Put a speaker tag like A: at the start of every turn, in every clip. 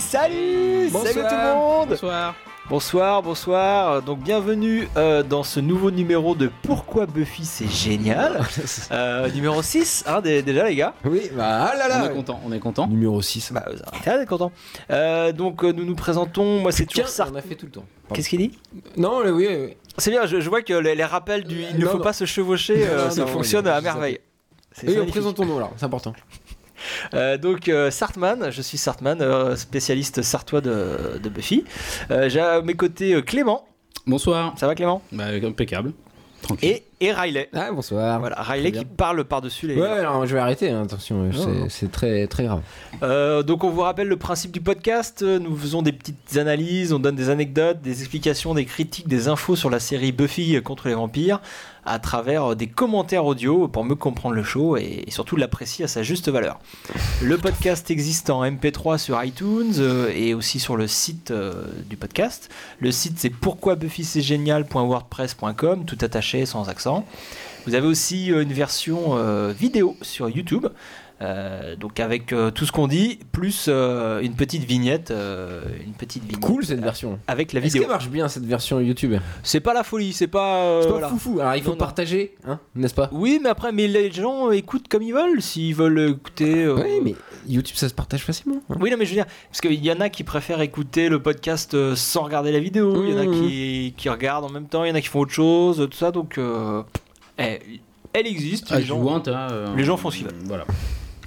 A: Salut
B: Bonsoir.
A: Salut tout le monde
B: Bonsoir.
A: Bonsoir, bonsoir. Donc bienvenue euh, dans ce nouveau numéro de Pourquoi Buffy c'est génial. Euh, numéro 6, hein, dé- déjà les gars.
B: Oui, bah ah là
C: On est content, on est content.
B: Numéro 6.
A: Bah, vous avez intérêt d'être content. Euh, donc euh, nous nous présentons, moi c'est toujours ça.
B: on a fait tout le temps.
A: Qu'est-ce qu'il dit
B: Non, oui, oui, oui.
A: C'est bien, je, je vois que les, les rappels du il ne
B: Non,
A: faut
B: non.
A: pas se chevaucher, euh,
B: Non,
A: ça
B: non,
A: fonctionne
B: oui,
A: à
B: je sais.
A: merveille. C'est
B: Et on
A: magnifique.
B: présente ton nom là, c'est important.
A: Euh, donc euh, Sartman, je suis Sartman, euh, spécialiste sartois de, de Buffy. Euh, J'ai à mes côtés euh, Clément,
C: Bonsoir.
A: ça va Clément
C: Bah, impeccable. Tranquille.
A: et, et Riley.
B: Ah, bonsoir.
A: Voilà, Riley
C: bien.
A: qui parle par-dessus les.
B: Ouais, alors je vais arrêter, hein, attention,
A: Non,
B: euh, c'est-
A: non.
B: c'est très très grave.
A: Euh, donc on vous rappelle le principe du podcast, euh, nous faisons des petites analyses, on donne des anecdotes, des explications, des critiques, des infos sur la série Buffy contre les vampires à travers euh, des commentaires audio pour mieux comprendre le show et, et surtout l'apprécier à sa juste valeur. Le podcast existe en MP3 sur iTunes euh, et aussi sur le site euh, du podcast. Le site c'est pourquoibuffycestgénial.wordpress.com, tout attaché sans accent. Vous avez aussi euh, une version euh, vidéo sur YouTube. Euh, donc avec euh, tout ce qu'on dit, plus euh, une petite vignette, euh, une petite vignette
B: Cool cette version.
A: avec la
B: Est-ce
A: vidéo.
B: qu'elle marche bien cette version YouTube
A: C'est pas la folie, c'est pas. euh,
B: C'est pas
A: voilà.
B: foufou, alors il faut
A: Non, non.
B: partager, hein, n'est-ce pas
A: Oui, mais après, mais les gens écoutent comme ils veulent, s'ils veulent écouter. euh,
B: Oui, mais YouTube ça se partage facilement. hein.
A: Oui, non, mais je veux dire, parce qu'il y en a qui préfèrent écouter le podcast euh, sans regarder la vidéo, il y en a
B: Mmh, mmh.
A: qui, qui regardent en même temps, il y en a qui font autre chose, tout ça, donc. euh, elle, elle existe,
B: Ah,
A: les gens.
C: Adjointe, hein, euh,
A: les gens font ce qu'ils veulent.
C: Voilà.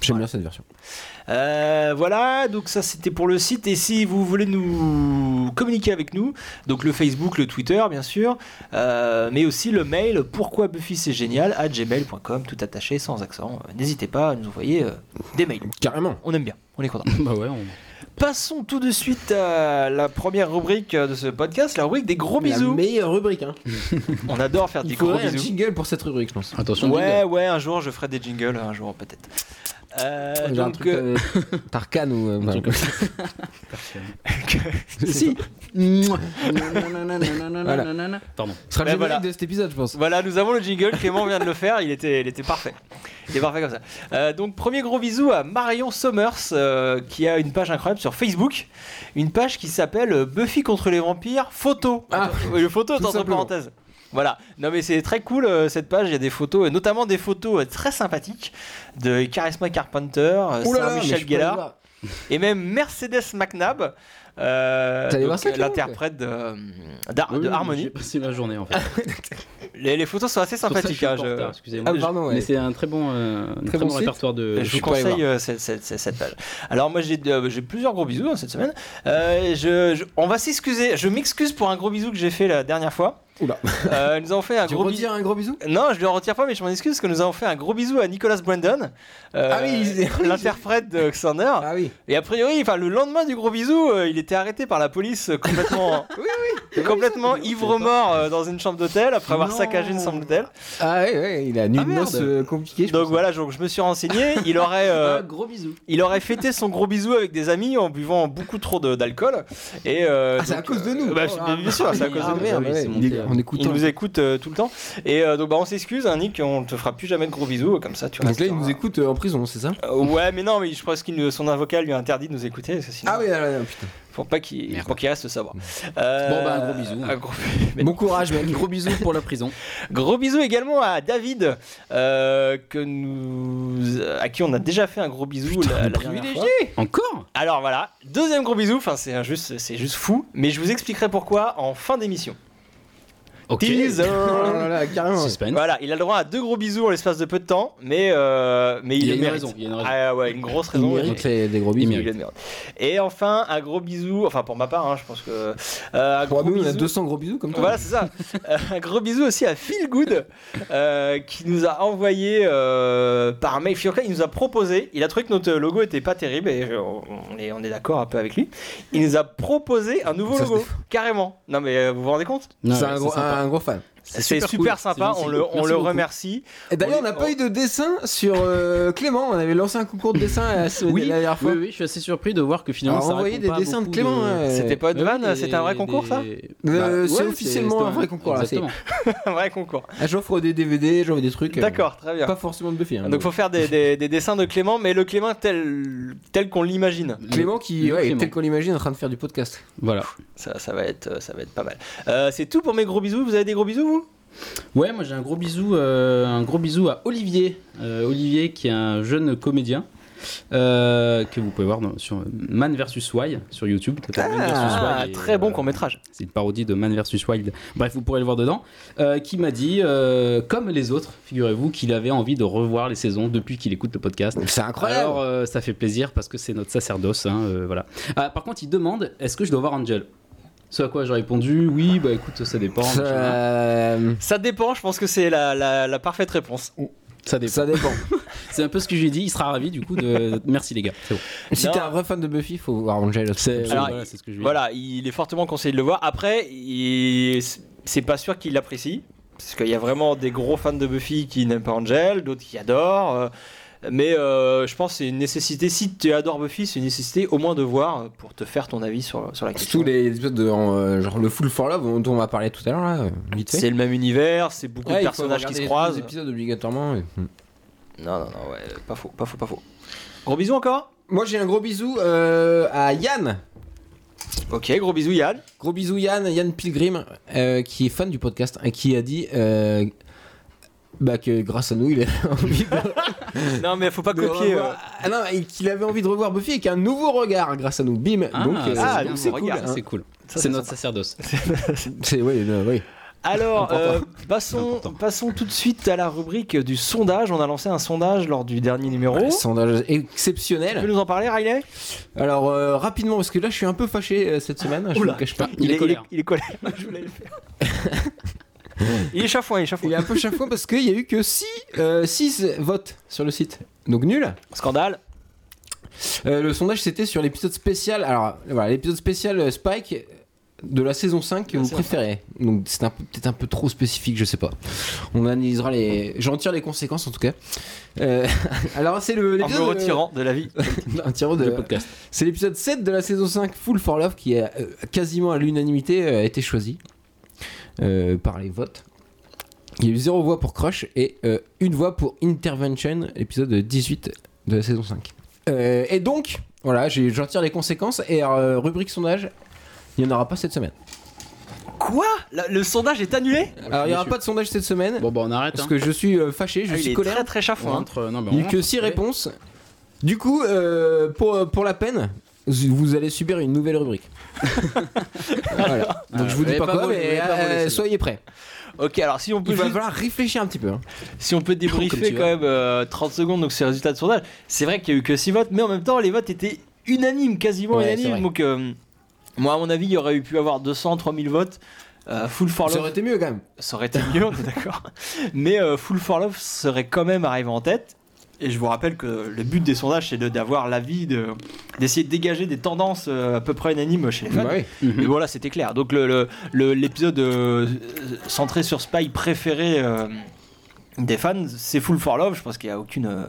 B: J'aime bien cette version.
A: Euh, voilà, donc ça c'était pour le site. Et si vous voulez nous communiquer avec nous, donc le Facebook, le Twitter, bien sûr, euh, mais aussi le mail pourquoi Buffy c'est génial à gmail.com, tout attaché, sans accent. Euh, N'hésitez pas à nous envoyer euh, des mails.
B: Carrément.
A: On aime bien, on est content.
C: bah ouais, on...
A: Passons tout de suite à la première rubrique de ce podcast, la rubrique des gros
B: La
A: bisous.
B: meilleure rubrique, hein.
A: On adore faire des
B: Il
A: gros
B: faudrait un
A: bisous.
B: jingle pour cette rubrique, je pense.
C: attention.
A: Ouais, ouais, un jour je ferai des jingles, un jour peut-être. Euh,
B: J'ai un
A: donc,
B: truc
A: euh,
B: euh, Tarkan ou. euh, voilà.
C: truc comme
A: euh,
B: si,
C: jingle.
B: Voilà.
C: Pardon.
B: ce sera
A: Ben
B: le générique
A: voilà.
B: de cet épisode, je pense.
A: Voilà, nous avons le jingle, Clément vient de le faire, il était, il était parfait. Il est parfait comme ça. Euh, donc, premier gros bisou à Marion Sommers, euh, qui a une page incroyable sur Facebook. Une page qui s'appelle euh, Buffy contre les vampires photo.
B: Ah,
A: Oui, le photo est
B: tout
A: entre
B: simplement.
A: parenthèses. Voilà, non mais c'est très cool euh, cette page, il y a des photos, et notamment des photos euh, très sympathiques de Charisma Carpenter, euh,
B: Ouh là
A: Sarah
B: là, mais je
A: Michel
B: peux pas le
A: Gellar
B: voir.
A: et même Mercedes McNabb, euh,
B: T'allais
A: donc,
B: voir ça, Clément,
A: l'interprète de, euh, d'Ar- de
C: Oui,
A: Harmony.
C: J'ai passé ma journée en fait.
A: Les, les photos sont assez
C: C'est pour ça que je
A: sympathiques.
C: suis
A: hein,
C: en
A: je-
C: retard, excusez-moi.
B: Ah, pardon, ouais.
C: Mais c'est un très bon, euh, un
B: Très
C: très
B: bon
C: bon,
B: site.
C: répertoire de.
A: je vous
B: peux aller
A: conseille euh, cette, cette- cette- cette page. Alors moi j'ai euh, j'ai plusieurs gros bisous hein, cette semaine. Euh, je, je- on va s'excuser. Je m'excuse pour un gros bisou que j'ai fait la dernière fois.
B: Oula.
A: Euh, ils nous avons fait un
B: Tu
A: gros
B: veux
A: bisou.
B: dire un gros bisou
A: Non, je ne le retire pas, mais je m'en excuse parce que nous avons fait un gros bisou à Nicolas Brandon, euh,
B: Ah oui, il- oui,
A: l'interprète de Xander.
B: Ah oui.
A: Et a priori, enfin, le lendemain du gros bisou, euh, il était arrêté par la police euh, complètement, euh, complètement ivre-mort euh, dans une chambre d'hôtel après avoir
C: Non.
A: saccagé une chambre d'hôtel.
B: Ah ouais, ouais, il a une
A: Ah, merde.
B: noce euh, compliquée. je
A: Donc
B: pense.
A: voilà, donc, je me suis renseigné. Il aurait, euh,
C: Ah, gros bisous.
A: il aurait fêté son gros bisou avec des amis en buvant beaucoup trop de- d'alcool. Et euh,
B: Ah, c'est à
A: donc,
B: cause de
A: euh,
B: nous.
A: bah,
B: Oh,
A: c'est-
B: ah,
A: bien sûr, c'est à cause
C: Ah,
A: de nous.
C: merde,
B: ouais,
C: c'est
B: il
C: monté,
B: est-
C: ouais.
B: en
A: Il
B: écoutant.
A: nous écoute euh, tout le temps. Et euh, donc bah on s'excuse, hein, Nick, on te fera plus jamais de gros bisous comme ça. Tu
B: Donc
A: restes
B: là, il
A: un-
B: nous écoute euh, en prison, c'est ça
A: Euh, ouais, mais non, mais je pense que son avocat lui a interdit de nous écouter. Parce que sinon,
B: Ah oui, ah, ouais, putain.
A: Pour pas qu'il
C: Merde.
A: pour qu'il reste savoir. Euh,
C: Bon, bah, un gros bisou.
A: un gros, Mais-
B: Bon courage, mec.
C: Gros bisous pour la prison.
A: gros bisou également à David euh, que nous à qui on a déjà fait un gros bisou la, la dernière fois.
C: Encore
A: Alors voilà, deuxième gros bisou. Enfin c'est un juste c'est juste fou, mais je vous expliquerai pourquoi en fin d'émission.
C: Ok.
B: Oh
A: Teaser.
B: là là, carrément. ouais.
C: Suspense.
A: Voilà, il a le droit à deux gros bisous en l'espace de peu de temps, mais euh, mais il,
C: Il y a
A: le
C: une
A: mérite.
C: raison, il y a une raison.
A: Ah ouais, une grosse
B: Il
A: raison.
B: mérite les- des gros
A: Il
B: bisous.
A: mérite. Il le mérite. Et enfin un gros bisou, enfin pour ma part, hein, je pense que euh, un
B: Pour
A: gros
B: nous, on a
A: bisou-
B: 200 gros bisous comme toi.
A: Voilà, c'est ça. Euh, un gros bisou aussi à Phil Good euh, qui nous a envoyé euh, par mail. Fiorca, il nous a proposé. Il a trouvé que notre logo était pas terrible et euh, on est, on est d'accord un peu avec lui. Il nous a proposé un nouveau
B: Ça,
A: logo, carrément. Non, mais euh, vous vous rendez compte
C: Non,
B: C'est
C: ouais,
B: un, gros-
C: sympa.
B: un gros fan.
A: C'est super, sympa, on le, on le remercie.
B: Et d'ailleurs,
A: On
B: on
A: est-
B: n'a pas eu de dessin sur euh, Clément. On avait lancé un concours de dessin à ce-
C: Oui,
B: la dernière fois.
C: Oui, oui, je suis assez surpris de voir que finalement.
B: Alors,
C: ça
B: envoyez
C: répond
B: des
C: pas à
B: dessins de
C: beaucoup
B: Clément, ouais.
A: C'était pas une
C: Oui,
A: vanne,
C: des-
A: c'était un vrai
C: des-
A: concours ça
B: Euh, c'est
C: ouais,
B: officiellement un vrai concours, là, c'est-
C: Exactement.
A: Un vrai concours.
B: Ah, J'offre des DVD, j'offre des trucs. euh,
A: D'accord, très bien.
B: Pas forcément de Buffy. hein,
A: Donc
B: mais-
A: faut faire des, des- des dessins de Clément, mais le Clément tel, tel qu'on l'imagine.
B: Clément qui,
C: Le
B: ouais,
C: Clément.
B: tel qu'on l'imagine, est en train de faire du podcast.
C: Voilà.
A: Ça, ça, va être, ça va être pas mal. Euh, c'est tout pour mes gros bisous. Vous avez des gros bisous, vous
C: Ouais, moi j'ai un gros bisou, euh, un gros bisou à Olivier, Euh, Olivier qui est un jeune comédien euh, que vous pouvez voir dans- sur Man vs Wild sur YouTube. T'as Man versus
A: Ah,
C: Wild et,
A: très bon
C: euh,
A: court métrage.
C: C'est une parodie de Man vs Wild. Bref, vous pourrez le voir dedans. Euh, qui m'a dit, euh, comme les autres, figurez-vous, qu'il avait envie de revoir les saisons depuis qu'il écoute le podcast.
B: C'est
C: Alors euh, ça fait plaisir parce que c'est notre sacerdoce, hein, euh, voilà. Ah, par contre, il demande, est-ce que je dois voir Angel Ce à quoi j'ai répondu, oui, bah écoute, ça dépend.
B: Ça,
C: machin.
B: euh,
A: Ça dépend, je pense que c'est la, la- la parfaite réponse.
C: Ça dépend.
B: ça dépend.
C: C'est un peu ce que j'ai dit. Il sera ravi du coup. De... Merci les gars. C'est bon.
B: si
A: Non.
B: t'es un vrai fan de Buffy, faut voir Angel.
C: C'est
A: Alors,
C: voilà, c'est ce que je lui ai
A: Voilà, il est fortement conseillé de le voir. Après, il- c'est pas sûr qu'il l'apprécie. Parce qu'il y a vraiment des gros fans de Buffy qui n'aiment pas Angel, d'autres qui adorent. euh, Mais euh, je pense que c'est une nécessité, si tu adores Buffy, c'est une nécessité au moins de voir euh, pour te faire ton avis sur, sur la question.
B: Surtout les épisodes de euh, genre le Full for Love dont on va parler tout à l'heure là, euh, vite fait.
A: C'est le même univers, c'est beaucoup
B: Ouais,
A: de
B: il faut
A: personnages qui
B: regarder
A: se
B: les
A: croisent.
B: deux épisodes obligatoirement. ouais. Mm.
A: Non, non, non, ouais, pas faux, pas faux, pas faux. Gros bisous encore
B: Moi j'ai un gros bisou euh, à Yann.
A: Ok, gros bisous Yann.
B: Gros bisou Yann, Yann Pilgrim, euh, qui est fan du podcast et qui a dit euh, bah, que grâce à nous il a envie de,
A: Non, mais faut pas
B: de
A: copier. euh,
B: revoir- Ah non, et qu'il avait envie de revoir Buffy avec un nouveau regard grâce à nous. Bim.
C: Ah,
B: donc euh,
A: ah,
B: donc
A: nouveau
B: c'est cool.
A: regard,
C: dit.
B: hein.
C: C'est cool.
A: Ça,
C: C'est
A: c'est
C: notre sacerdoce.
B: C'est ouais, euh, ouais.
A: Alors,
B: Important.
A: euh, passons,
C: Important.
A: passons tout de suite à la rubrique du sondage. On a lancé un sondage lors du dernier numéro.
B: Un sondage
A: Oh. tu peux
B: exceptionnel.
A: nous en parler, Riley
B: Alors euh, rapidement parce que là je suis un peu fâché euh, cette semaine, je vous
A: Oula.
B: le cache pas.
C: Il est colère.
A: Il est, il est colère. Je voulais le faire. il est chafouin, il est chafouin.
B: Il est un peu chafouin parce qu'il y a eu que 6 votes sur le site. Donc nul.
A: Scandale.
B: Euh, le sondage c'était sur l'épisode spécial. Alors voilà, l'épisode spécial euh, Spike de la saison 5 que
A: La
B: vous
A: saison
B: préférez. Donc c'est un peu- peut-être un peu trop spécifique, je sais pas. On analysera les. J'en tire les conséquences en tout cas. Euh, alors c'est le.
A: En me
B: l'épisode- euh,
A: retirant de la vie.
B: Un tirant de-
C: Le podcast.
B: C'est l'épisode 7 de la saison 5 Full for Love qui a euh, quasiment à l'unanimité euh, été choisi euh, par les votes. Il y a eu 0 voix pour Crush et euh, une voix pour Intervention, épisode 18 de la saison 5. Euh, et donc, voilà, j'ai- j'en tire les conséquences et euh, rubrique sondage. Il n'y en aura pas cette semaine.
A: Quoi La- Le sondage est annulé
B: Alors, il n'y aura
C: déçu.
B: pas de sondage cette semaine
C: Bon bah on arrête.
B: parce
C: hein.
B: que je suis euh, fâché, je
A: Ah, Il
B: suis
A: est
B: colère.
A: très très
C: On
A: chafouin.
C: rentre, euh, non, mais
B: Il n'y
C: on
B: a eu que 6
C: rentre.
B: réponses. Du coup, euh, pour, euh, pour la peine, vous allez subir une nouvelle rubrique. voilà. Donc je vous dis
C: Elle
B: pas,
C: est pas
B: quoi,
C: volée, elle
B: mais
C: est pas
B: euh,
C: volée, celle-là.
B: soyez prêts.
A: Ok, alors si on peut
B: Il va
A: juste-
B: falloir réfléchir un petit peu. hein.
A: Si on peut
C: Comme tu
A: débriefer
C: veux.
A: quand même euh, 30 secondes, donc ces résultats de sondage, c'est vrai qu'il y a eu que 6 votes, mais en même temps, les votes étaient unanimes, quasiment
B: Ouais, c'est
A: unanimes.
B: vrai.
A: Donc, euh, moi, à mon avis, il y aurait eu pu avoir 200, 3000 votes. Euh, full for
B: Ça
A: Love,
B: aurait été mieux quand même.
A: ça aurait été mieux, on est d'accord. Mais euh, Full for Love serait quand même arrivé en tête. Et je vous rappelle que le but des sondages, c'est de- d'avoir l'avis, de- d'essayer de, dégager des tendances euh, à peu près unanimes chez les fans.
B: Bah oui.
A: Mais
C: Mhm.
A: voilà, c'était clair. Donc le- le- le- l'épisode euh, centré sur Spy préféré euh, des fans, c'est Full for Love. Je pense qu'il n'y a aucune, euh,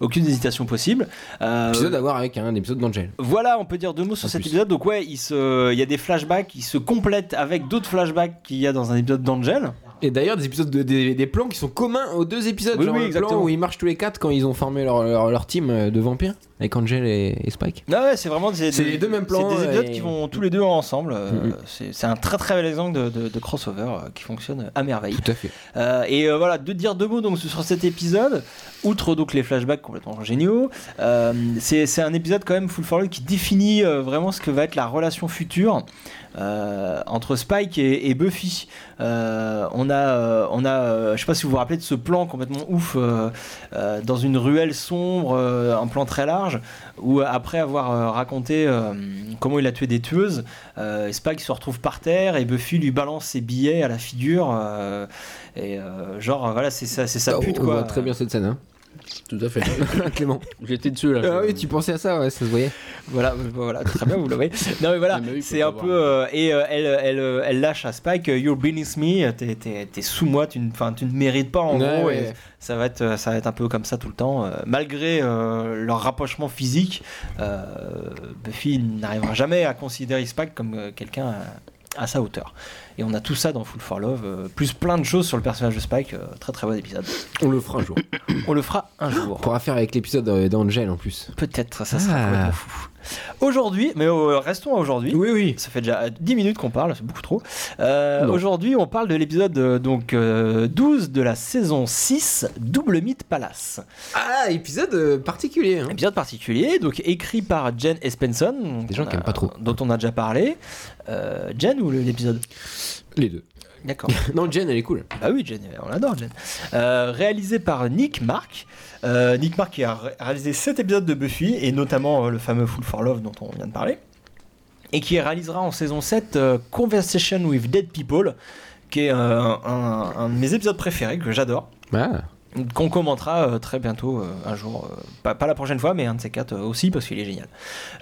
A: aucune hésitation possible. Euh,
B: Épisode à voir avec un épisode d'Angel.
A: voilà, on peut dire deux mots sur
B: En
A: cet
B: plus.
A: épisode. Donc ouais, il, se, il y a des flashbacks qui se complètent avec d'autres flashbacks qu'il y a dans un épisode d'Angel.
B: Et d'ailleurs, des épisodes de- des, des plans qui sont communs aux deux épisodes.
A: Oui,
B: genre
A: oui,
B: le plan
A: exactement.
B: où ils marchent tous les quatre quand ils ont formé leur, leur, leur team euh, de vampires avec Angel et, et Spike.
A: Ah ouais, c'est vraiment des,
B: C'est
A: des-
B: les deux mêmes plans,
A: C'est des épisodes
B: et-
A: qui vont tous les deux ensemble. Euh,
B: Mhm.
A: c'est- C'est un très très bel exemple de, de- de crossover euh, qui fonctionne à merveille.
B: Tout à fait.
A: Euh, et euh, voilà, de dire deux mots donc sur cet épisode, outre donc les flashbacks complètement géniaux, euh, c'est c'est un épisode quand même Full for Love qui définit euh, vraiment ce que va être la relation future euh, entre Spike et, et Buffy. Euh, on a, euh, on a, euh, je sais pas si vous vous rappelez de ce plan complètement ouf euh, euh, dans une ruelle sombre, euh, un plan très large, où après avoir euh, raconté euh, comment il a tué des tueuses, euh, Spike se retrouve par terre et Buffy lui balance ses billets à la figure. euh, et euh, genre, euh, voilà, c'est ça, c'est sa
B: Oh,
A: pute
B: on
A: quoi.
B: voit très bien cette scène. hein.
C: Tout à fait.
B: Clément.
C: J'étais dessus là.
B: Ah
C: Je-
B: oui, tu pensais à ça, ouais, ça se voyait.
A: Voilà, euh, voilà, très bien, vous l'avez. Non mais voilà,
C: Ah, mais oui,
A: c'est
C: faut
A: un
C: pas
A: peu...
C: voir.
A: euh, et euh, elle, elle, euh, elle lâche à Spike, euh, You're beneath me, t'es- t'es t'es sous moi, tu ne, enfin, tu ne mérites pas en
B: Ouais,
A: gros.
B: ouais.
A: et ça, va être, euh, ça va être un peu comme ça tout le temps. euh, malgré euh, leur rapprochement physique, euh, Buffy n'arrivera jamais à considérer Spike comme euh, quelqu'un à, à sa hauteur. Et on a tout ça dans Full for Love, euh, plus plein de choses sur le personnage de Spike. euh, très très bon épisode.
B: On le fera un jour.
A: On le fera un jour.
B: On pourra faire avec l'épisode euh, d'Angel en plus.
A: Peut-être, ça sera
B: Ah.
A: complètement fou. Aujourd'hui, mais euh, restons à aujourd'hui.
B: oui.
A: Ça fait déjà euh, 10 minutes qu'on parle, c'est beaucoup trop. Euh,
B: Non.
A: Aujourd'hui, on parle de l'épisode euh, donc euh, 12 de la saison 6, Double Mythe Palace.
B: Ah, épisode euh, particulier. hein.
A: Épisode particulier, donc écrit par Jen Espenson.
B: Des gens
A: qu'on
B: qui
A: a-
B: aiment pas trop.
A: Dont on a déjà parlé. Euh, Jen ou le- l'épisode
B: Les deux.
A: D'accord.
B: Non, Jen, elle est cool.
A: Bah oui, Jen, on l'adore, Jen. Euh, réalisé par Nick Mark. Euh, Nick Mark qui a ré- réalisé 7 épisodes de Buffy, et notamment euh, le fameux Full for Love dont on vient de parler. Et qui réalisera en saison 7 euh, Conversation with Dead People, qui est euh, un, un de mes épisodes préférés que j'adore.
B: Ah,
A: Qu'on commentera euh, très bientôt, euh, un jour, euh, pas, pas la prochaine fois, mais un de ces quatre euh, aussi, parce qu'il est génial.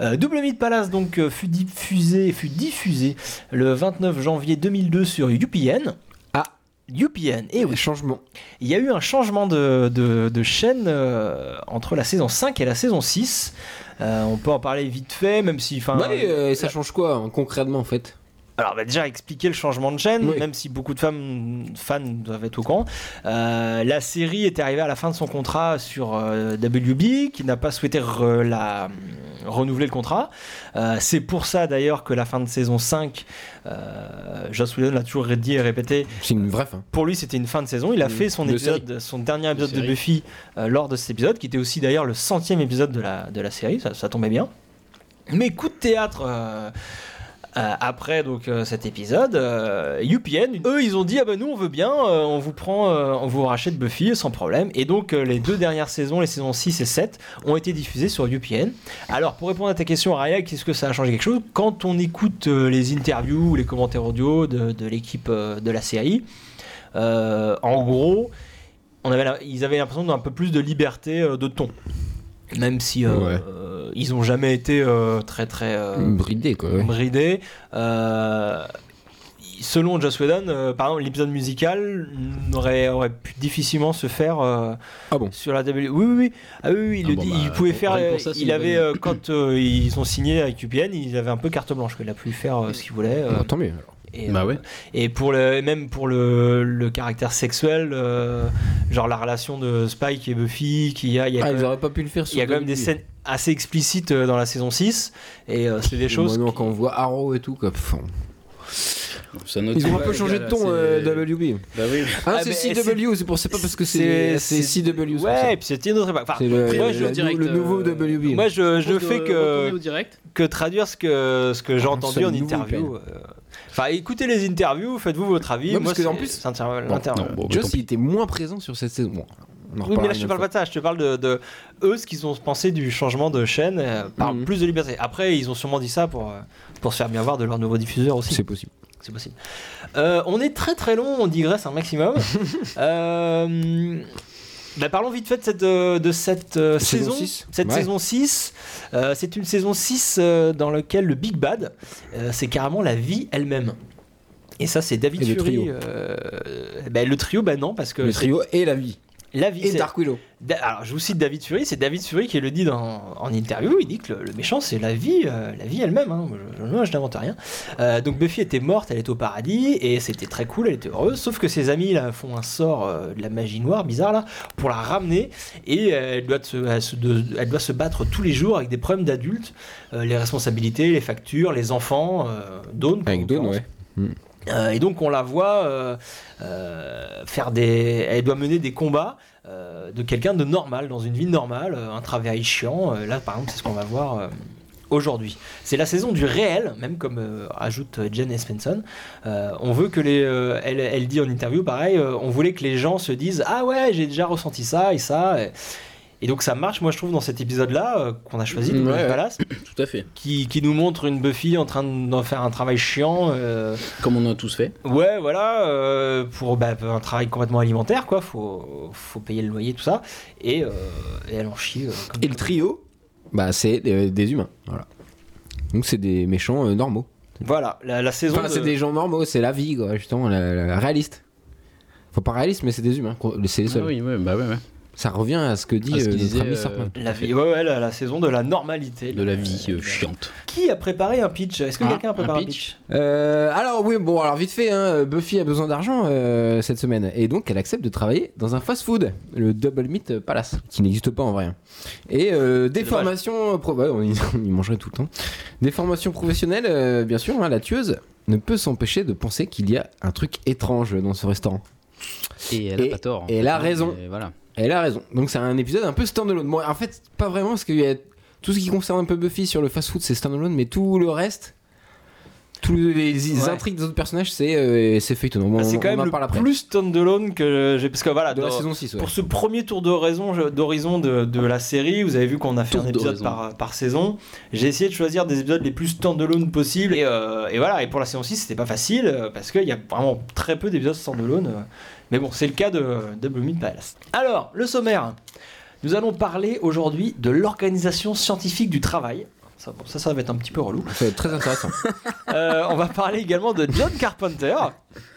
A: Euh, Double Myth Palace donc euh, fut diffusé, fut diffusé le 29 janvier 2002 sur UPN.
B: Ah.
A: UPN, et oui.
B: changement.
A: Il y a eu un changement de, de- de chaîne euh, entre la saison 5 et la saison 6. Euh, on peut en parler vite fait, même si. enfin,
B: Bah allez, euh, ça change quoi hein, concrètement en fait
A: alors, bah, déjà, expliquer le changement de chaîne,
B: Oui.
A: même si beaucoup de femmes, fans doivent être au courant. Euh, la série était arrivée à la fin de son contrat sur euh, WB, qui n'a pas souhaité re- la, euh, renouveler le contrat. Euh, C'est pour ça, d'ailleurs, que la fin de saison 5, euh, Joss Whedon l'a toujours dit et répété,
B: C'est une vraie fin.
A: pour lui, c'était une fin de saison. Il a
B: Mm.
A: fait son
B: De
A: épisode, son dernier épisode de,
C: série.
A: Buffy euh, lors de cet épisode, qui était aussi d'ailleurs le centième épisode de la, de la série. Ça, ça tombait bien. Mais coup de théâtre. euh, euh, après donc euh, cet épisode, euh, UPN, eux ils ont dit ah ben nous on veut bien, euh, on vous prend, euh, on vous rachète Buffy sans problème. Et donc euh, les deux dernières saisons, les saisons 6 et 7, ont été diffusées sur UPN. Alors pour répondre à ta question Raya, qu'est-ce que ça a changé quelque chose Quand on écoute euh, les interviews ou les commentaires audio de, de l'équipe euh, de la série, euh, en gros, on avait la- ils avaient l'impression d'un peu plus de liberté euh, de ton. Même si euh,
B: Ouais.
A: euh, ils ont jamais été euh, très très euh,
B: Bridé quoi. ouais.
A: bridés. Euh, selon Joss Whedon, euh, par exemple, l'épisode musical n'aurait aurait pu difficilement se faire euh,
B: Ah bon
A: sur la W. Oui, oui, oui. Ah oui, oui, il
C: Ah
A: le
C: bon,
A: dit.
C: bah,
A: il pouvait
C: pour-
A: faire.
C: rien que
A: euh,
C: pour ça, c'est
A: il
C: une
A: avait
C: bonne-
A: euh, quand euh, ils ont signé avec UPN, ils avaient un peu carte blanche. Il a pu faire euh, ce qu'il voulait. euh,
B: Bah, tant mieux. alors.
A: et,
C: Bah ouais.
A: et pour le, et même pour le, le caractère sexuel, euh, genre la relation de Spike et Buffy, qu'il y a, il y a,
B: Ah,
A: quand,
B: ils
A: même,
B: auraient pas pu le faire sur
A: il y a quand même des
B: WB.
A: scènes assez explicites euh, dans la saison 6, et euh, c'est des choses.
B: Maintenant,
A: qui-
B: quand on voit Arrow et tout, quoi. pff, on-
C: Ça note-
B: Ils ont
C: Ouais,
B: un peu
C: les
B: changé
C: gars,
B: de
C: là,
B: ton,
C: c'est-
B: euh, WB.
C: Bah oui.
B: Ah,
A: Ah,
B: c'est
A: mais
B: CW, c'est pour c'est pas parce que c'est c'est CW. c'est pour ça.
A: Ouais, et puis c'était une autre époque. Enfin,
B: c'est le,
A: moi,
B: le-
A: je,
B: le-
C: direct,
B: le nouveau E.
C: euh,
B: WB.
A: moi, je,
C: Je
A: je
C: pense
A: fais
C: de
A: que,
C: retourner au direct.
A: que traduire ce que, ce que j'ai
B: Ah,
A: entendu
B: ça
A: en
B: nous
A: interview. euh. Enfin, écoutez les interviews, faites-vous votre avis.
B: Non,
A: moi,
B: parce que, en
A: c'est-
B: plus-
A: c'est inter-
B: Bon,
A: l'inter-
C: non, bon, bah, tant
B: Joss, il était moins présent sur cette saison. Bon, on en
A: Oui, mais
B: reparlera
A: là, je te
B: une
A: parle pas
B: autre
A: de ça. Je te parle de, de eux, ce qu'ils ont pensé du changement de chaîne euh, par
B: Mhm.
A: plus de liberté. Après, ils ont sûrement dit ça pour, euh, pour se faire bien voir de leur nouveau diffuseur
B: fois.
A: aussi.
B: C'est possible.
A: C'est possible. Euh, on est très très long, on digresse un maximum. Euh, bah, parlons vite fait de cette, euh, de cette euh,
B: Saison
A: saison.
B: six.
A: Cette
B: Ouais.
A: saison 6, euh, c'est une saison 6 euh, dans laquelle le Big Bad, euh, c'est carrément la vie elle-même. Et ça, c'est David
B: Et le
A: Fury.
B: trio.
A: euh, bah, le trio, bah non, parce que
B: Le
A: c'est-
B: trio et la vie.
A: la vie.
B: Et
A: c'est-
B: Dark Willow.
A: Da- Alors, je vous cite David Fury, c'est David Fury qui le dit dans, en interview. Il dit que le, le méchant, c'est la vie, euh, la vie elle-même. hein. Moi, Je, je- moi, je n'invente rien. Euh, donc, Buffy était morte, elle est au paradis, et c'était très cool, elle était heureuse. Sauf que ses amis là, font un sort euh, de la magie noire, bizarre là, pour la ramener, et euh, elle, doit se, elle, se- de- elle doit se battre tous les jours avec des problèmes d'adultes, euh, les responsabilités, les factures, les enfants, euh, Dawn. quoi, en
B: Avec Dawn,
A: l'occurrence.
B: ouais.
A: Euh, et donc on la voit euh, euh, faire des, elle doit mener des combats euh, de quelqu'un de normal dans une vie normale, euh, un travail chiant. Euh, là par exemple c'est ce qu'on va voir euh, aujourd'hui. C'est la saison du réel, même comme euh, ajoute Jen Espenson. Euh, on veut que les, euh, elle, elle dit en interview pareil, euh, on voulait que les gens se disent ah ouais j'ai déjà ressenti ça et ça. Et, Et donc ça marche, moi je trouve, dans cet épisode-là euh, qu'on a choisi, de
C: Ouais,
A: Buffy
C: ouais.
A: Palace,
C: Tout à fait.
A: qui, qui nous montre une Buffy en train de faire un travail chiant. euh,
C: Comme on a tous fait.
A: Ouais, voilà, euh, pour bah, un travail complètement alimentaire, quoi. Faut, faut payer le loyer, tout ça. Et, euh, et elle en chie. euh, comme-
B: Et le trio Bah, c'est euh, des humains. Voilà. Donc, c'est des méchants euh, normaux.
A: Voilà, la, la saison.
B: Enfin,
A: de-
B: c'est des gens normaux, c'est la vie, quoi, justement, la, la- la réaliste. Faut pas réaliste, mais c'est des humains, quoi, c'est les seuls.
C: oui, ouais, bah ouais, ouais.
B: Ça revient à ce que dit
C: À
B: euh,
C: ce qu'il
B: notre
C: disait,
B: ami
C: euh,
B: Sorkman.
A: La, vie- ouais, ouais, la, la saison de la normalité.
C: De la vie
A: Euh,
C: euh, chiante.
A: Qui a préparé un pitch Est-ce que
C: Ah,
A: quelqu'un a préparé un
C: un
A: pitch,
C: pitch
B: Euh, alors oui, bon, alors vite fait, hein, Buffy a besoin d'argent euh, cette semaine et donc elle accepte de travailler dans un fast-food, le Double Meat Palace, qui n'existe pas en vrai. hein. Et euh, des
A: dommage.
B: formations, pro- ouais, on, y, on y mangerait tout le temps. Des formations professionnelles, euh, bien sûr, hein, la tueuse ne peut s'empêcher de penser qu'il y a un truc étrange dans ce restaurant.
C: Et elle a
B: Et-
C: pas tort. en
B: et
C: fait,
B: elle a
C: hein,
B: raison.
C: mais Voilà.
B: Elle a raison. Donc c'est un épisode un peu standalone. Bon, en fait, pas vraiment parce qu'il y a tout ce qui concerne un peu Buffy sur le fast-food, c'est standalone, mais tout le reste, tous les, les
A: Ouais.
B: intrigues des autres personnages, c'est euh, c'est feuilleton.
A: Ah,
B: On,
A: C'est quand
B: on
A: même
B: en
A: le
B: parle après.
A: plus standalone que j'ai. Parce que voilà,
B: de la
A: dans-
B: saison 6, ouais.
A: pour ce premier tour d'horizon je- d'horizon de, de la série, vous avez vu qu'on a fait
C: Tour
A: un épisode
C: d'horizon.
A: par, par saison. J'ai essayé de choisir des épisodes les plus standalone possibles. Et, euh, et voilà, et pour la saison 6, c'était pas facile euh, parce qu'il y a vraiment très peu d'épisodes standalone. euh. Mais bon, c'est le cas de euh, Double Meat Palace. Alors, le sommaire. Nous allons parler aujourd'hui de l'organisation scientifique du travail. Ça, bon, ça, ça va être un petit peu relou.
B: Ça va être très intéressant.
A: Euh, on va parler également de John Carpenter.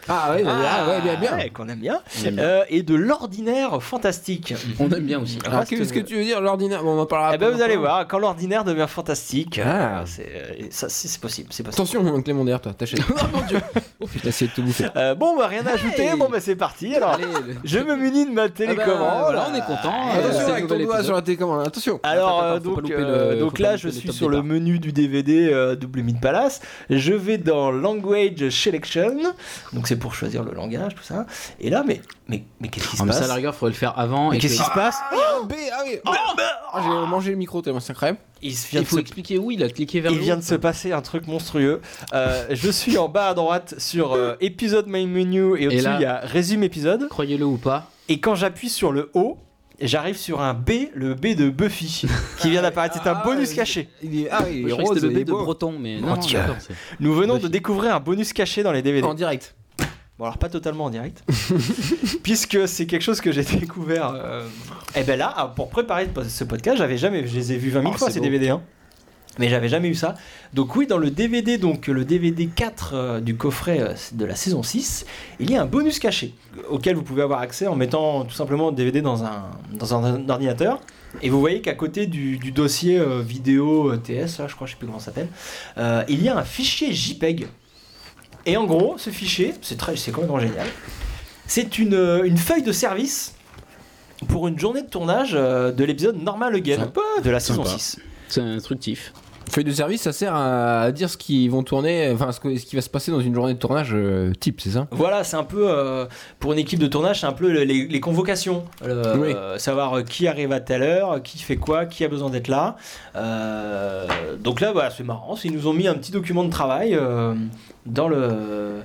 B: ah ouais, ah, ouais, bien, bien.
A: Ouais, qu'on aime bien.
C: On aime bien.
A: Euh, et de l'ordinaire fantastique.
C: On aime bien aussi.
B: Alors,
A: Reste-
B: Ah, qu'est-ce que tu veux dire l'ordinaire Bon, on en
C: Ah,
B: parlera.
A: Eh ben
B: après,
A: vous allez
B: encore.
A: voir, quand l'ordinaire devient fantastique,
B: Ah.
A: euh, c'est euh, ça, c'est- c'est possible, c'est possible.
B: Attention, mon Clément derrière toi, t'achètes. oh mon dieu Oh putain, essayé de tout bouffer.
A: Euh, bon bah rien à ajouter,
B: Hey.
A: bon bah c'est parti. Alors
B: Allez, le-
A: je me munis de ma télécommande.
B: Ah bah,
C: voilà, Eh ben, on est content.
A: Euh,
B: Attention
C: c'est
B: avec
C: le
B: ton
C: nouvel
B: doigt
C: épisode.
B: sur la télécommande, attention
A: Alors
C: Attends,
A: euh,
C: attends, faut pas
A: donc
C: louper
A: euh,
C: le-
A: donc
C: faut pas
A: là
C: louper
A: je
C: le
A: suis
C: top
A: sur le
C: départ.
A: menu du DVD euh, Double Meat Palace. Je vais dans Language Selection, donc c'est pour choisir le langage tout ça. Et là mais mais mais qu'est-ce qui se
C: Ah, mais ça, à la
A: passe
C: rigueur, faudrait le faire avant.
A: Mais
C: et
A: qu'est-ce
C: que-
A: qui se passe
B: Ah, B, ah oui Oh, ah, J'ai mangé le micro tellement c'est incroyable.
A: Il se- vient
C: Il
A: de se
C: faut expliquer où il a cliqué vers
A: Il
C: le
A: vient
C: haut.
A: de se passer un truc monstrueux. Euh, je suis en bas à droite sur euh, épisode main menu et au-dessus
C: là-
A: il y a résume épisode.
C: Croyez-le ou pas.
A: Et quand j'appuie sur le haut, j'arrive sur un B, le B de Buffy, qui vient d'apparaître. C'est un
B: Ah,
A: bonus
B: oui.
A: caché.
B: Il est, ah, il est
C: Je croyais que
B: rose,
C: c'était
B: il
C: le
B: est
C: B de
B: beau. Oh,
C: Breton, mais
A: Mon
C: non,
A: Dieu.
C: d'accord, c'est-
A: Nous venons de
C: Buffy.
A: découvrir un bonus caché dans les DVD.
B: En direct.
A: Bon, alors pas totalement en direct, puisque c'est quelque chose que j'ai découvert. Et ben là, ah, pour préparer ce po- ce podcast, j'avais jamais, je les ai vus 20 000
C: Oh,
A: fois
C: c'est
A: ces
C: beau.
A: DVD, hein. mais j'avais jamais eu ça. Donc oui, dans le DVD, donc le DVD 4 euh, du coffret euh, de la saison 6, il y a un bonus caché euh, auquel vous pouvez avoir accès en mettant tout simplement le DVD dans un dans un ordinateur. Et vous voyez qu'à côté du, du dossier euh, vidéo euh, TS, là, je crois, je sais plus comment ça s'appelle, euh, il y a un fichier JPEG. Et en gros, ce fichier, c'est très, c'est complètement génial. C'est une, euh, une feuille de service pour une journée de tournage euh, de l'épisode Normal Again
C: Sympa.
A: de la saison
C: Sympa.
A: 6.
C: C'est instructif.
B: Feuille de service, ça sert à, à dire ce qu'ils vont tourner, enfin ce, que- ce qui va se passer dans une journée de tournage euh, type, c'est ça
A: Voilà, c'est un peu euh, pour une équipe de tournage, c'est un peu le- les, les convocations. Euh,
B: Oui.
A: Savoir euh, qui arrive à telle heure, qui fait quoi, qui a besoin d'être là. Euh, donc là, voilà, c'est marrant. Ils nous ont mis un petit document de travail euh, dans le.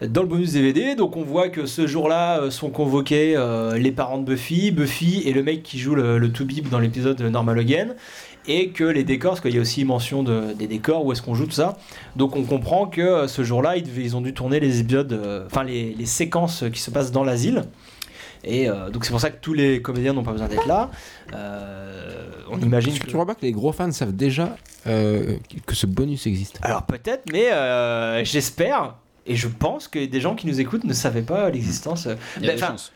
A: Dans le bonus DVD, donc on voit que ce jour-là euh, sont convoqués euh, les parents de Buffy, Buffy et le mec qui joue le, le Toubib dans l'épisode Normal Again, et que les décors, parce qu'il y a aussi mention de- des décors, où est-ce qu'on joue, tout ça, donc on comprend que euh, ce jour-là, ils, devaient- ils ont dû tourner les épisodes, euh, enfin les, les séquences qui se passent dans l'asile. Et euh, donc c'est pour ça que tous les comédiens n'ont pas besoin d'être là. Euh, on imagine
B: Parce que
A: que...
B: tu vois pas que les gros fans savent déjà euh, que ce bonus existe.
A: Alors peut-être, mais euh, j'espère et je pense que des gens qui nous écoutent ne savaient pas l'existence. euh,
C: Il y a
A: ben,
C: des
A: enfin,
C: chances.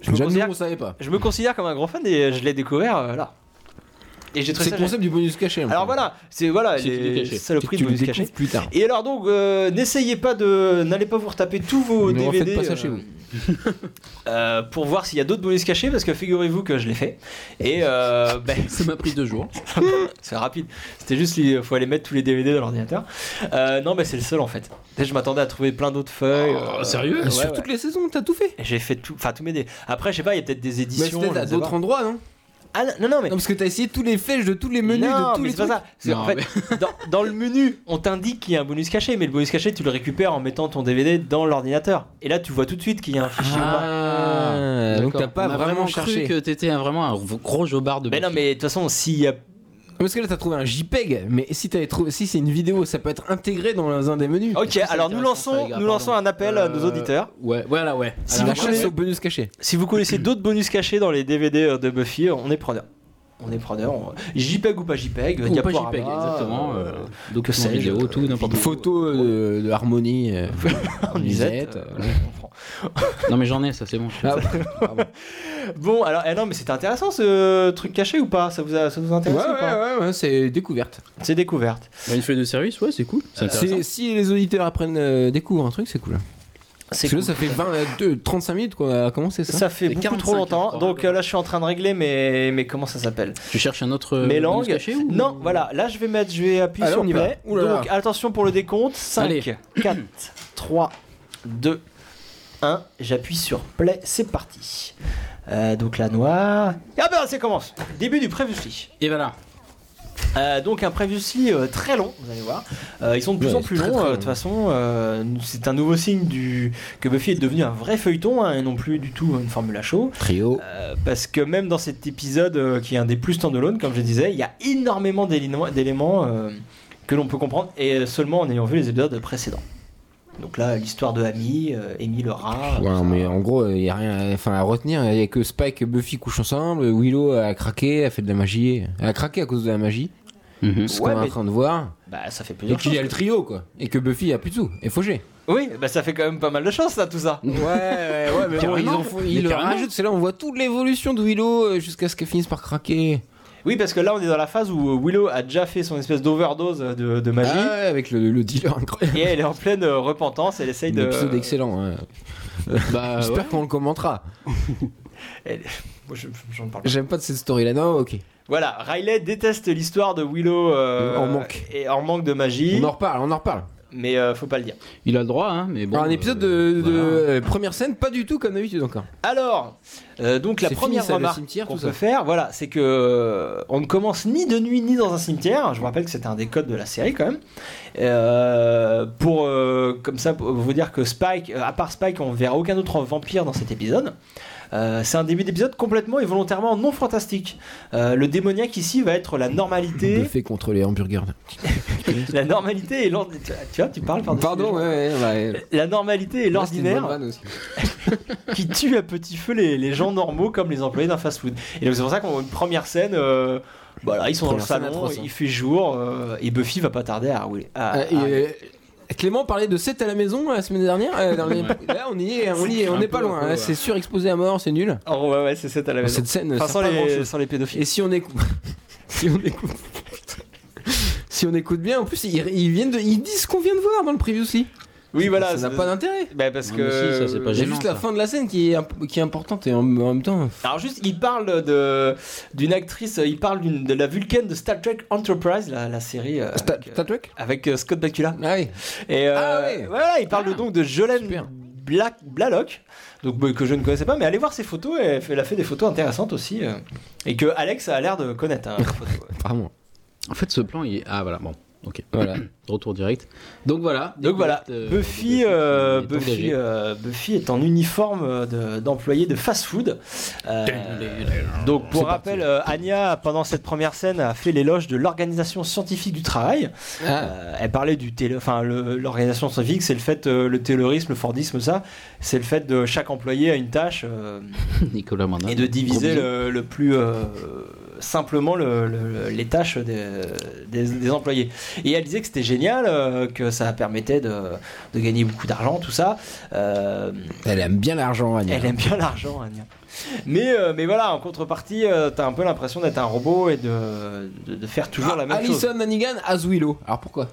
A: je, me considère,
B: savait pas.
A: je me considère comme un grand fan et je l'ai découvert euh, là. Et j'ai
B: C'est
A: trouvé
B: le
A: ça...
B: concept du bonus caché. en
A: Alors
B: fait.
A: voilà, c'est voilà,
C: C'est
A: les-
C: du caché.
A: c'est le
B: Que
A: prix
B: tu
A: de
B: le
A: bonus caché.
B: découvres plus tard.
A: Et alors donc, euh, n'essayez pas de, n'allez pas vous retaper tous vos
B: Ne refaites
A: DVD
B: pas ça chez vous.
A: euh, pour voir s'il y a d'autres bonus cachés parce que figurez-vous que je l'ai fait et euh, ben,
C: Ça m'a pris deux jours.
A: c'est rapide. C'était juste il faut aller mettre tous les DVD dans l'ordinateur. Euh, non mais c'est le seul en fait. Et je m'attendais à trouver plein d'autres feuilles.
C: Oh,
A: euh,
C: sérieux
A: ouais,
B: Sur
A: ouais.
B: toutes les saisons, t'as tout fait.
A: Et J'ai fait tout, enfin tous mes dés. Après je sais pas, il y a peut-être des
B: Mais
A: éditions.
B: c'était
A: je
B: à
A: sais
B: d'autres
A: pas.
B: endroits, non
A: Ah, non non mais.
B: Non, parce que t'as essayé tous les flèches de tous les menus,
A: Non,
B: de tous
A: mais
B: les
A: c'est pas ça.
B: trucs.
A: C'est
C: Non,
A: en fait, dans, dans le menu, on t'indique qu'il y a un bonus caché, mais le bonus caché, tu le récupères en mettant ton DVD dans l'ordinateur. Et là, tu vois tout de suite qu'il y a un fichier ou pas.
B: Ah, euh, donc t'as pas
C: On a
B: vraiment
C: cru
B: cherché.
C: que t'étais un- vraiment un v- gros jobard de
A: Mais non,
C: mec.
A: mais de toute façon, s'il y a.
B: Parce que là t'as trouvé un JPEG, mais si t'avais trouvé, si c'est une vidéo, ça peut être intégré dans un des menus.
A: Ok,
C: ça
A: alors nous
C: m'intéresse, ça,
A: lançons,
C: les gars,
A: nous lançons
C: pardon.
A: un appel à nos
C: Euh,
A: auditeurs.
C: Ouais, voilà, ouais.
A: Si
C: Alors,
B: la
A: vous
C: ouais,
B: chasse
A: connaissez-
B: au bonus caché.
A: Si vous connaissez d'autres bonus cachés dans les DVD euh, de Buffy, on est preneur. On est preneur. on- JPEG ou pas JPEG,
C: ou pas JPEG, exactement. euh, donc
A: que
C: c'est
A: sais-je,
C: vidéo,
A: euh,
C: tout, n'importe quoi.
B: Photo euh, de, de harmonie, euh,
A: en
B: musette.
A: musette.
B: euh,
A: euh, on prend.
C: Non, mais j'en ai, ça c'est bon.
B: Ah, pardon.
A: Bon, alors, eh non, mais c'était intéressant ce truc caché ou pas ça vous, a- ça vous
B: ouais,
A: intéresse ou pas
B: ouais, ouais, ouais, c'est découverte.
A: C'est découverte.
C: Une feuille de service, ouais, c'est cool. C'est intéressant.
B: C'est- Si les auditeurs apprennent, euh, découvrent un truc, c'est cool.
A: C'est
B: Parce que là, ça fait 20, deux- 35 minutes qu'on a commencé ça.
A: Ça fait
C: C'est
A: beaucoup
C: 45,
A: trop
C: je
A: longtemps,
C: crois,
A: donc
C: hein.
A: euh, là je suis en train de régler mes, mes comment ça s'appelle
C: Tu cherches un autre euh,
A: Mes
C: bonus
A: langues
C: caché ou-
A: Non, voilà, là je vais mettre, je vais appuyer
B: Allez,
A: sur
B: on y va.
A: play.
B: Ouh là là.
A: Donc attention pour le décompte 5,
C: Allez.
A: 4, 3, 2, 1. J'appuie sur play, c'est parti. Euh, donc la noire. Ah ben ça commence Début du Previously.
C: Et voilà.
A: Euh, donc un Previously euh, très long, vous allez voir. Euh, ils sont de plus
B: Ouais,
A: en plus
B: très,
A: longs,
B: très
A: euh, de
B: long.
A: toute façon. euh, c'est un nouveau signe du... que Buffy est devenu un vrai feuilleton hein, et non plus du tout une formule à chaud.
B: Trio.
A: Euh, parce que même dans cet épisode euh, qui est un des plus standalone, comme je disais, il y a énormément d'éléments- d'éléments euh, que l'on peut comprendre et seulement en ayant vu les épisodes précédents. Donc là, l'histoire de Amy, euh, Amy le rat.
B: Ouais,
A: tout ça.
B: mais en gros, il n'y a rien à, enfin, à retenir. Il n'y a que Spike et Buffy couchent ensemble. Willow a craqué, a fait de la magie. Elle a craqué à cause de la magie. Ce qu'on
A: Ouais,
B: est en
A: mais-
B: train de voir.
A: Bah, ça fait
B: Et euh,
A: plusieurs
B: qu'il y
A: choses.
B: a le trio, quoi. Et que Buffy a plus de sous. Et fauché.
A: Oui, bah ça fait quand même pas mal de choses, ça, tout ça.
B: Ouais, ouais, ouais, mais
C: Carrément.
B: ils en font- ils
C: Mais
B: le
C: carrément.
B: rajoutent. C'est là, on voit toute l'évolution de Willow euh, jusqu'à ce qu'elle finisse par craquer.
A: Oui, parce que là, on est dans la phase où euh, Willow a déjà fait son espèce d'overdose euh, de, de magie.
B: Ah ouais, avec le, le dealer incroyable.
A: Et elle est en pleine euh, repentance, elle essaye de.
B: L'épisode excellent. hein.
C: Bah,
B: J'espère
C: ouais.
B: qu'on le commentera.
A: Elle- Moi, je- j'en parle pas.
B: J'aime pas de cette story là. Non, ok.
A: Voilà, Riley déteste l'histoire de Willow. euh,
B: En manque.
A: Et en manque de magie.
B: On en reparle, on en reparle.
A: Mais euh, faut pas le dire.
C: Il a le droit, hein, mais bon.
B: Alors, un épisode
C: euh,
B: de, de-
C: voilà.
B: euh, première scène, pas du tout comme d'habitude encore.
A: Alors, euh, donc la
B: C'est
A: première
B: fini, ça, le
A: remarque
B: cimetière,
A: qu'on
B: tout
A: peut
B: ça.
A: faire, voilà, c'est que euh, on ne commence ni de nuit ni dans un cimetière. Je vous rappelle que c'était un des codes de la série quand même. Euh, pour euh, comme ça, pour vous dire que Spike, euh, à part Spike, on verra aucun autre vampire dans cet épisode. Euh, c'est un début d'épisode complètement et volontairement non fantastique. Euh, le démoniaque ici va être la
B: Le
A: normalité,
B: fait contre les hamburgers.
A: la normalité et l'ordinaire. Tu vois, tu parles par-dessus les
B: Pardon,
A: gens.
B: ouais, ouais, ouais.
A: La normalité et
B: Là, c'était une bonne
A: l'ordinaire.
B: vanne aussi.
A: qui tue à petit feu les, les gens normaux comme les employés d'un fast-food. Et donc c'est pour ça qu'on voit une première scène. euh, voilà, ils sont
B: Première
A: dans
B: scène
A: le salon,
B: atroce, hein.
A: il fait jour euh, et Buffy va pas tarder à rouler. à-
B: Ah, et,
A: à-
B: euh, Clément parlait de 7 à la maison euh, la semaine dernière. euh, dans les- Là, on y est, on y est, on
C: Un
B: n'est
C: peu,
B: pas
C: un
B: loin.
C: peu,
B: hein.
C: ouais.
B: C'est surexposé à mort, c'est nul.
A: Oh, ouais, ouais, c'est ça à la maison.
B: Cette scène,
A: Enfin,
B: ça
A: sans
B: sert pas à
A: les,
B: grand-chose.
A: sans les pédophiles.
B: Et si on écoute, si on écoute, si on écoute bien, en plus ils, ils viennent de, ils disent ce qu'on vient de voir dans le preview aussi.
A: Oui, voilà.
B: ça n'a
A: c'est-
B: pas d'intérêt.
A: bah, parce
C: Non,
A: que.
C: mais si, ça, c'est pas
B: Il y a
C: gênant,
B: juste la
C: ça.
B: fin de la scène qui est, imp- qui est importante et en, en même temps.
A: Alors juste, il parle de d'une actrice, euh, il parle d'une- de la Vulcaine de Star Trek Enterprise, la, la série euh,
B: Star
A: avec, euh,
B: Star Trek
A: avec, euh, Scott Bakula.
B: Ah oui.
A: Et euh,
B: Ah ouais.
A: voilà, il parle
C: Ah,
A: donc de Jolene
B: super.
A: Black, Blalock, donc bah, que je ne connaissais pas, mais allez voir ses photos, elle, fait- elle a fait des photos intéressantes aussi, euh, et que Alex a l'air de connaître. hein, les photos, ouais.
B: Apparemment.
C: En fait, ce plan, il est. Ah, voilà, bon. Ok.
B: Voilà.
C: Retour direct. Donc voilà.
A: Donc voilà,
C: Découverte, euh,
A: Buffy,
C: de
A: euh,
C: qui est
A: Buffy,
C: engagée.
A: euh, Buffy est en uniforme euh, de- d'employé de, fast-food. Euh, donc pour
B: C'est
A: rappel, euh, Anya, pendant cette première scène, a fait l'éloge de l'organisation scientifique du travail.
B: Ah,
A: Euh, elle parlait du télé, enfin le- l'organisation scientifique, c'est le fait, euh, le taylorisme, le fordisme, ça, c'est le fait de chaque employé a une tâche euh,
C: Ah, Nicolas Mandin.
A: et de diviser
C: Gros
A: le, le plus euh, simplement le- le- les tâches des, des- des employés. Et elle disait que c'était génial, euh, que ça permettait de, de gagner beaucoup d'argent, tout ça. Euh,
B: elle aime bien l'argent, Agnès.
A: elle aime bien l'argent, Anya. Mais, euh, mais voilà, en contrepartie, euh, t'as un peu l'impression d'être un robot et de, de- de faire toujours
B: Ah,
A: la même
B: Alison
A: chose.
B: Hannigan as Willow. Alors pourquoi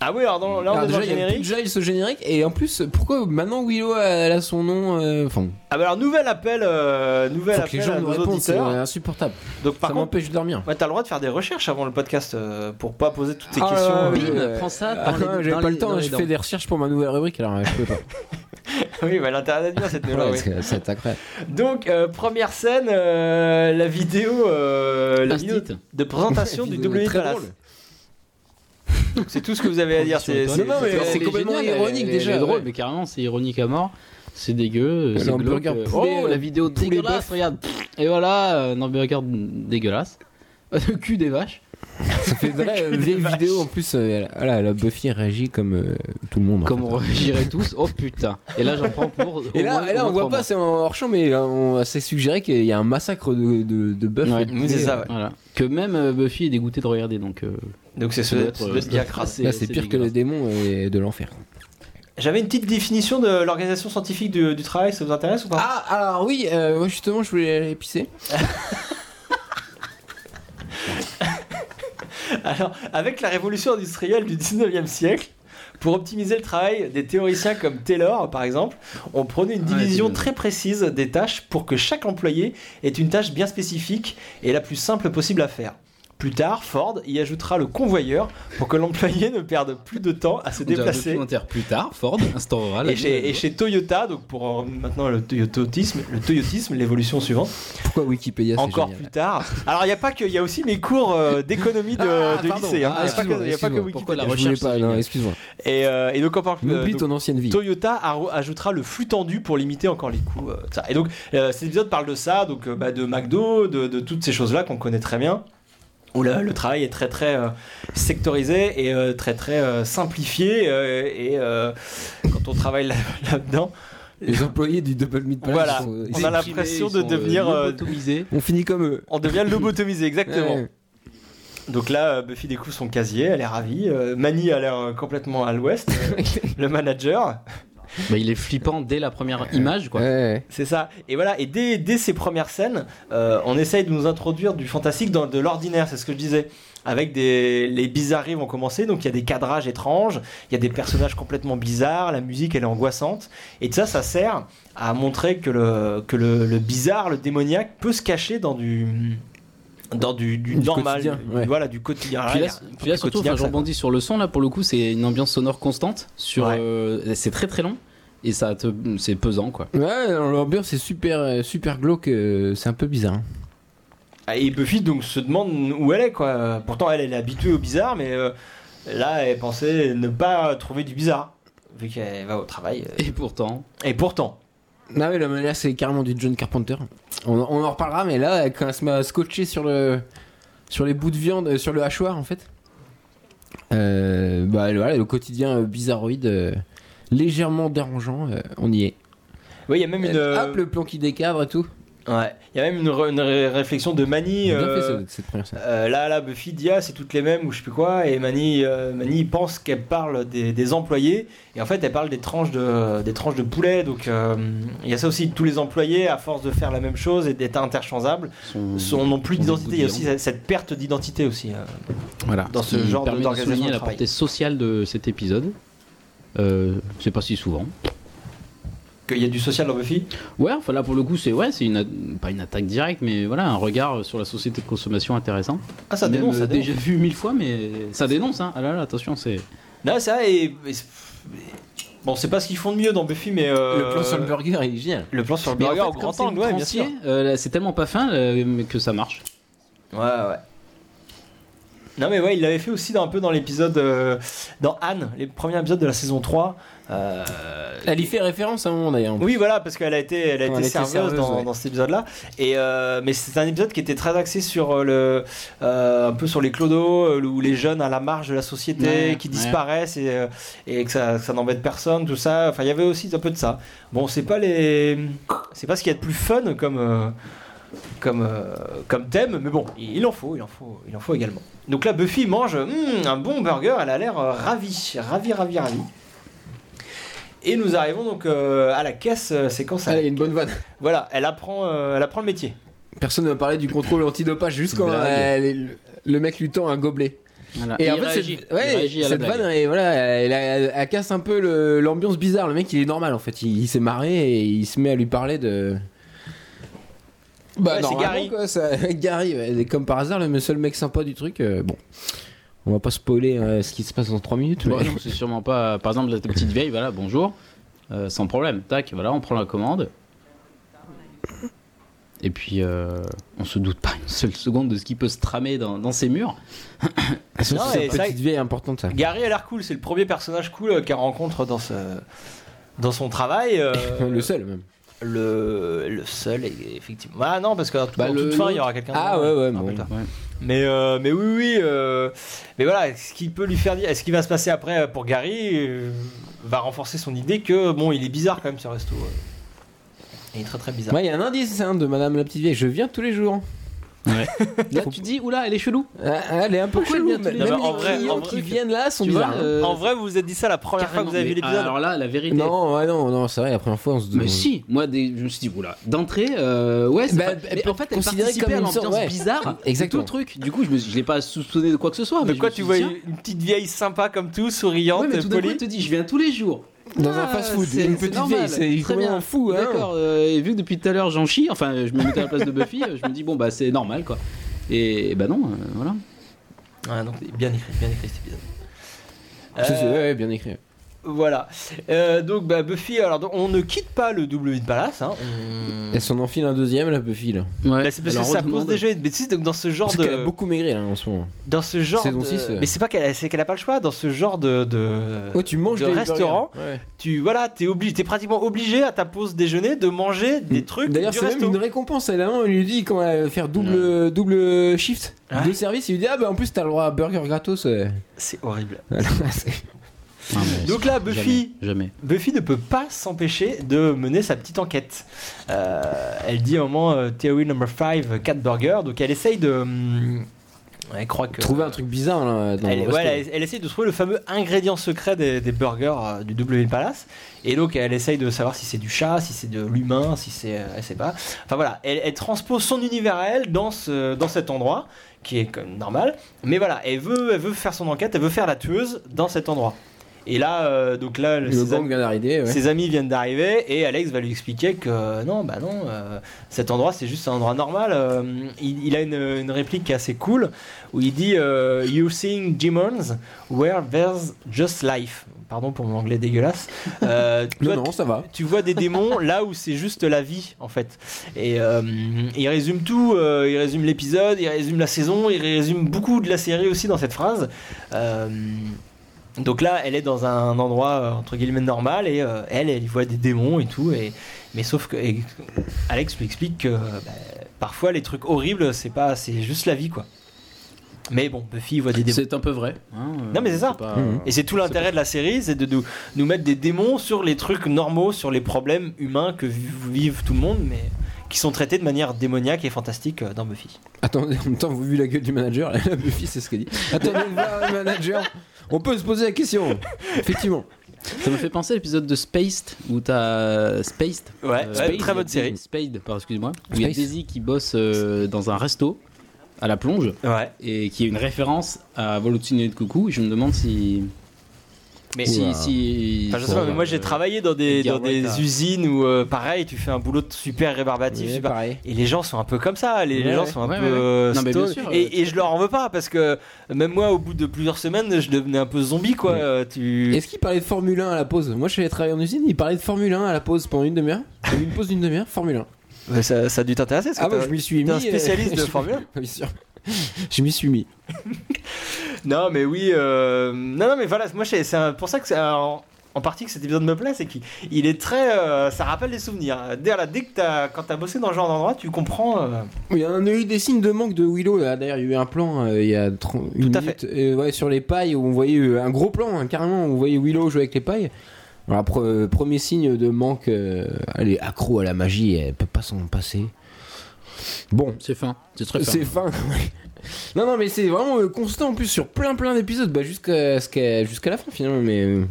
A: Ah oui, alors dans, là on
B: Alors
A: est dans
B: déjà,
A: le
B: il y a
A: générique.
B: déjà ce générique et en plus pourquoi maintenant Willow elle a son nom euh, Enfin,
A: Ah bah alors nouvel appel, euh, nouvel
B: faut que
A: appel
B: les gens
A: à
B: nous
A: nos
B: répondent, c'est
A: auditeurs.
B: insupportable.
A: Donc par
B: ça
A: contre,
B: m'empêche de dormir.
A: ouais, t'as le droit de faire des recherches avant le podcast euh, pour pas poser toutes ces
B: Ah,
A: questions.
B: ouais,
A: euh,
B: ouais,
C: Bim,
B: Euh,
C: prends ça. dans
B: Ah,
C: les-
B: quand même, J'avais
C: dans
B: pas
C: les-
B: le temps,
C: dans les
B: je
C: dents.
B: fais des recherches pour ma nouvelle rubrique alors euh, je peux pas.
A: oui, bah l'intérêt d'être bien cette
B: Ouais,
A: nouvelle,
B: parce que C'est incroyable.
A: oui. Donc euh, première scène, euh, la vidéo, euh, la vidéo
C: Instit.
A: de présentation du
B: Vidéo
A: W
B: très
A: Palace.
B: drôle.
A: C'est tout ce que vous avez à dire. C'est
C: Sur
A: c'est-
C: étoile.
B: Non, non, mais
C: Elle
B: c'est
C: est
B: complètement
C: géniale, elle-
B: ironique,
C: elle
B: déjà,
C: est drôle,
B: ouais.
C: mais carrément, c'est ironique à mort. C'est dégueu. c'est
B: hamburger
C: glauque.
B: poulet,
C: oh, la
B: euh,
C: vidéo
B: poulet
C: dégueulasse,
B: bœuf.
C: regarde. Et voilà, euh, un hamburger dégueulasse. Le cul des vaches.
B: Ça fait de la vieille vidéo en plus. euh, voilà, la Buffy réagit comme euh, tout le monde. en
C: Comme
B: fait.
C: on réagirait tous. Oh putain. Et là, j'en prends pour. au
B: Et là,
C: moins-
B: et là,
C: au
B: on
C: moins
B: voit pas,
C: trois
B: c'est en hors champ, mais euh, on s'est suggéré qu'il y a un massacre de, de, de bœufs.
C: Ouais,
B: et de
A: oui, c'est
B: poulet.
A: ça,
C: mois. Voilà. Que même euh, Buffy est dégoûtée de regarder. Donc, euh,
A: Donc c'est ce,
C: ça doit être,
A: ce
C: euh,
A: doit être bien crasse.
B: Là, c'est pire que les
C: dégueulasse.
B: démons et de l'enfer.
A: J'avais une petite définition de l'organisation scientifique du, du travail, ça vous intéresse ou pas
B: Ah, alors oui, euh, moi, justement, je voulais aller pisser.
A: Alors, avec la révolution industrielle du 19e siècle, pour optimiser le travail des théoriciens comme Taylor, par exemple, on prenait une
C: Ouais,
A: division
C: Taylor.
A: très précise des tâches pour que chaque employé ait une tâche bien spécifique et la plus simple possible à faire. Plus tard, Ford y ajoutera le convoyeur pour que l'employé ne perde plus de temps à se
C: on dirait un
A: déplacer.
C: documentaire plus tard, Ford instaurera la
A: Et chez, et chez Toyota, donc pour euh, maintenant le Toyotisme, le Toyotisme, l'évolution suivante,
B: Pourquoi Wikipédia c'est
A: encore
B: génial.
A: plus tard. Alors il y a pas que, il y a aussi mes cours euh, d'économie de,
B: Ah,
A: de
B: pardon.
A: lycée. hein.
B: Ah,
A: Il y a pas que- il y a
B: excuse-moi,
A: pas que
B: excuse-moi.
C: Pourquoi
A: Wikipédia.
C: la
B: Je voulais
C: recherche
B: pas,
C: c'est
B: non,
C: génial.
B: excuse-moi.
A: Et, euh, et donc en parlant- euh,
B: N'oublie
A: donc,
B: ton ancienne vie.
A: Toyota a- ajoutera le flux tendu pour limiter encore les coûts. euh, ça. Et donc euh, cet épisode parle de ça, donc euh, bah, de McDo, de, de toutes ces choses là qu'on connaît très bien. Où le, le travail est très très euh, sectorisé et euh, très très euh, simplifié euh, et euh, quand on travaille là- là-dedans,
B: Les employés du Double Meat Palace
A: Voilà.
B: sont-
A: On a l'impression de devenir, euh,
C: automisé.
B: on finit comme eux.
A: on devient lobotomisé exactement.
B: Ouais.
A: Donc là, euh, Buffy découvre son casier, elle est ravie. Euh, Manny a l'air euh, complètement à l'ouest, euh, le manager.
C: Bah, il est flippant dès la première image quoi.
B: Ouais.
A: C'est ça. Et voilà, et dès, dès ces premières scènes, euh, on essaye de nous introduire du fantastique dans de l'ordinaire, c'est ce que je disais. Avec des. Les bizarreries vont commencer, donc il y a des cadrages étranges, il y a des personnages complètement bizarres, la musique elle est angoissante. Et ça, ça sert à montrer que le, que le, le bizarre, le démoniaque peut se cacher dans du. Dans du, du
B: Du
A: normal,
B: quotidien,
A: du-
B: ouais.
A: voilà, du quotidien.
C: Puis
A: Alors, il
C: là,
A: y a
C: puis là,
A: plus
C: surtout,
A: quotidien
C: enfin,
A: que
C: je
A: ça,
C: rebondis sur le son. Là, pour le coup, c'est une ambiance sonore constante. Sur,
A: Ouais.
C: euh, c'est très très long et ça, te, c'est pesant quoi.
B: Ouais, dans l'ambiance c'est super, euh, super glauque, euh, c'est un peu bizarre. hein.
A: Ah, Et Buffy donc se demande où elle est quoi. Pourtant elle, elle est habituée au bizarre, mais euh, là elle pensait ne pas trouver du bizarre vu qu'elle va au travail. euh.
C: Et pourtant,
A: Et pourtant,
B: Non mais là, mais là, c'est carrément du John Carpenter. On, on en reparlera, mais là quand elle se met à scotcher sur le, sur les bouts de viande, euh, sur le hachoir en fait. Euh, bah voilà, le quotidien euh, bizarroïde, euh, légèrement dérangeant, euh, on y est.
A: oui il y a même une,
B: Euh,
A: euh,
B: Hop, le plan qui décadre et tout.
A: ouais, il y a même une, re- une ré- réflexion de Manny.
B: Bien
A: euh,
B: fait ce- cette première scène.
A: euh, là, là, Buffy dit ah c'est toutes les mêmes ou je sais plus quoi et Manny, euh, Manny pense qu'elle parle des, des employés et en fait elle parle des tranches de des tranches de poulet donc euh, il y a ça aussi tous les employés à force de faire la même chose et d'être interchangeables
C: son,
A: sont non plus
C: Sont Mmh. des
A: d'identité il y a
C: bouts de
A: aussi cette- cette perte d'identité aussi euh.
C: voilà,
A: dans ce
C: Il
A: genre
C: permet de
A: d'organisation
C: souligner
A: de
C: la
A: travail.
C: portée sociale de cet épisode. Euh, c'est pas si souvent.
A: Qu'il y a du social dans Buffy
C: Ouais, enfin là pour le coup, c'est ouais, c'est une a- pas une attaque directe, mais voilà, un regard sur la société de consommation intéressant.
A: Ah, ça
C: Même,
A: dénonce,
C: euh,
A: ça dénonce.
C: déjà vu mille fois, mais ça dénonce. Hein. Ah là là, attention, c'est.
A: Non, ça, et. et- Bon, c'est pas ce qu'ils font de mieux dans Buffy, mais. euh,
B: Le plan sur le burger, il vient.
A: Le plan sur le
C: Mais en
A: burger
C: fait,
A: au
C: comme
A: grand
C: c'est
A: angle, ouais, bien sûr.
C: outrancier,
A: Ouais,
C: euh, là, c'est tellement pas fin là, mais que ça marche.
A: ouais. Non, mais ouais, il l'avait fait aussi dans- un peu dans l'épisode. euh, dans Anne, les premiers épisodes de la saison 3. euh,
B: Elle y fait référence à un moment d'ailleurs.
A: Oui, voilà, parce qu'elle a été, elle a
B: Ouais,
A: été
B: elle était
A: serveuse,
B: serveuse,
A: dans,
B: ouais.
A: dans cet épisode-là. Et euh, mais c'est un épisode qui était très axé sur euh, le, euh, un peu sur les clodos, euh, où les jeunes à la marge de la société
C: Ouais,
A: qui
C: ouais.
A: disparaissent et, euh, et que ça, que ça n'embête personne, tout ça. Enfin, il y avait aussi un peu de ça. Bon, c'est pas les, c'est pas ce qu'il y a de plus fun comme. euh, comme, euh, comme thème, mais bon, il il en faut, il en faut, il en faut également. Donc là, Buffy mange hum, un bon burger, elle a l'air euh, ravie, ravie, ravie, ravie. Et nous arrivons donc euh, à la caisse, euh, c'est quand ça
B: Allez, une bonne vanne.
A: Voilà, elle apprend, euh, elle apprend le métier.
B: Personne ne va parler du contrôle antidopage juste quand
C: Blague.
B: elle est- le mec lui tend un gobelet.
C: Voilà.
B: Et
C: il
B: en fait,
C: réagit.
B: cette,
C: Il
B: ouais,
C: réagit à la
B: cette
C: blague.
B: vanne, elle, voilà, elle, elle- elle casse un peu le- l'ambiance bizarre. Le mec, il est normal en fait. Il, il s'est marré et il se met à lui parler de. Bah,
A: Ouais, c'est
B: normalement,
A: Gary.
B: quoi, ça- Gary, ouais. Et comme par hasard, le seul mec sympa du truc. euh, bon, on va pas spoiler euh, ce qui se passe dans 3 minutes.
C: Bon,
B: mais-
C: non, c'est sûrement pas. Par exemple, la petite vieille, voilà, bonjour, euh, sans problème. Tac, voilà, on prend la commande. Et puis, euh, on se doute pas une seule seconde de ce qui peut se tramer dans, dans ces murs.
B: Ça,
A: Non,
B: c'est
A: et
B: une
A: ça-
B: petite vieille importante ça.
A: Gary a l'air cool, c'est le premier personnage cool euh, qu'elle rencontre dans ce dans son travail. euh,
B: le seul même.
A: le, le seul, et- effectivement. Ah non, parce qu'à tout-
B: Bah,
A: en
B: le-
A: toute fin,
B: l'autre.
A: il y aura quelqu'un.
B: Ah
A: d'autre,
B: ouais, ouais, bon.
A: rappelle-toi.
C: Ouais.
A: Mais, euh, mais oui, oui. euh, mais voilà, ce qui peut lui faire dire. Ce qui va se passer après euh, pour Gary euh, va renforcer son idée que, bon, il est bizarre quand même ce resto. euh. Il est très très bizarre.
B: Ouais, il y a un indice hein, de Madame la petite vieille. Je viens tous les jours.
C: Ouais.
B: Là,
C: Tu te dis, oula, elle est chelou.
B: Ah, elle est un peu
C: Pourquoi elle
B: chelou.
C: vient tous
B: Même
C: les
B: même
A: jours
B: les
A: En vrai,
B: clients
A: en
B: qui
A: vrai-
B: viennent là sont
C: Tu vois,
B: bizarres. hein.
C: euh,
A: En vrai, vous vous êtes dit ça la première fois que vous avez vu
C: Carrément, mais
A: l'épisode
C: Alors là, la vérité.
B: Non, ouais, non, non, c'est vrai. La première fois, on se dit.
C: Mais si, moi des- je me suis dit, oula, d'entrée, euh, ouais, c'est
B: Bah,
C: pas-
B: elle
C: mais
B: peut
C: en fait, elle
B: considérer
C: participait
B: comme
C: à
B: une
C: l'ambiance
B: sorte- ouais.
C: bizarre
B: Exactement.
C: de tout le truc. Du coup, je, me, suis- je l'ai pas soupçonné de quoi que ce soit.
A: De
C: mais
A: quoi
C: je me
A: tu vois
C: suis dit,
A: une une petite vieille sympa comme tout,
C: tiens,
A: souriante,
C: ouais, mais tout d'un coup,
A: polie
C: elle te dit, je viens tous les jours.
B: Dans
C: Ah,
B: un fast-food,
C: c'est-
B: une
C: c'est
B: petite
C: normal,
B: vieille, c'est
C: très
B: complètement
C: bien.
B: fou. hein.
C: D'accord, euh, et vu que depuis tout à l'heure j'en chie, enfin, je me mettais à la place de Buffy, je me dis, bon, bah c'est normal quoi. Et bah non, euh, voilà.
A: Ouais, Ah, non, c'est bien écrit, bien écrit cet épisode.
B: C'est- c'est-
A: Euh,
B: ouais, ouais, bien écrit.
A: Voilà. Euh, donc bah, Buffy, alors donc, on ne quitte pas le W de Palace. Hein. On-
B: Elle s'en enfile un deuxième, la Buffy là.
C: Ouais,
A: Bah, c'est parce que
C: alors,
A: ça pose
C: redemande.
A: déjà une bêtise. Donc dans ce genre
B: Parce qu'elle a
A: de,
B: beaucoup maigri là en ce moment.
A: dans ce genre,
B: Saison
A: de-
B: six, euh.
A: mais c'est pas qu'elle, c'est qu'elle a pas le choix. Dans ce genre de, de-
B: Oh, tu manges
A: de
B: des
A: restaurant.
B: burgers. Ouais.
A: tu voilà, t'es obligé, t'es pratiquement obligé à ta pause déjeuner de manger des trucs
B: Mm. D'ailleurs,
A: du
B: c'est même
A: resto.
B: une récompense. Elle, hein, on lui dit comment elle va faire double, double shift
A: Ouais.
B: de service. Il lui dit Ah, bah en plus, t'as le droit à burger gratos. euh.
A: C'est horrible.
B: Alors, c'est-
C: Ah, mais
A: Donc là,
C: jamais,
A: Buffy,
C: Jamais.
A: Buffy ne peut pas s'empêcher de mener sa petite enquête. Euh, elle dit à un moment euh, Theory number 5, Cat Burger. Donc elle essaye de. hum, elle croit que.
B: Trouver un truc bizarre là, dans
A: Elle,
B: le
A: ouais,
B: resto.
A: elle- elle essaye de trouver le fameux ingrédient secret des, des burgers euh, du W Palace. Et donc, elle essaye de savoir si c'est du chat, si c'est de l'humain, si c'est. euh, elle sait pas. Enfin voilà, elle, elle transpose son univers à elle dans, ce, dans cet endroit, qui est comme normal. Mais voilà, elle veut, elle veut faire son enquête, elle veut faire la tueuse dans cet endroit. Et là, euh, donc là,
B: Le
A: ses
B: gang
A: am-
B: vient d'arriver. ouais.
A: ses amis viennent d'arriver et Alex va lui expliquer que euh, non, bah non, euh, cet endroit c'est juste un endroit normal. Euh, il, il a une, une réplique qui est assez cool où il dit euh, You seeing demons where there's just life. Pardon pour mon anglais dégueulasse. Euh, toi,
B: Non, non, ça va.
A: tu vois des démons là où c'est juste la vie en fait. Et euh, il résume tout, euh, il résume l'épisode, il résume la saison, il résume beaucoup de la série aussi dans cette phrase. Euh, donc là, elle est dans un endroit euh, entre guillemets normal et euh, elle, elle y voit des démons et tout. Et mais sauf que et Alex lui explique que euh, bah, parfois les trucs horribles, c'est pas, c'est juste la vie quoi. Mais bon, Buffy
C: Bah,
A: voit des démons.
C: C'est un peu vrai. hein, euh,
A: Non, mais c'est ça.
C: pas-
B: Mhm.
A: Et c'est tout l'intérêt de la série, c'est de nous, nous mettre des démons sur les trucs normaux, sur les problèmes humains que vi- vivent tout le monde, mais qui sont traités de manière démoniaque et fantastique euh, dans Buffy.
B: Attendez, en même temps, vous avez vu la gueule du manager, la Buffy, c'est ce qu'elle dit. Attendez, on voit le manager. On peut se poser la question. Effectivement.
C: Ça me fait penser à l'épisode de Spaced où t'as Spaced.
A: Ouais,
C: Euh,
A: ouais,
C: Spade,
A: très
C: il y a
A: bonne série.
C: Daisy- Spade, pardon, excuse-moi. Où il y a
B: Space.
C: Daisy qui bosse euh, dans un resto à la plonge
A: Ouais.
C: et qui est une référence à Volutine de Coucou. Et je me demande si.
A: Mais-
C: si.
B: Ouah.
C: si-
A: Enfin, je sais pas, mais moi
C: euh,
A: j'ai travaillé dans des,
C: Edgar
A: dans des
C: Wright, là.
A: usines où, euh, pareil, tu fais un boulot de super rébarbatif,
B: Ouais,
A: super-
B: pareil.
A: Et les gens sont un peu comme ça, les, les
B: Ouais,
A: gens
B: ouais.
A: sont un
C: bah. Ouais,
A: peu
C: ouais, ouais.
A: euh,
C: Non, mais bien
A: stone.
C: sûr, euh,
A: et, et je leur en veux pas parce que même moi, au bout de plusieurs semaines, je devenais un peu zombie quoi.
B: Ouais.
A: euh, Tu...
B: Est-ce qu'il parlait de Formule 1 à la pause Moi, je suis allé travailler en usine, il parlait de Formule 1 à la pause pendant une demi-heure. Il y a eu Une pause d'une demi-heure, Formule 1.
A: Ouais, Ça, ça a dû t'intéresser parce que
B: Ah, bah,
A: t'as-
B: je m'y suis mis.
A: t'es un spécialiste
B: euh,
A: de
B: je-
A: Formule 1.
B: Bien sûr. Je m'y suis mis.
A: Non, mais oui. euh, Non, non, mais voilà, moi, c'est c'est un- pour ça que c'est un- en, partie que cet épisode me plaît, c'est qu'il il est très. euh, ça rappelle des souvenirs. Dès, là, dès que t'as, quand t'as bossé dans ce genre d'endroit, tu comprends. euh,
B: Il y en a eu des signes de manque de Willow. là. D'ailleurs, il y a eu un plan euh, il y a 30, une
A: Tout à
B: minute, euh, ouais, sur les pailles où on voyait euh, un gros plan, hein, carrément, où on voyait Willow jouer avec les pailles. Voilà, pre- premier signe de manque. euh, elle est accro à la magie, elle peut pas s'en passer. Bon,
C: C'est fin. C'est très fin.
B: c'est fin. ouais. non, non, mais c'est vraiment euh, constant en plus sur plein plein d'épisodes, bah, jusqu'à ce qu'à- jusqu'à la fin finalement. Mais euh,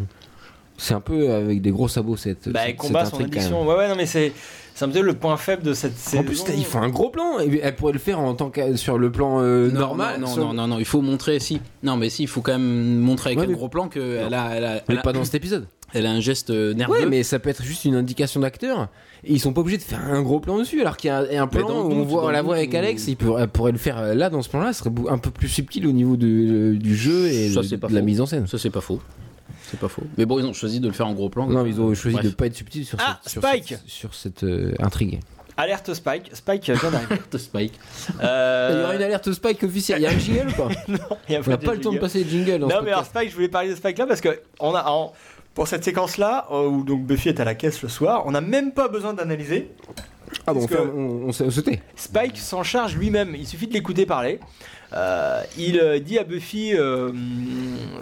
B: c'est un peu avec des gros sabots cette.
A: bah,
B: cette-
A: elle combat son
B: cette intrigue, quand même.
A: addiction. Ouais, ouais, non, mais c'est. C'est un peu le point faible de cette
B: En
A: saison.
B: plus, t'as- ils font un gros plan. et Elle pourrait le faire en tant que sur le plan euh,
C: Non,
B: normal.
C: Non, non,
B: sur-
C: non, non, non, il faut montrer, si. Non, mais si, il faut quand même montrer avec
B: Ouais,
C: un
B: mais-
C: gros plan qu'elle a, elle a,
B: Mais
C: elle a-
B: pas dans cet épisode.
C: elle a euh, un geste euh, nerveux.
B: Ouais, mais ça peut être juste une indication d'acteur. Et Ils sont pas obligés de faire un gros plan dessus, alors qu'il y a un- un plan
C: dans le
B: où on
C: doute,
B: voit
C: dans
B: on la
C: le
B: voit
C: doute,
B: avec
C: on-
B: Alex, il pourrait, elle pourrait le faire euh, là dans ce plan-là, ce serait bou- un peu plus subtil au niveau de- euh, du jeu et
C: Ça,
B: de,
C: c'est pas
B: de la
C: faux.
B: mise en scène.
C: Ça, c'est pas faux. C'est pas faux. Mais bon, ils ont choisi de le faire en gros plan.
B: Non, mais ils ont choisi
C: Bref.
B: de pas être subtil sur
A: Ah,
B: cette, sur
A: Spike
B: cette- sur cette, euh, intrigue.
A: Alerte Spike. Spike vient d'arriver.
C: Spike.
A: Euh,
B: Il y aura une alerte Spike officielle, il y a un jingle ou pas
A: il y a
B: On n'a
A: de
B: pas le temps de
A: jingle.
B: passer le jingle dans
A: Non,
B: ce
A: mais alors
B: podcast.
A: Spike, je voulais parler de Spike là parce que on a. en- Pour cette séquence-là, euh, où donc Buffy est à la caisse le soir, on n'a même pas besoin d'analyser.
B: Ah bon,
A: Parce
B: on,
A: que-
B: fait- on, on s'est sauté.
A: Spike s'en charge lui-même, il suffit de l'écouter parler. Euh, il euh, dit à Buffy, euh,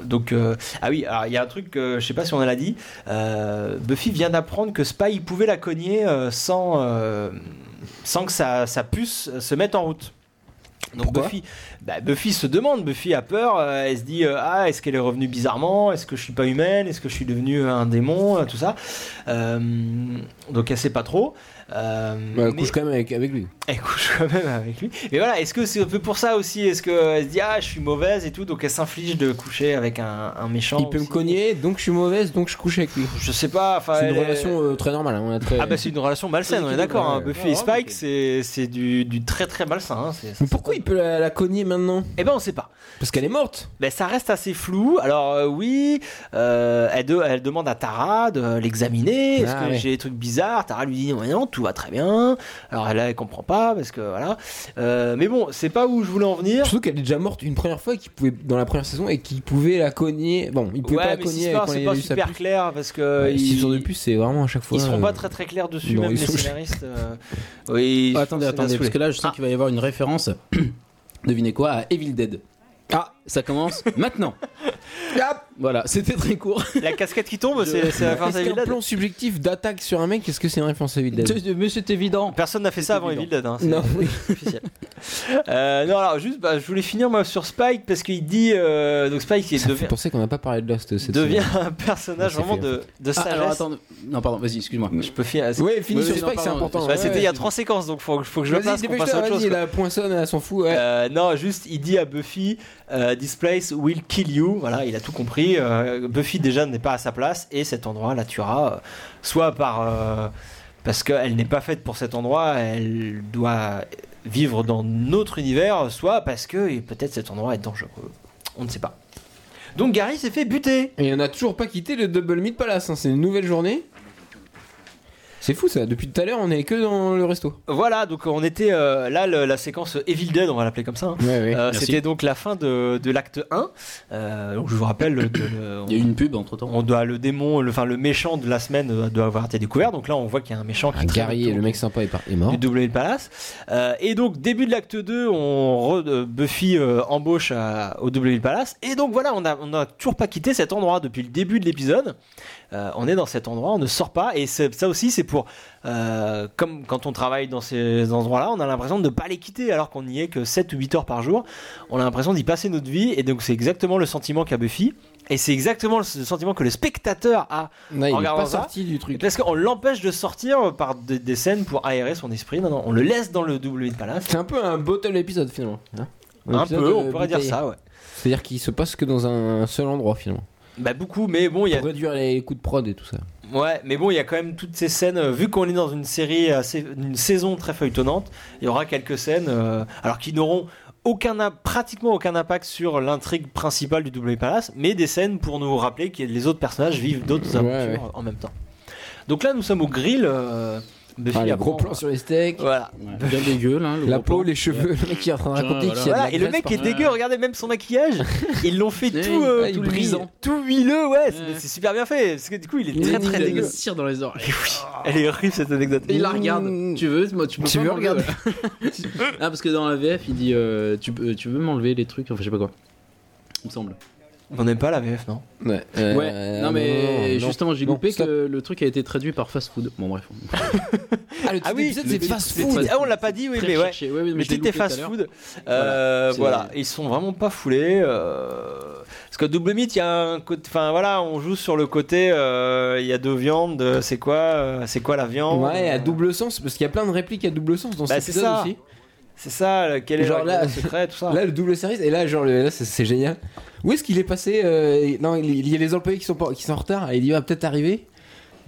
A: donc euh, ah oui, alors, il y a un truc que je sais pas si on l'a dit. euh, Buffy vient d'apprendre que Spike pouvait la cogner euh, sans euh, sans que sa, sa puce euh, se mette en route. Donc
B: Pourquoi
A: Buffy, bah, Buffy se demande, Buffy a peur, euh, elle se dit euh, ah est-ce qu'elle est revenue bizarrement, est-ce que je suis pas humaine, est-ce que je suis devenue un démon, euh, tout ça. Euh, donc elle sait pas trop. Euh,
B: Bah, elle
A: mais-
B: couche quand même avec, avec lui.
A: elle couche quand même avec lui. Mais voilà, est-ce que c'est un peu pour ça aussi Est-ce qu'elle se dit ah je suis mauvaise et tout, donc elle s'inflige de coucher avec un, un méchant
B: Il peut me
A: aussi.
B: cogner, donc je suis mauvaise, donc je couche avec lui.
A: Je sais pas. enfin,
B: C'est une
A: elle est-
B: relation euh, très normale. hein, on a très-
A: Ah bah c'est une relation malsaine, on est d'accord. hein. Buffy et Spike, c'est c'est du, du très très malsain. hein. C'est-
B: Mais pourquoi il peut la, la cogner maintenant
A: Eh ben on sait pas.
B: Parce qu'elle est morte.
A: Ben, ça reste assez flou. Alors euh, oui, euh, elle, de- elle demande à Tara de l'examiner. Est-ce
B: Ah,
A: que
B: ouais.
A: j'ai des trucs bizarres Tara lui dit Ouais, non, tout va très bien. Alors là, elle comprend pas parce que voilà. Euh, mais bon, c'est pas où je voulais en venir.
B: Surtout qu'elle est déjà morte une première fois et qu'il pouvait dans la première saison et qu'il pouvait la cogner. Bon, il pouvait
A: Ouais,
B: pas la
A: mais si
B: cogner
A: c'est
B: avec
A: pas,
B: quand
A: c'est
B: il
A: pas
B: a eu sa
A: super
B: puce.
A: clair parce que
B: Ouais,
A: ils,
B: ils... Bah, de puce, c'est vraiment à chaque fois.
A: ils seront pas
B: euh,
A: très très clairs dessus,
B: non,
A: même
B: ils
A: les
B: sont-
A: scénaristes. euh, oui,
C: Oh,
A: c'est
C: attendez,
A: bien
C: attendez, parce
A: saoulé.
C: que là, je sens
A: Ah.
C: qu'il va y avoir une référence. Devinez quoi À Evil Dead. Ah, ça commence maintenant.
B: Hop
C: Voilà, c'était très court.
A: la casquette qui tombe,
C: Je-
A: c'est c'est la fin
B: Est-ce
A: d'Evil
B: qu'un
A: Dead.
B: plan subjectif d'attaque sur un mec, est-ce que c'est une référence à Evil Dead
C: Mais c'est évident.
A: Personne n'a fait
C: C'est
A: ça avant
C: évident.
A: Evil Dead. Hein, c'est-
B: Non.
A: officiel. Euh, non, alors juste, bah, je voulais finir moi sur Spike parce qu'il dit euh, donc Spike il
B: Ça fait
A: devient,
B: penser qu'on n'a pas parlé de Lost cette
A: devient
B: saison.
A: un personnage
B: C'est
A: vraiment
B: fait,
A: de, de
C: Ah,
A: sagesse.
C: alors attends, non pardon, vas-y, excuse-moi.
A: Je peux finir.
B: Ouais, fini
C: Oui,
B: sur
C: oui, non,
B: Spike, c'est
C: pardon,
B: important.
A: Bah,
B: ouais,
A: C'était il
B: ouais.
A: y a trois séquences donc faut, faut que je le passe
B: Vas-y,
A: qu'on passe à
B: dépêche-toi,
A: autre chose.
B: vas-y,
A: quoi.
B: la poinçonne, elle s'en fout. ouais.
A: Euh, non, juste il dit à Buffy euh, This place will kill you. Voilà, il a tout compris. Euh, Buffy déjà n'est pas à sa place et cet endroit la tuera, euh, soit par euh, parce qu'elle n'est pas faite pour cet endroit, elle doit vivre dans notre univers, soit parce que et peut-être cet endroit est dangereux. On ne sait pas. Donc Gary s'est fait buter.
B: Et on n'a toujours pas quitté le Double Meat Palace, hein, c'est une nouvelle journée. C'est fou ça, depuis tout à l'heure on est que dans le resto.
A: Voilà, donc on était euh, là le- la séquence Evil Dead, on va l'appeler comme ça. hein.
B: Ouais, ouais.
A: Euh,
C: merci.
A: C'était donc la fin de, de l'acte 1. Euh, donc je vous rappelle, le- de- le-
C: Il y a eu une pub entre temps.
A: On doit le démon, le, enfin le méchant de la semaine euh, doit avoir été découvert. Donc là, on voit qu'il y a un méchant qui
B: Un
A: traîne
B: Gary
A: autour
B: et le mec sympa est, par- est mort.
A: du W Palace. Euh, et donc début de l'acte 2, on re- euh, Buffy euh, embauche à- au W Palace. Et donc voilà, on a, on a toujours pas quitté cet endroit depuis le début de l'épisode. Euh, on est dans cet endroit, on ne sort pas. Et c'est- ça aussi, c'est pour euh, comme quand on travaille dans ces endroits-là, on a l'impression de ne pas les quitter alors qu'on n'y est que 7 ou 8 heures par jour. On a l'impression d'y passer notre vie. Et donc c'est exactement le sentiment qu'a Buffy. Et c'est exactement le sentiment que le spectateur a
B: Non, il est
A: Regardons
B: pas
A: ça.
B: sorti du truc.
A: parce qu'on l'empêche de sortir par des, des scènes pour aérer son esprit. Non, non, on le laisse dans le W de Palace.
B: C'est un peu un bottle épisode finalement. hein.
A: Un
B: épisode,
A: peu,
B: euh,
A: on pourrait dire
B: bouteille.
A: ça, ouais.
B: C'est-à-dire qu'il se passe que dans un seul endroit finalement.
A: Bah beaucoup, mais bon, il y a,
B: Pour réduire les coûts de prod et tout ça.
A: ouais, mais bon, il y a quand même toutes ces scènes. euh, Vu qu'on est dans une série, assez- une saison très feuilletonnante, il y aura quelques scènes, euh, alors qui n'auront aucun, im- pratiquement aucun impact sur l'intrigue principale du W Palace, mais des scènes pour nous rappeler que les autres personnages vivent d'autres
B: Ouais,
A: aventures
B: ouais.
A: euh, en même temps. Donc là, nous sommes au grill. Euh, Buffy
B: Ah, les
A: apprend-
B: gros plans sur les steaks,
A: Voilà.
C: Ouais, Bien dégueu là. le
B: la
C: gros
B: peau,
C: plan.
B: les cheveux, le mec qui est en train de
C: Tiens,
B: raconter qu'il y a de
A: Ah, Voilà,
B: la
A: et le
B: graisse
A: mec est
B: partout.
A: dégueu, regardez même son maquillage, ils l'ont fait
C: Ouais,
A: tout, euh,
B: ouais,
A: tout
B: il
A: brillant,
B: brise.
A: tout huileux, ouais, c'est-
C: Ouais.
A: c'est super bien fait, parce que du coup il est
C: Il
A: très
C: a
A: très
C: de la
A: dégueu.
C: cire dans les oreilles.
A: Et oui, elle est horrible cette anecdote.
C: Il la regarde.
B: Mmh.
C: Tu veux, moi, tu peux
B: Tu
C: pas
B: veux
C: m'enlever, voilà. ah, parce que dans la VF, il dit euh, tu, peux, tu veux m'enlever les trucs, enfin, je sais pas quoi. Il me semble.
A: On n'aime pas la VF, non
B: Ouais, euh,
C: ouais, non, mais
B: non.
C: justement, j'ai
B: Non,
C: loupé
B: stop.
C: que le truc a été traduit par fast food. Bon, bref.
B: Ah, le
A: Ah
B: titre
A: oui,
B: d'épisode,
A: le
B: c'est
C: titre,
B: fast
C: c'est
B: food.
C: fast-
A: Ah on l'a pas dit, oui,
C: Très
A: mais ouais.
C: recherché. Ouais, oui, mais
A: Mais
C: je l'ai
A: tout est
C: loupé tout à
A: fast
C: l'heure.
A: food. Euh,
C: c'est-
A: voilà, ils sont vraiment pas foulés. euh, Parce que Double Mythe, il y a un côté. Enfin voilà, on joue sur le côté. euh, Il y a deux viandes, euh, c'est quoi euh, C'est quoi la viande
B: Ouais, à double sens, parce qu'il y a plein de répliques à double sens dans
A: Bah,
B: cet
A: c'est
B: épisode
A: ça.
B: aussi.
A: C'est ça, le- quel est
B: Genre
A: le
B: là-
A: le secret,
C: Ah.
A: tout ça.
B: Là, le double service, et là, genre, le- là, c'est- c'est génial. Où est-ce qu'il est passé euh, Non, il il y a les employés qui sont, pas- qui sont en retard, et il y va peut-être arriver.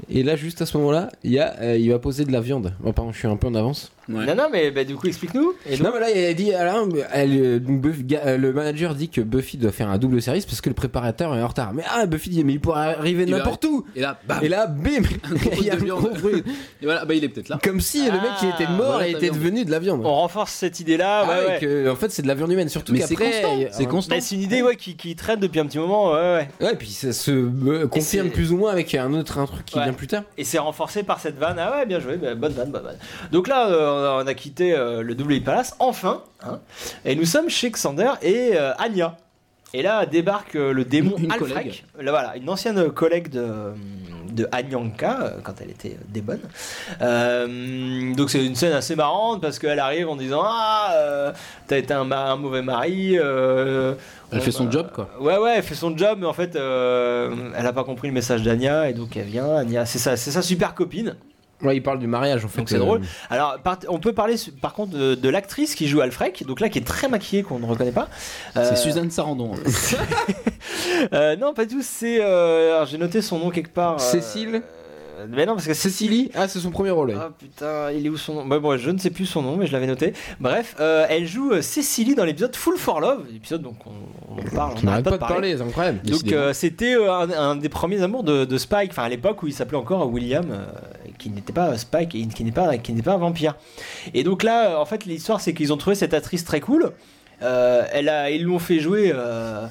B: Et là, juste à ce moment-là, il, y a, euh, il va poser de la viande. Oh, pardon, je suis un peu en avance.
C: Ouais.
A: Non, non, mais bah, du coup, explique-nous. Et donc-
B: Non, mais là, elle dit, Alain, elle, euh, donc Buffy- ga- euh, le manager dit que Buffy doit faire un double service parce que le préparateur est en retard. Mais ah, Buffy dit, mais il pourrait arriver
C: Il va
B: n'importe où.
C: Et là, bam
B: Et là, bim,
C: gros
B: il y a
C: de
B: le
C: viande.
B: gros bruit.
C: Et voilà, bah il est peut-être là. Ah.
B: Comme si le mec il était mort
C: voilà,
B: et
C: ta
B: était
C: viande. Oh.
B: devenu de la viande.
A: On renforce cette idée-là.
B: Ah
A: ouais,
B: ouais,
A: ouais.
B: que, en fait, c'est de la viande humaine, surtout
C: Mais c'est
B: qu'après, euh,
C: constant,
B: il y a-
C: c'est constant.
A: Bah, c'est une idée ouais, qui, qui traîne depuis un petit moment. ouais, ouais.
B: Ouais, puis ça se euh, confirme
A: c'est-
B: plus ou moins avec un autre un truc qui
A: Ouais.
B: vient plus tard.
A: Et c'est renforcé par cette vanne. Ah ouais, bien joué, bah, bonne vanne, bonne vanne. Donc là, euh, on a quitté euh, le Double Palace, enfin. hein. et nous sommes chez Xander et euh, Anya. Et là débarque euh, le démon
C: Une- une
A: Alfrek.
C: collègue.
A: Là, voilà, une ancienne collègue de, de Anyanka, euh, quand elle était débonne. Euh, donc c'est une scène assez marrante parce qu'elle arrive en disant Ah, euh, t'as été un, ma- un mauvais mari. euh,
C: Elle
A: on-
C: fait son job, quoi.
A: Ouais, ouais, elle fait son job, mais en fait, euh, elle a pas compris le message d'Anya, et donc elle vient. Anya, c'est sa, c'est sa super copine.
B: Ouais, il parle du mariage en fait.
A: Donc c'est
B: euh,
A: drôle. Alors, par- on peut parler su- par contre de, de l'actrice qui joue Alfrec, donc là qui est très maquillée, qu'on ne reconnaît pas. Euh,
C: C'est Suzanne Sarandon.
A: euh, non, pas du tout, c'est. euh, alors, j'ai noté son nom quelque part. euh,
B: Cécile
A: euh, Mais non, parce que Cécile.
B: Cécilie, ah, c'est son premier rôle. ouais.
A: Ah putain, il est où son nom Bah, bon, Je ne sais plus son nom, mais je l'avais noté. Bref, euh, elle joue euh, Cécilie dans l'épisode Full for Love, l'épisode donc on, on en parle,
B: on
A: on n'arrête
B: n'arrête pas de parler, c'est incroyable.
A: Donc euh, c'était euh, un, un des premiers amours de, de Spike, enfin à l'époque où il s'appelait encore William, euh, qui n'était pas Spike et qui n'est pas qui n'est pas un vampire. Et donc là, euh, en fait, l'histoire c'est qu'ils ont trouvé cette actrice très cool. Euh, elle a, ils l'ont fait jouer euh,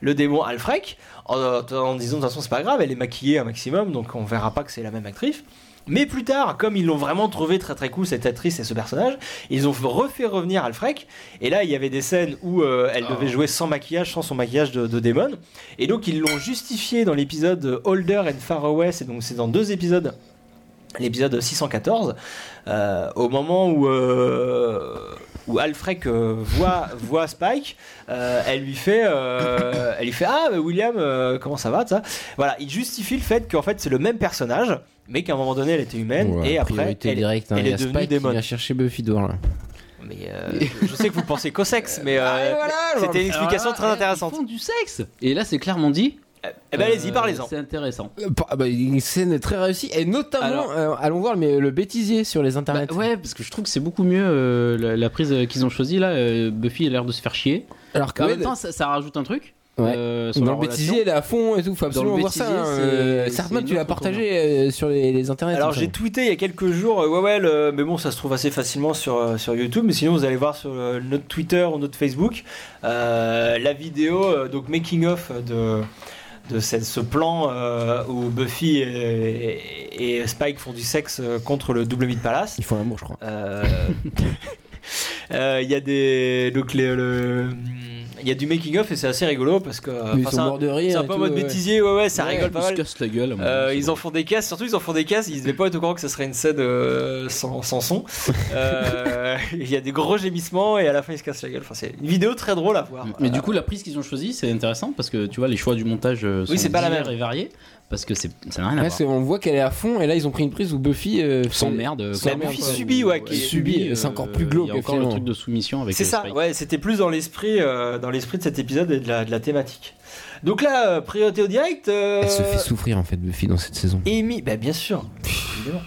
A: le démon Alfrec en, en disant de toute façon c'est pas grave, elle est maquillée un maximum, donc on verra pas que c'est la même actrice. Mais plus tard, comme ils l'ont vraiment trouvé très très cool cette actrice et ce personnage, ils ont refait revenir Alfrec. Et là, il y avait des scènes où euh, elle
C: Ah.
A: devait jouer sans maquillage, sans son maquillage de, de démon. Et donc ils l'ont justifié dans l'épisode euh, Older and Far Away, c'est donc c'est dans deux épisodes. L'épisode 614, euh, au moment où, euh, où Alfred euh, voit, voit Spike, euh, elle lui fait, euh, elle lui fait ah bah, William euh, comment ça va ça voilà il justifie le fait qu'en fait c'est le même personnage mais qu'à un moment donné elle était humaine et après
B: priorité
A: elle,
B: directe, hein,
A: elle
B: il y
A: est
B: a
A: devenue
B: Spike
A: démon.
B: qui vient chercher Buffy dehors là.
A: Mais, euh, je sais que vous pensez qu'au sexe mais euh,
B: Ah, genre-
A: c'était une explication
C: Alors là,
A: très intéressante.
C: Ils font du sexe. Et là, c'est clairement dit.
A: Eh ben allez-y
C: Euh,
A: parlez-en.
C: C'est intéressant.
B: Euh, pa- bah, une scène très réussie et notamment
C: Alors-
B: euh, allons voir mais, le bêtisier sur les internets.
C: Bah ouais, parce que je trouve que c'est beaucoup mieux euh, la, la prise euh, qu'ils ont choisie là. euh, Buffy a l'air de se faire chier.
B: Alors que
C: En
B: ouais,
C: même temps, ça, ça rajoute un truc.
B: Ouais.
C: euh, sur
B: dans
C: leur
B: le bêtisier
C: relation.
B: elle est à fond et tout, faut absolument
C: le
B: voir ça.
C: bêtisier,
B: hein,
C: c'est-
B: euh,
C: c'est
B: Sartman,
C: une
B: tu l'as
C: autre
B: partagé euh, sur les, les internets.
A: hein. Alors
B: il me
A: j'ai
B: semble.
A: tweeté il y a quelques jours, euh, ouais ouais, le- mais bon ça se trouve assez facilement sur, euh, sur YouTube, mais sinon vous allez voir sur euh, notre Twitter ou notre Facebook euh, la vidéo, euh, donc making of de, de ce, ce plan euh, où Buffy et, et Spike font du sexe euh, contre le double mythe palace.
B: ils font l'amour je crois.
A: Euh, euh, Il y a des donc les- le- il y a du making of et c'est assez rigolo parce que euh,
B: Mais
A: enfin,
B: ils
A: c'est
B: sont
A: un,
B: morts de
A: c'est
B: rire.
A: un
B: et
A: peu en
B: tout,
A: mode
B: ouais.
A: bêtisier, ouais ouais ça
B: Ouais,
A: rigole pas
C: Ils
A: mal.
C: se cassent la gueule. à mon
A: Euh,
C: avis, Mmh, c'est
A: ils en font des casses, surtout ils en font des casses, ils devaient pas être au courant que ça serait une scène euh, sans, sans son. Euh, Il y a des gros gémissements et à la fin ils se cassent la gueule. Enfin, c'est une vidéo très drôle à voir.
C: Mais du coup, la prise qu'ils ont choisie, c'est intéressant parce que tu vois, les choix du montage euh, sont
A: Oui, c'est pas la
C: divers
A: même.
C: et variés parce que c'est ça n'a rien à
B: Ouais,
C: voir.
B: c'est- on voit qu'elle est à fond et là ils ont pris une prise où Buffy euh,
C: Sans
B: fait-
C: merde. euh,
B: sans
C: quoi. euh,
B: merde, Buffy
A: quoi. subit, ouais, qui-
B: subit, c'est encore plus glauque,
C: Il y a encore le
B: finalement.
C: truc de soumission avec.
A: C'est
C: euh,
A: ça,
C: Spike.
A: ouais, c'était plus dans l'esprit euh, dans l'esprit de cet épisode et de la, de la thématique. Donc là, euh, priorité au direct. euh,
B: Elle se fait souffrir en fait Buffy dans cette saison.
A: Amy, bah bien sûr, évidemment.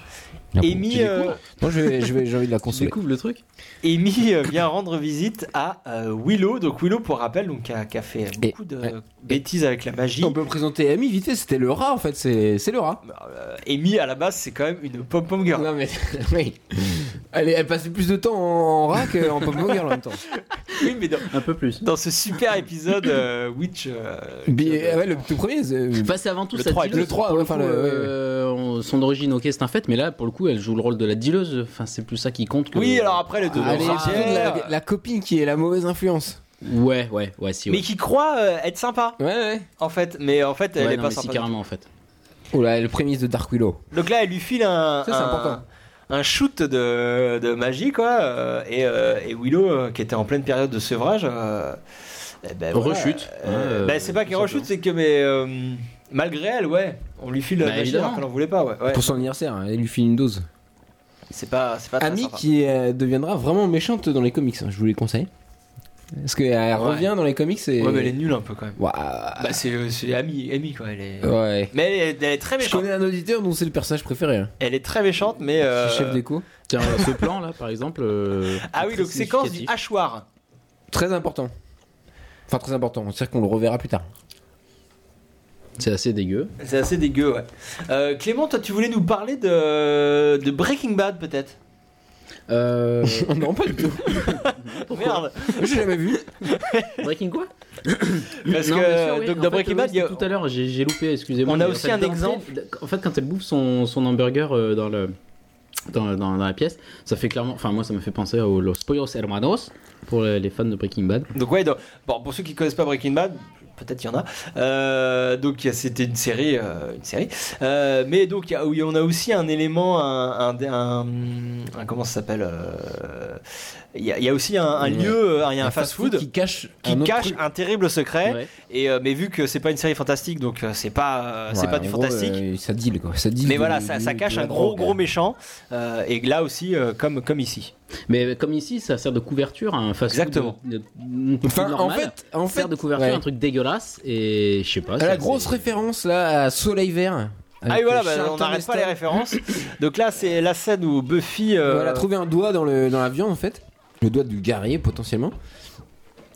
B: Ah bon,
A: Amy,
B: tu découvres
A: euh,
B: Moi je vais, je vais- j'ai envie de la
C: Tu
B: consoler.
C: découvres le truc.
A: Amy euh, vient rendre visite à euh, Willow. Donc Willow, pour rappel, donc, qui, a, qui a fait beaucoup de
B: ouais.
A: bêtises avec la magie.
B: On peut présenter Amy vite fait, c'était le rat en fait, c'est c'est le rat.
A: Euh, Amy, à la base, c'est quand même une pom-pom girl.
B: Non mais oui. Elle, est- elle passait plus de temps en, en rat qu'en pop girl en même temps.
A: Oui, mais dans,
C: Un peu plus.
A: dans ce super épisode euh, Witch. euh,
B: Mais, ah ouais, le tout premier, c'est- euh,
C: Enfin, c'est avant tout
A: Le
C: ça.
A: 3,
B: le euh, 3, ouais, enfin le. ouais, ouais.
C: euh, son origine, ok, c'est un fait, mais là, pour le coup, elle joue le rôle de la dealeuse. Enfin, c'est plus ça qui compte. que-
A: Oui, alors après, le deux
B: Ah, elle est
A: rat.
B: entourée de la, la copine qui est la mauvaise influence.
C: Ouais, ouais, ouais, si. ouais.
A: Mais qui croit euh, être sympa,
B: Ouais, ouais.
A: en fait. Mais en fait, elle
C: Ouais,
A: est
C: non,
A: pas
C: mais si,
A: sympa.
C: carrément en fait.
B: Oula, le prémisse de Dark Willow.
A: Donc là, elle lui file un.
B: Ça, c'est
A: un-
B: important.
A: un shoot de, de magie, quoi. euh, et, euh, et Willow, euh, qui était en pleine période de sevrage. euh, eh ben, voilà,
C: Rechute,
A: euh,
C: hein,
A: ben,
C: euh,
A: c'est pas
C: tout
A: qu'elle rechute, c'est que, mais. euh, malgré elle, ouais. On lui file la
C: Bah,
A: magie
C: évidemment.
A: alors qu'elle en voulait pas, ouais. ouais.
B: Pour son anniversaire, hein, elle lui file une dose.
A: C'est pas, c'est pas très
B: Amy
A: sympa.
B: qui euh, deviendra vraiment méchante dans les comics, hein, je vous les conseille. Parce qu'elle revient dans les comics et.
A: Ouais, mais elle est nulle un peu quand même.
B: Ouah.
A: Bah, c'est euh, c'est Amy, Amy, quoi. Elle est...
B: Ouais.
A: Mais elle est, elle est très
B: Je
A: méchante.
B: connais un auditeur dont c'est le personnage préféré. hein.
A: Elle est très méchante, mais. euh,
B: Chef d'écho.
C: Tiens, ce plan là, par exemple. euh,
A: Ah oui,
C: très
A: donc séquence du
C: significatif.
A: hachoir.
B: Très important. Enfin, très important. C'est-à-dire qu'on le reverra plus tard.
C: C'est assez dégueu.
A: C'est assez dégueu, ouais. Euh, Clément, toi, tu voulais nous parler de, de Breaking Bad, peut-être
C: Euh,
B: non, pas du tout.
A: Merde
B: J'ai jamais vu.
C: Breaking quoi
A: Parce
C: Non,
A: que
C: bien sûr, oui.
A: donc,
C: En
A: dans
C: fait,
A: Breaking
C: oui,
A: Bad, il y a-
C: c'était tout à l'heure, j'ai j'ai loupé, excusez-moi.
A: On a
C: mais en
A: aussi
C: fait,
A: un
C: dans le
A: exemple.
C: film, En fait, quand elle bouffe son, son hamburger euh, dans le. Dans, dans- dans la pièce, ça fait clairement. Enfin, moi, ça me fait penser aux Los Pollos Hermanos pour les les fans de Breaking Bad.
A: Donc ouais, donc- bon, pour ceux qui connaissent pas Breaking Bad, peut-être il y en a. Euh, donc il y a- c'était une série, euh, une série. Euh, mais donc il y a- oui, on a aussi un élément, un, un- un- un- comment ça s'appelle euh, Il y, a- il y a aussi un, un
B: Ouais.
A: lieu, euh, il y a un, fast-food.
B: qui cache
A: qui
B: un autre
A: cache
B: truc.
A: un terrible secret
C: Ouais.
A: et euh, mais vu que c'est pas une série fantastique donc euh, c'est pas euh, c'est
B: Ouais,
A: pas du
B: en gros,
A: fantastique
B: euh, ça deal quoi. Ça deal
A: mais
B: de-
A: voilà ça,
B: de-
A: ça
B: de
A: cache
B: la
A: un gros
B: drogue.
A: gros méchant euh, et là aussi euh, comme comme ici
C: Mais euh, comme ici, ça sert de couverture à un fast
A: Exactement.
B: Enfin, en fait, en fait,
C: sert de couverture à
B: ouais.
C: un truc dégueulasse et je sais pas.
B: Ah,
C: ça-
B: la grosse
C: c'est-
B: référence là à Soleil Vert.
A: ah oui,
B: avec,
A: voilà
B: euh,
A: bah, on
B: Charlton
A: n'arrête pas les
B: Heston.
A: références donc là c'est la scène où Buffy euh,
B: Voilà, trouver un doigt dans, le, dans la viande en fait. Le doigt du guerrier potentiellement.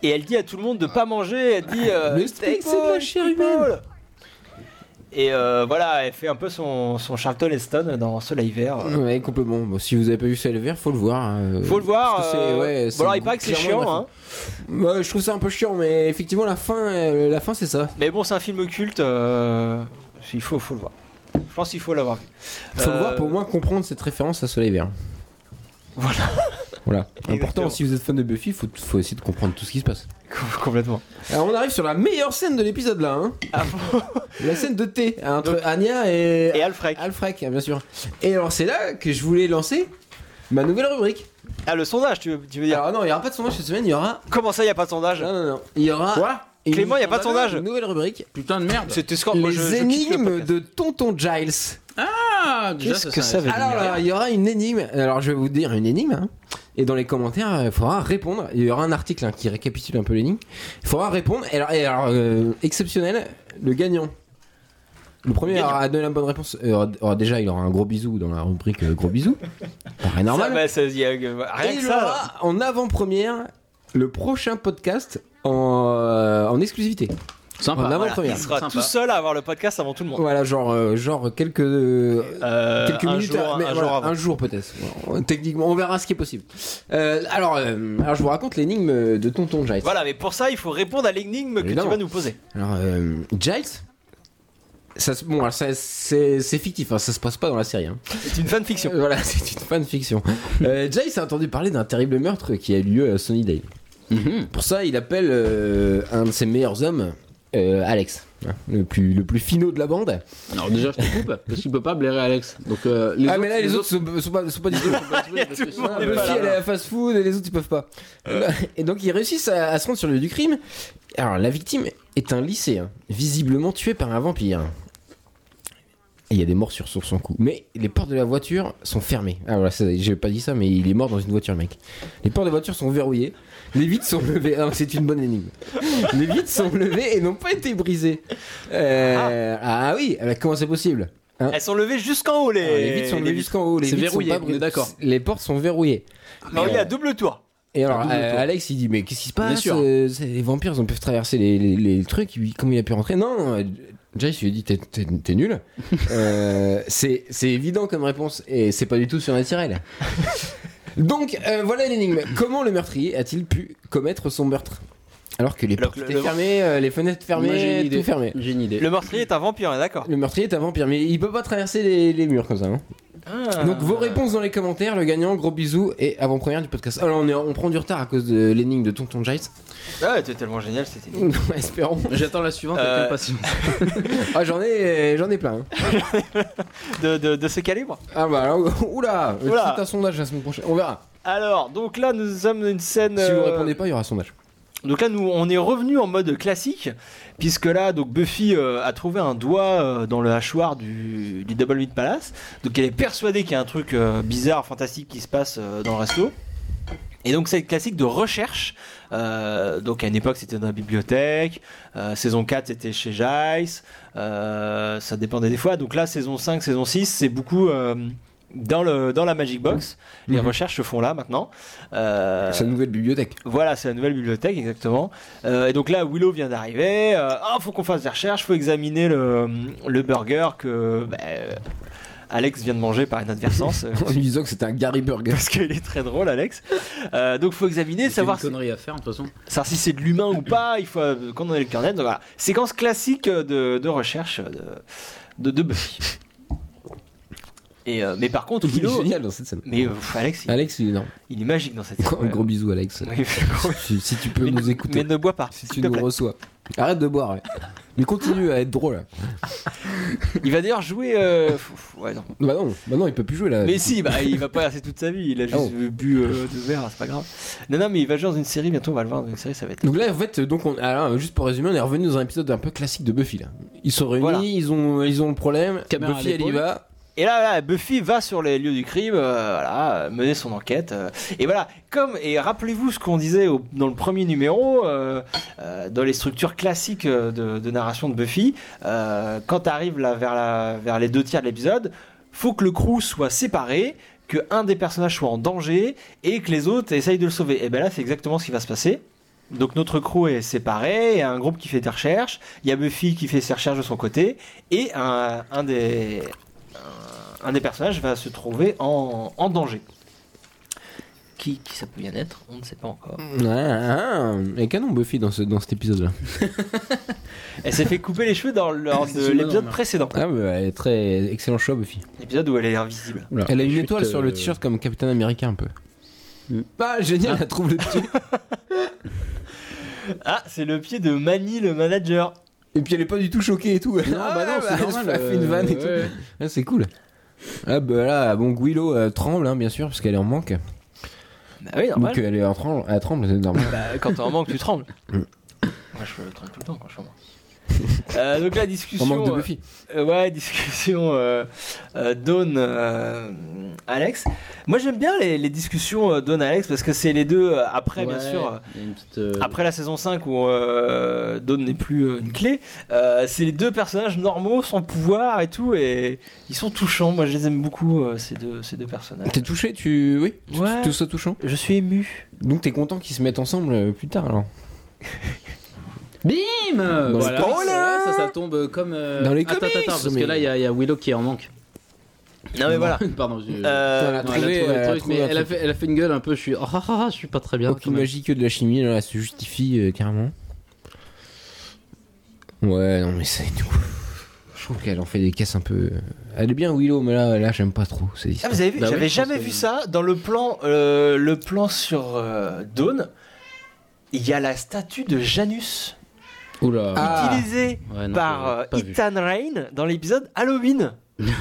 A: et elle dit à tout le monde de pas manger elle dit euh,
B: Mais
A: Take
B: explique, c'est de la
A: all,
B: chair
A: take
B: humaine.
A: all. et euh, voilà elle fait un peu son, son Charlton Heston dans Soleil Vert euh.
B: Ouais, complètement. Bon, si vous avez pas vu Soleil Vert, faut le voir. euh,
A: faut le voir
B: parce que
A: euh,
B: c'est- ouais,
A: bon, alors il
B: c'est
A: paraît que c'est
B: clairement
A: chiant
B: la
A: hein.
B: Bah, je trouve ça un peu chiant, mais effectivement, la fin, euh, la fin c'est ça.
A: Mais bon, c'est un film culte. euh, il faut, faut le voir. Je pense qu'il faut l'avoir vu.
B: Faut
A: Euh,
B: le voir pour au moins comprendre cette référence à Soleil Vert.
A: Voilà.
B: Voilà.
A: Exactement.
B: Important, si vous êtes fan de Buffy, faut, faut essayer de comprendre tout ce qui se passe.
A: Euh, Com- Complètement.
B: Alors, on arrive sur la meilleure scène de l'épisode là. Hein.
A: Ah
B: la scène de thé entre Anya et,
A: Et Alfred,
B: Alfred, bien sûr. Et alors, c'est là que je voulais lancer ma nouvelle rubrique.
A: ah, le sondage, tu veux, tu veux dire
B: Alors, non, il n'y aura pas de sondage cette semaine, il y aura.
A: Comment ça, il n'y a pas de sondage
B: Non, non, non. Il y aura.
C: Quoi
B: une-
A: Clément, il y a pas de sondage.
B: Une nouvelle rubrique.
C: Putain de merde
A: C'était score.
B: les
A: moi, je- je quitte le
B: énigmes
A: podcast.
B: de Tonton Giles.
C: Ah, déjà,
A: Qu'est-ce que
C: c'est
A: ça
C: un-
A: veut
B: Alors,
A: dire
B: alors, il y aura une énigme. Alors, je vais vous dire une énigme. hein. Et dans les commentaires, euh, il faudra répondre. Il y aura un article hein, qui récapitule un peu l'énigme. Il faudra répondre. Et alors, et alors, euh, exceptionnel, le gagnant. Le premier
A: Gagnant.
B: à donner la bonne réponse. euh, aura- aura déjà, il aura un gros bisou dans la rubrique euh, gros bisou. Paraît normal.
A: Ça, bah, ça, y a- euh, rien
B: Et
A: que
B: il
A: ça.
B: aura en avant-première le prochain podcast en, euh, en exclusivité.
A: Ah,
C: Sympa.
B: En
A: voilà,
B: avant-première.
A: il sera
C: Sympa.
A: tout seul à avoir le podcast avant tout le monde.
B: Voilà, genre, euh, genre quelques, euh,
A: Euh,
B: quelques
A: un
B: minutes,
A: jour,
B: mais
A: un
B: voilà,
A: jour avant.
B: un jour peut-être. Bon, Techniquement, on verra ce qui est possible. Euh, alors, euh, alors, je vous raconte l'énigme de Tonton Giles.
A: Voilà, mais pour ça, il faut répondre à l'énigme que tu
B: Évidemment.
A: vas nous poser.
B: Alors, euh, Giles, ça, se- bon, alors, ça- c'est c'est fictif, hein, ça se passe pas dans la série. hein.
A: C'est une fanfiction.
B: Euh, Voilà, c'est une fanfiction. Euh, Giles a entendu parler d'un terrible meurtre qui a eu lieu à Sunnydale.
C: Mhm.
B: Pour ça, il appelle euh, un de ses meilleurs hommes, euh, Alex, hein, le plus le plus finot de la bande.
C: Alors déjà, je te coupe parce qu'il peut pas blairer Alex. Donc euh, les
B: ah
C: autres,
B: mais là, les, autres, sont, sont pas sont pas du tout.
A: tout le monde
B: Ah,
A: est
B: Buffy,
A: pas là.
B: elle est à fast food et les autres ils peuvent pas. Et donc ils réussissent à, à se rendre sur le lieu du crime. Alors la victime est un lycéen, visiblement tué par un vampire. Et il y a des morsures sur son cou. Mais les portes de la voiture sont fermées. Ah voilà, ça, j'ai pas dit ça, mais il est mort dans une voiture, mec. Les portes de la voiture sont verrouillées. Les vitres sont levées. Ah, c'est une bonne énigme. Les vitres sont levées et n'ont pas été brisées. Euh, ah. oui, alors, comment c'est possible
A: Elles sont levées jusqu'en haut, les.
B: Alors, Ah, Les vitres sont levées
A: les-
B: jusqu'en haut. les
C: C'est
B: vitres sont
C: verrouillé,
B: pas brisées.
C: on est d'accord.
B: Les portes sont verrouillées.
A: Non, il y a double tour.
B: Et alors,
C: Un double
B: euh,
C: tour.
B: Alex, il dit Mais qu'est-ce qui se
C: Bien
B: passe
C: sûr.
B: Euh, c'est- Les vampires, ils peuvent traverser les, les- les trucs. il- Comment il a pu rentrer Non, euh, Jace lui a dit T'es- T'es t'es nul. Euh, c'est c'est évident comme réponse et c'est pas du tout surnaturel. Donc, euh, voilà l'énigme. Comment le meurtrier a-t-il pu commettre son meurtre alors que les
A: Alors
B: portes
A: que le-
B: étaient
A: le-
B: fermées, euh, les fenêtres
C: Moi, j'ai une
B: fermées,
C: idée.
B: tout fermé.
C: J'ai une idée.
A: Le meurtrier est un vampire, on est d'accord.
B: Le meurtrier est un vampire, mais il peut pas traverser les, les murs comme ça. hein.
A: Ah.
B: Donc vos réponses dans les commentaires, le gagnant, gros bisous et avant-première du podcast. Alors on, est- on prend du retard à cause de l'énigme de Tonton Jace.
A: Ah, ouais, t'es tellement génial, c'était.
B: Espérons.
C: J'attends la suivante
A: Euh,
C: avec impatience.
B: Ah j'en ai, j'en ai plein. hein.
A: de, de, de ce calibre.
B: Ah bah alors, oula,
A: Oula.
B: c'est un sondage la semaine prochaine. On verra.
A: Alors, donc là, nous sommes une scène.
B: Si vous
A: euh,
B: répondez pas, il y aura un sondage.
A: Donc là, nous, on est revenu en mode classique, puisque là, donc Buffy euh, a trouvé un doigt euh, dans le hachoir du, du Double Meat Palace. Donc elle est persuadée qu'il y a un truc euh, bizarre, fantastique qui se passe euh, dans le resto. Et donc c'est le classique de recherche. Euh, donc à une époque c'était dans la bibliothèque, Euh, saison 4 c'était chez Jace, Euh, ça dépendait des fois. Donc là saison 5, saison 6 c'est beaucoup euh, dans, le, dans la Magic Box. Les
B: Mhm.
A: recherches se font là maintenant. Euh,
B: Sa nouvelle bibliothèque.
A: voilà, c'est la nouvelle bibliothèque, exactement. Euh, et donc là, Willow vient d'arriver. Euh, Ah, faut qu'on fasse des recherches, faut examiner le, le burger que bah, euh, Alex vient de manger par inadvertance. euh,
B: En lui disant que c'était un Gary Burger.
A: parce qu'il est très drôle, Alex. Euh, donc faut examiner,
C: C'est une
A: savoir si,
C: connerie à faire, de toute façon.
A: savoir si c'est de l'humain ou pas. Il faut euh, condamner le carnet. Donc voilà, séquence classique euh, de, de recherche euh, de, de, de Buffy. Et, euh, mais par contre,
B: Il est
A: Willow.
B: génial dans cette scène.
A: Mais euh, pff, Alex, il,
B: Alex, il est énorme.
A: il est magique dans cette
B: Un
A: scène.
B: gros bisou, Alex.
A: Oui, gros-
B: Si, si tu peux
A: mais,
B: nous
A: ne-
B: écouter,
A: mais ne bois pas.
B: si
A: s'il
B: tu
A: te
B: nous
A: plaît.
B: reçois. Arrête de boire, ouais. Mais continue à être drôle.
A: Il va d'ailleurs jouer. euh, f- f- ouais, non.
B: Bah non, bah non, il peut plus jouer là.
A: Mais si, bah, il va pas rester toute sa vie. Il a juste
B: Ah
A: bu euh, deux verres, c'est pas grave. Non, non, mais il va jouer dans une série. Bientôt, on va le voir dans une série. Ça va être.
B: Donc là, en fait, donc on, alors, juste pour résumer, on est revenu dans un épisode un peu classique de Buffy. Là. Ils sont réunis,
A: Voilà.
B: ils ont, ils ont le problème.
C: Caméra
B: Buffy,
C: à
B: elle y
C: l'épaule.
B: va.
A: Et là, là, Buffy va sur les lieux du crime, euh, voilà, euh, mener son enquête. euh, et voilà, comme et rappelez-vous ce qu'on disait au- dans le premier numéro, euh, euh, dans les structures classiques euh, de, de narration de Buffy, euh, quand t'arrives là vers la vers les deux tiers de l'épisode, faut que le crew soit séparé, que un des personnages soit en danger et que les autres essayent de le sauver. Et ben là, c'est exactement ce qui va se passer. Donc notre crew est séparé, il y a un groupe qui fait des recherches, il y a Buffy qui fait ses recherches de son côté, et un, un des, un des personnages va se trouver en, en danger. Qui, qui ça peut bien être On ne sait pas encore.
B: Ah, ah, et canon Buffy dans, ce, dans cet épisode-là.
A: Elle s'est fait couper les cheveux dans, lors de
C: C'est
A: l'épisode
C: énorme.
A: précédent.
B: Ah, bah, elle est très excellent choix Buffy.
A: L'épisode où elle est invisible.
B: Elle a une
C: Chute,
B: étoile sur
C: euh,
B: le t-shirt comme Captain America un peu.
C: Mm.
B: Ah génial, elle trouve le pied.
A: Ah, c'est le pied de Manny, le manager.
B: Et puis elle est pas du tout choquée et tout.
C: Non, bah non, c'est normal.
B: Ah, Elle se fait une
C: euh,
B: vanne et
C: ouais.
B: tout. Ah, c'est cool. Ah bah là, bon Guilo euh, tremble hein, bien sûr parce qu'elle est en manque.
A: Bah oui,
B: Donc euh, elle est en tremble, elle tremble, c'est normal.
A: Bah, quand t'es en manque, tu trembles.
B: Mm.
A: Moi, je tremble tout le temps quand je suis en manque. Euh, donc la discussion.
B: en manque de
A: euh,
B: Buffy.
A: Euh, ouais, discussion euh, euh, Dawn euh, Alex. Moi j'aime bien les, les discussions euh, Dawn Alex parce que c'est les deux euh, après bien
C: Ouais,
A: sûr. euh,
C: il y a une petite, euh,
A: Après la saison 5 où euh, Dawn n'est plus euh, une clé, euh, c'est les deux personnages normaux sans pouvoir et tout et ils sont touchants. Moi je les aime beaucoup euh, ces deux ces deux personnages.
B: T'es touché, tu oui, Tu-
A: Ouais.
B: tout ça touchant.
A: Je suis ému.
B: Donc t'es content qu'ils se mettent ensemble euh, plus tard alors.
C: Bim
A: euh,
B: le
C: Bah, Voilà,
B: spoiler
C: ça, ça, ça tombe comme. euh,
B: Dans les
C: attends,
B: comics,
C: attends, attends, parce
B: mais-
C: que là, il y, a- il y a Willow qui est en manque.
A: Non mais voilà.
C: Pardon, je-
A: Euh,
B: Voilà.
C: non,
B: trouvé,
C: elle a trouvé
B: elle a
C: le truc,
B: trouvé
C: mais
B: un
C: elle a,
B: truc.
C: fait, elle a fait une gueule un peu. Je suis. Oh, ah, ah, ah, je suis pas très bien. quand
B: Aucune
C: même.
B: magie que de la chimie, là, elle se justifie euh, carrément. Ouais, non mais c'est tout. Je trouve qu'elle en fait des caisses un peu. euh, Elle est bien Willow, mais là, là j'aime pas trop. C'est
A: Ah, vous avez vu,
C: Bah oui,
A: j'avais
C: je pense
A: jamais
C: que-
A: vu ça dans le plan, euh, le plan sur euh, Dawn. Il y a la statue de Janus
C: Oula.
B: Ah.
A: utilisée
C: Ouais, non,
A: par
C: je l'ai
A: euh,
C: pas vu.
A: Ethan Rain dans l'épisode Halloween.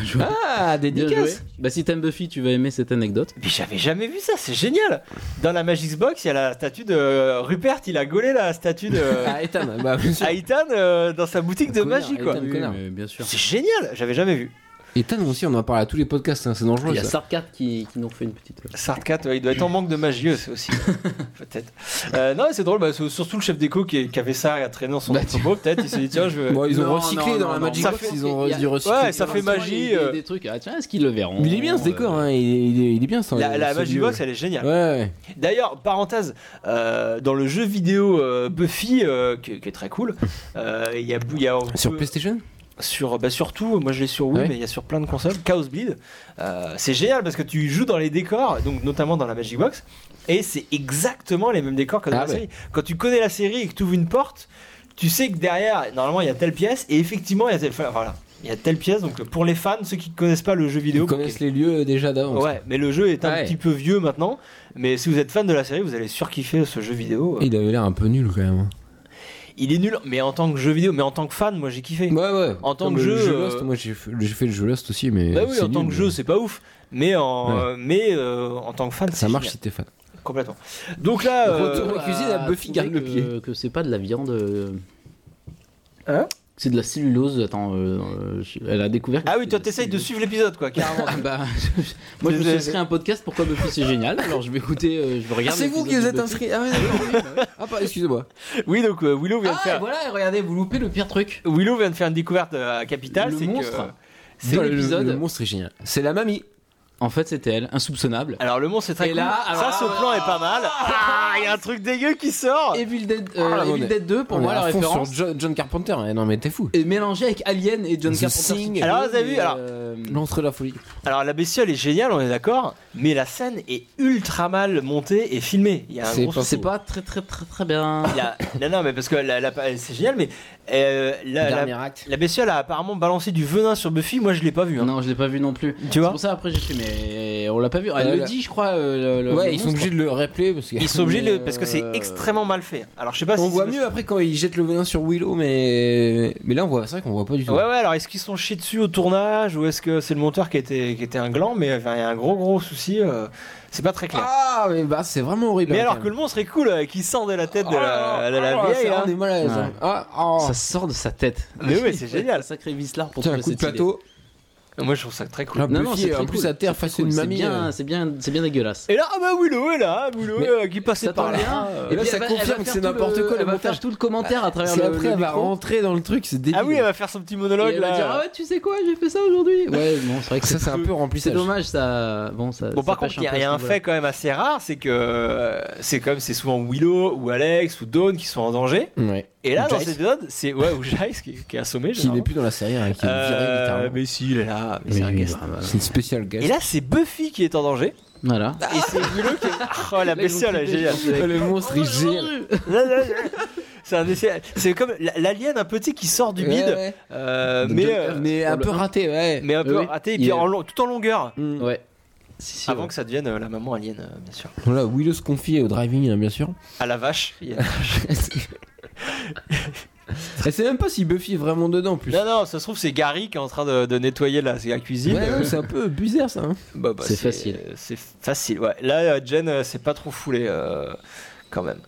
C: Je vois.
B: Ah,
C: Bien joué. Bah, si t'aimes Buffy, tu vas aimer cette anecdote.
A: Mais j'avais jamais vu ça, c'est génial. Dans la Magic's Box, il y a la statue de euh, Rupert, il a gaulé la statue de
B: Ah, Ethan, bah bien sûr.
A: à Ethan euh, dans sa boutique de
B: Connard,
A: magie quoi.
B: Ethan. connard.
C: mais bien sûr.
A: C'est génial, j'avais jamais vu.
B: Ethan aussi, on en parle à tous les podcasts, hein, c'est dangereux
C: Il y a
B: ça.
C: Sarkat qui, qui nous fait une petite. euh,
A: Sartcat, ouais, il doit être en manque de magieux, c'est aussi. peut-être. Euh, non, mais c'est drôle, bah, c'est surtout le chef d'éco qui, qui avait ça à traîner dans son
B: Bah,
A: entrepôt, peut-être. Il s'est dit, tiens, je vais.
B: Bon, ils ont
C: Non,
B: recyclé
C: non,
B: dans
C: non,
B: la
C: non,
B: Magic
A: ça
B: Box,
A: fait-
B: ils ont
C: il y a-
B: du recyclé.
A: Ouais, ça fait
C: Souvent, il y a
A: magie,
C: des-
A: euh.
C: Des trucs. Ah, tiens, est-ce qu'ils le verront
B: Il est bien ce décor,
C: euh,
B: hein, il, est, il est- il est bien ça.
A: La, la
B: ce
A: Magic
B: lieu.
A: Box, elle est géniale.
B: Ouais, ouais.
A: D'ailleurs, parenthèse, euh, dans le jeu vidéo euh, Buffy, euh, qui, qui est très cool, euh, il y a, il y a on
B: Sur
A: peut-
B: PlayStation
A: sur- bah, surtout, moi je l'ai sur Wii,
B: Ah ouais
A: mais il y a sur plein de consoles, Chaos Bleed. Euh, c'est génial parce que tu joues dans les décors, donc notamment dans la Magic Box, et c'est exactement les mêmes décors que dans la
B: Ah ouais.
A: série. Quand tu connais la série et que tu ouvres une porte, tu sais que derrière, normalement, il y a telle pièce, et effectivement, il y a telle, enfin, voilà, il y a telle pièce. Donc pour les fans, ceux qui ne connaissent pas le jeu
B: Ils
A: vidéo,
B: connaissent les lieux euh, déjà d'avance.
A: Ouais, mais le jeu est un
B: Ouais.
A: petit peu vieux maintenant. Mais si vous êtes fan de la série, vous allez surkiffer ce jeu vidéo.
B: Il avait l'air un peu nul quand même. hein.
A: Il est nul, mais en tant que jeu vidéo, mais en tant que fan, moi j'ai kiffé.
B: Ouais, ouais.
A: En tant
B: Comme
A: que
B: le
A: jeu,
B: Lost,
A: euh,
B: moi j'ai fait j'ai fait le jeu Lost aussi, mais.
A: bah oui,
B: c'est
A: en tant
B: nul,
A: que jeu, c'est pas ouf. Mais en,
B: Ouais.
A: euh, mais euh, en tant que fan,
B: Ça
A: c'est
B: marche
A: génial.
B: si t'es fan.
A: complètement. Donc là, euh,
B: Retour. Dans la cuisine, à Buffy
C: trouver
B: garde le
C: que- Que c'est pas de la viande. euh,
A: Hein
C: C'est de la cellulose. Attends, euh, euh, je- elle a découvert. que
A: Ah oui,
C: c'est
A: toi
C: la
A: t'essayes de
C: cellulose.
A: suivre l'épisode quoi, carrément.
C: Ah bah, moi je me suis inscrit à un podcast. Pourquoi Buffy c'est génial Alors je vais écouter, euh, je vais
B: Ah,
C: regarder.
B: c'est vous qui
C: l'épisode
B: vous
C: de
B: êtes inscrit.
C: Buffy.
B: Ah, ouais, d'accord. ah, pas- excusez-moi.
A: oui, donc euh, Willow vient de
C: Ah
A: faire.
C: voilà, regardez, vous loupez le pire truc.
A: Willow vient de faire une découverte euh, à Capital,
C: Le
A: c'est que
C: monstre.
A: c'est
C: Dans
A: le-
C: l'épisode.
B: Le, le monstre est génial. C'est la mamie.
C: En fait, c'était elle, insoupçonnable.
A: Alors le monstre c'est très
C: Et
A: cool.
C: là, alors
A: ça
C: là,
A: ce
C: voilà.
A: plan est pas mal. Ah, il y a un truc dégueu qui sort.
C: Evil Dead,
B: Ah, là,
C: euh,
B: on est-
C: Evil Dead 2, pour
B: On
C: moi
B: est
C: la
B: à fond
C: référence.
B: sur John, John Carpenter. Eh, non, mais t'es fou.
C: Et mélangé avec Alien et John
B: The
C: Carpenter.
B: Thing.
C: si tu
A: Alors,
C: veux,
A: vous avez vu,
C: mais,
A: alors-
C: euh,
A: Mm.
B: L'entrée de la folie.
A: Alors la bestiole est géniale, on est d'accord, mais la scène est ultra mal montée et filmée. Il y a un
B: C'est
A: gros
B: pas-
A: souci.
C: C'est pas très très très très bien.
A: Il y a- Non non mais parce que la- la- c'est génial, mais euh, la, la-
B: Dernier acte.
A: la bestiole a apparemment balancé du venin sur Buffy. Moi je l'ai pas vu. hein.
C: Non, je l'ai pas vu non plus.
A: Tu
C: C'est
A: vois
C: pour ça après j'ai fait mais on l'a pas vu. Elle
B: Euh,
C: le
B: là.
C: dit je crois. euh, le- le- le
B: Ouais, ils sont
C: monstre.
B: obligés de le rappeler parce que.
A: Ils sont obligés de le-
C: Mais,
A: parce que c'est
C: euh,
A: extrêmement mal fait. Alors je sais pas si
B: On
A: c'est
B: voit
A: parce-
B: mieux après quand ils jettent le venin sur Willow, mais mais là on voit, c'est vrai qu'on voit pas du tout.
A: Ouais ouais. Alors est-ce qu'ils sont chiés dessus au tournage ou est-ce que c'est le monteur qui était qui était un gland Mais enfin, il y a un gros gros souci. euh, c'est pas très clair.
B: Ah mais bah c'est vraiment horrible.
A: mais
B: hein,
A: alors
B: quand
A: que le
B: même.
A: monstre est cool, euh, qui sort de la tête de la,
C: Oh,
B: Ah,
A: de la
B: ah,
A: vieille.
B: c'est
A: hein.
B: vraiment des malaises, hein.
C: Ouais.
B: Ah, oh.
C: Ça sort de sa tête.
A: Mais ouais, c'est génial.
C: Un Sacré vislard pour
B: Tiens, un coup
C: trouver
B: de
C: cette idée.
B: plateau.
A: Moi je trouve ça très cool.
B: Ah,
C: Non,
B: Buffy,
C: non, c'est
B: euh,
C: très
B: en plus
C: cool.
B: à terre face à
C: Cool,
B: une
C: C'est
B: mamie. euh,
C: bien, c'est bien, c'est bien dégueulasse.
A: Et là, ah bah Willow est là, hein, Willow
B: Mais-
A: euh, qui passait par là.
B: Et là,
C: puis
B: ça
C: euh, elle va-
B: confirme
C: elle va
B: que c'est
C: faire tout
B: n'importe
C: le-
B: quoi, le
C: Elle va
B: montage.
C: faire tout le commentaire à travers
B: C'est
C: le.
B: après
C: le
B: elle va
C: micro.
B: rentrer dans le truc, c'est débile.
A: Ah oui, elle va faire son petit
C: Et
A: monologue
C: elle va
A: là.
C: dire ah ouais tu sais quoi j'ai fait ça aujourd'hui. Ouais bon c'est vrai que
B: ça
C: c'est
B: c'est un peu remplissage.
C: c'est dommage ça. Bon ça.
A: Bon,
C: ça
A: par
C: pêche
A: contre, il y,
C: un peu
A: a-
C: à
A: il y a
C: ce
A: un
C: niveau-là.
A: fait quand même assez rare, c'est que euh, c'est comme c'est souvent Willow ou Alex ou Dawn qui sont en danger.
B: Ouais.
A: Et là,
B: Ou
A: dans
B: Giles.
A: cet épisode, c'est ouais ou Giles qui, qui est assommé.
B: Qui n'est
A: généralement.
B: plus dans la série, hein, qui est viré
A: Euh,
B: littéralement.
A: mais si, il est là, mais c'est un
C: Mais-
A: guest.
C: voilà.
B: C'est une spéciale guest.
A: Et là, c'est Buffy qui est en danger.
C: Voilà.
A: Et c'est Willow qui. est- Oh la bestiole, elle est géniale.
B: le monstre il gère.
A: C'est un essai- C'est comme l- l'alien un petit qui sort du
B: Ouais,
A: bide,
B: ouais.
A: euh,
C: De
A: mais
C: John
A: euh,
B: Mais un
C: le
B: peu
C: un.
B: raté, ouais.
A: mais un peu
C: Oui.
A: raté et
C: Il
A: puis
C: est-
A: en long- tout en longueur.
B: Mm.
C: Ouais. Si, si,
A: Avant
C: ouais.
A: que ça devienne euh, la maman alien, euh, bien sûr.
B: Voilà, Willow se confie au driving, hein, bien sûr.
A: À la vache. il y a-
B: Elle sait même pas si Buffy est vraiment dedans en plus.
A: non, non, ça se trouve, c'est Gary qui est en train de, de nettoyer la, la cuisine.
B: Ouais,
A: Euh,
B: non, c'est un peu bizarre ça. hein.
A: bah, bah,
C: C'est facile.
A: euh, C'est facile, ouais. Là, euh, Jen, euh, c'est pas trop foulé euh, quand même.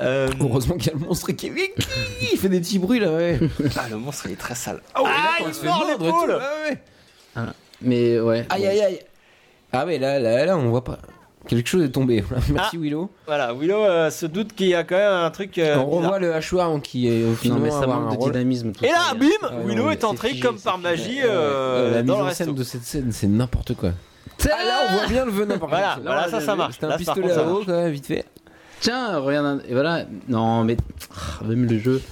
A: Euh,
B: Heureusement qu'il y a le monstre qui il fait des petits bruits là, ouais.
A: ah, le monstre, il est très sale.
B: Ah,
A: il mord l'épaule.
C: Mais ouais.
B: Aïe aïe aïe. Ah ouais, là, là, là, on voit pas. Quelque chose est tombé. Voilà, Merci Willow.
A: Voilà, Willow euh, se doute qu'il y a quand même un truc. Ah. euh,
B: on
A: bizarre.
B: revoit le hachoir hein, qui est au
C: Non
B: final
C: mais ça
B: avoir un
C: manque de
B: rôle.
C: dynamisme. tout
A: Et là,
C: ça.
A: bim
B: Ah,
A: Willow
B: non, mais
A: est entrée
C: figé,
A: comme
C: c'est
A: par
C: figé.
A: magie
B: Ouais,
A: euh,
B: ouais, la mise
A: dans le
B: en
A: resto.
B: scène de cette scène, c'est n'importe quoi. Ah là, on voit bien le venin par
A: Voilà,
B: contre.
A: voilà,
B: Là,
A: ça,
B: j'ai
A: ça
B: vu.
A: marche.
B: C'était
A: Là,
B: un
A: par
B: pistolet
A: contre, ça
B: à eau, quand même, vite fait.
C: Tiens, regarde, un- et voilà. Non, mais ah, même le jeu.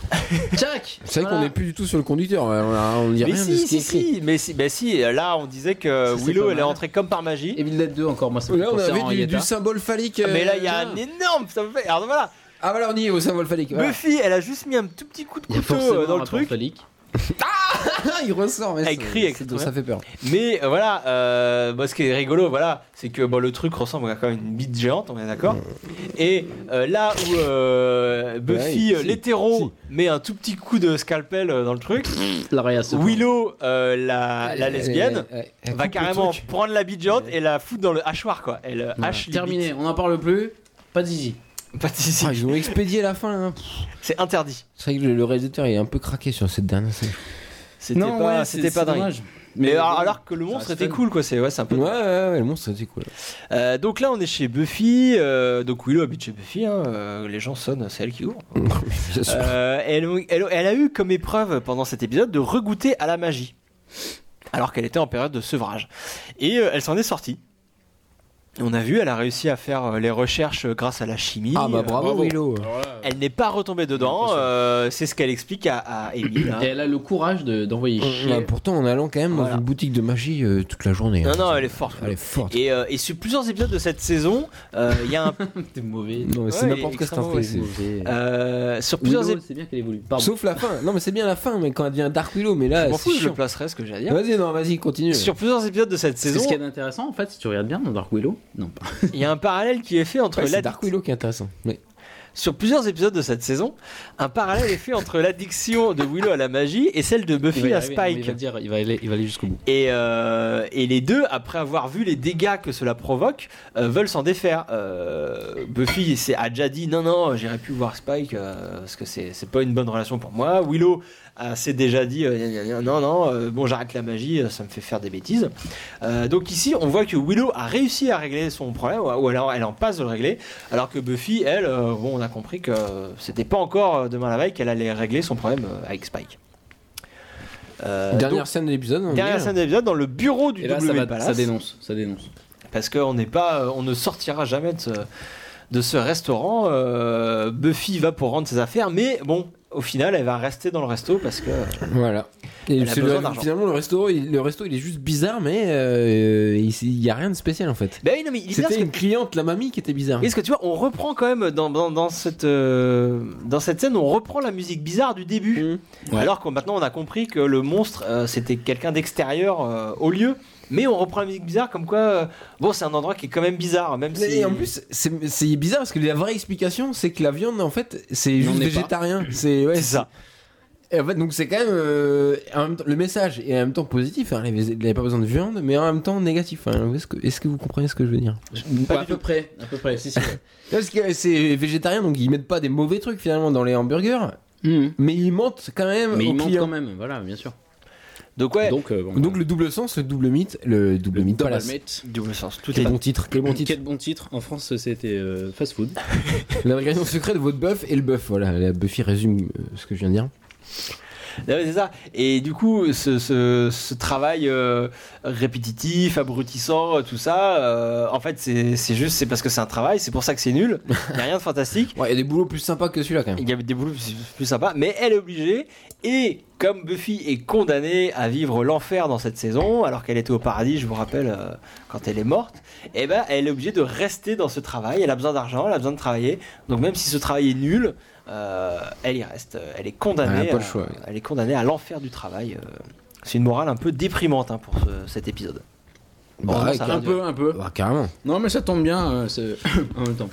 C: Jack.
B: C'est vrai qu'on
C: voilà.
B: n'est plus du tout sur le conducteur. ouais, On, a- on dit
A: Mais
B: rien
A: si,
B: de ce qui est
A: si,
B: écrit.
A: si, mais si, mais si, euh, là on disait que
C: Ça, c'est
A: Willow
C: pas
A: elle est
C: mal.
A: entrée comme par magie.
C: Evil Dead 2 encore, moi ça me fait
B: Là, on
C: penser à
B: avait du,
C: Henrietta.
B: du symbole phallique.
A: Ah, Mais
B: euh,
A: là, il y a
B: tiens.
A: un énorme. Ça me fait. Alors voilà,
B: Ah, voilà, on y est au symbole phallique. voilà.
A: Buffy, elle a juste mis un tout petit coup de
C: Il y a
A: couteau
C: forcément
A: euh, dans
C: un
A: le
C: rapport
A: truc.
C: phallique.
B: Ah, il ressort, mais
A: Elle
B: ça-
A: crie, elle
B: ça-
A: crie.
B: Ça fait peur.
A: Mais euh, voilà, euh, bah, ce qui est rigolo, voilà, c'est que bon, le truc ressemble à quand même une bite géante, on est
B: Mm.
A: d'accord. Et euh, là où euh, Buffy,
B: Ouais,
A: euh,
B: Bah si,
A: l'hétéro, met un tout petit coup de scalpel euh, dans le truc,
C: La réaction.
A: Willow, euh, la, la lesbienne,
B: Elle- elle- elle
A: va
B: coupe le
A: carrément
B: truc.
A: prendre la bite géante et la foutre dans le hachoir, quoi. Elle euh, hache les
C: Terminé, on n'en parle plus. Pas de zizi.
A: bites. Pas de souci.
B: Ah, ils ont expédié la fin. hein. là. Pff,
A: C'est interdit.
B: C'est vrai que le le réalisateur il est un peu craqué sur cette dernière scène.
A: C'était pas, c'était pas dingue. Mais alors, alors que le monstre
C: reste
A: était
C: fun.
A: cool, quoi. C'est ouais, c'est un peu.
B: Ouais, ouais, ouais, le monstre c'était cool.
A: Euh, donc là, on est chez Buffy. euh, donc Willow habite chez Buffy. hein, euh, les gens sonnent, c'est elle qui ouvre.
B: Bien sûr.
A: Euh, elle, elle- elle a eu comme épreuve pendant cet épisode de regoûter à la magie, alors qu'elle était en période de sevrage. Et euh, elle s'en est sortie. On a vu, elle a réussi à faire euh, les recherches euh, grâce à la chimie.
B: Ah, bah
A: Euh,
B: bravo, Willow.
A: Elle n'est pas retombée dedans. euh, c'est ce qu'elle explique à, à hein. Amy. là.
C: Et elle a le courage de- d'envoyer
A: Mm,
B: Bah,
C: chier.
B: pourtant, en allant quand même dans
A: Voilà.
B: une boutique de magie euh, toute la journée.
A: Non,
B: hein.
A: non, elle est forte.
B: Elle est forte.
A: Et, euh, et sur plusieurs épisodes de cette saison, euh, il y a un,
C: T'es mauvais.
B: Non, mais c'est
A: Ouais,
B: n'importe quoi cette
A: extrêmement,
B: intrigue.
C: Mauvais.
A: euh, sur plusieurs
C: Willow,
A: ép-
C: c'est bien qu'elle évolue. Pardon.
B: Sauf la fin. Non, mais c'est bien la fin, mais quand elle devient Dark Willow, mais là,
A: Je m'en
B: c'est
A: fous, je
B: chiant.
A: le placerai ce que j'ai à dire.
B: Vas-y, non, vas-y, continue.
A: Sur plusieurs épisodes de cette
C: C'est ce
A: saison,
C: qu'il y a d'intéressant en fait, si tu regardes bien dans Dark Willow. Non, pas.
A: il y a un parallèle qui est fait entre
B: Ouais,
A: la
B: c'est Dark Willow qui est intéressant. Mais
A: Sur plusieurs épisodes de cette saison, un parallèle est fait entre l'addiction de Willow à la magie et celle de
C: Il
A: Buffy
C: va y
A: à
C: arriver, non, mais
A: Spike.
C: Il va, dire, il va aller, il va aller jusqu'au bout.
A: Et, euh, et les deux, après avoir vu les dégâts que cela provoque, euh, veulent s'en défaire. Euh, Buffy s'est- a déjà dit non, non, j'irai plus voir Spike euh, parce que c'est c'est pas une bonne relation pour moi. Willow euh, s'est déjà dit euh, gna, gna, gna, non, non, euh, bon, j'arrête la magie, euh, ça me fait faire des bêtises. Euh, donc ici, on voit que Willow a réussi à régler son problème, ou ou alors elle en passe de le régler, alors que Buffy, elle, euh, bon, on a compris que c'était pas encore euh, demain la veille qu'elle allait régler son problème euh, avec Spike. Euh, donc-
B: Dernière scène de l'épisode. on
A: Dernière
B: dit,
A: scène de l'épisode dans le bureau du
C: Et là, ça,
A: W
C: va-
A: Palace.
C: ça dénonce, ça dénonce.
A: Parce qu'on n'est pas, euh, on ne sortira jamais de ce, de ce restaurant. Euh, Buffy va pour rendre ses affaires, mais bon, au final, elle va rester dans le resto parce que.
B: Voilà. Et
A: Elle a
B: c'est
A: besoin
B: le-
A: d'argent.
B: finalement, le resto, il, le resto, il est juste bizarre, mais euh, il il y a rien de spécial en fait.
A: Ben oui, non, mais il est bien parce
B: C'était
A: que-
B: une cliente, la mamie, qui était bizarre.
A: Est-ce que tu vois, on reprend quand même dans, dans, dans cette, euh, dans cette scène, on reprend la musique bizarre du début.
B: Mmh.
C: Ouais.
A: Alors que maintenant, on a compris que le monstre, euh, c'était quelqu'un d'extérieur euh, au lieu. Mais on reprend la musique bizarre comme quoi, euh, bon, c'est un endroit qui est quand même bizarre, même
B: Mais
A: si.
B: en plus, c'est c'est bizarre parce que la vraie explication, c'est que la viande, en fait, c'est
C: Il en
B: juste
C: est pas.
B: végétarien. C'est ouais,
A: c'est ça.
B: Et en fait, donc c'est quand même euh, en même temps- le message est en même temps positif. Hein, il n'avait pas besoin de viande, mais en même temps négatif. hein. Est-ce que, est-ce que vous comprenez ce que je veux dire
C: Pas à peu près, à peu près, si, si. ouais.
B: Parce que c'est végétarien, donc ils mettent pas des mauvais trucs finalement dans les hamburgers,
C: Mhm.
B: mais ils mentent quand même.
C: Mais
B: aux
C: il ment
B: clients.
C: quand même, voilà, bien sûr.
A: Donc, ouais,
C: Donc, euh, bon,
B: Donc le double sens, le double mythe, le double mythe.
C: double
B: palace.
C: mate.
A: double sens, tout est
B: Quel bon titre, quel bon titre.
C: Quel bon titre. En France, c'était euh, fast food.
B: L'ingrédient secret de votre bœuf et le bœuf. Voilà, la Buffy résume euh, ce que je viens de dire.
A: Non, mais c'est ça. Et du coup, ce, ce- ce travail euh, répétitif, abrutissant, euh, tout ça, euh, en fait, c'est c'est juste, c'est parce que c'est un travail, c'est pour ça que c'est nul. Il n'y a rien de fantastique.
B: Ouais, il y a des boulots plus sympas que celui-là quand même.
A: Il y avait des boulots plus, plus sympas, mais elle est obligée. Et comme Buffy est condamnée à vivre l'enfer dans cette saison, alors qu'elle était au paradis, je vous rappelle, euh, quand elle est morte, eh ben, elle est obligée de rester dans ce travail. Elle a besoin d'argent, elle a besoin de travailler. Donc même si ce travail est nul, euh, elle y reste. Elle est condamnée.
B: Elle a pas
A: à-
B: le choix, ouais.
A: Elle est condamnée à l'enfer du travail. euh. C'est une morale un peu déprimante hein, pour ce- cet épisode.
B: Bah,
A: Vraiment,
B: ouais,
A: ça
B: car-
A: va
C: Un
A: durer.
C: peu, un peu.
B: bah, carrément.
C: Non, mais ça tombe bien. euh, c'est- en même temps.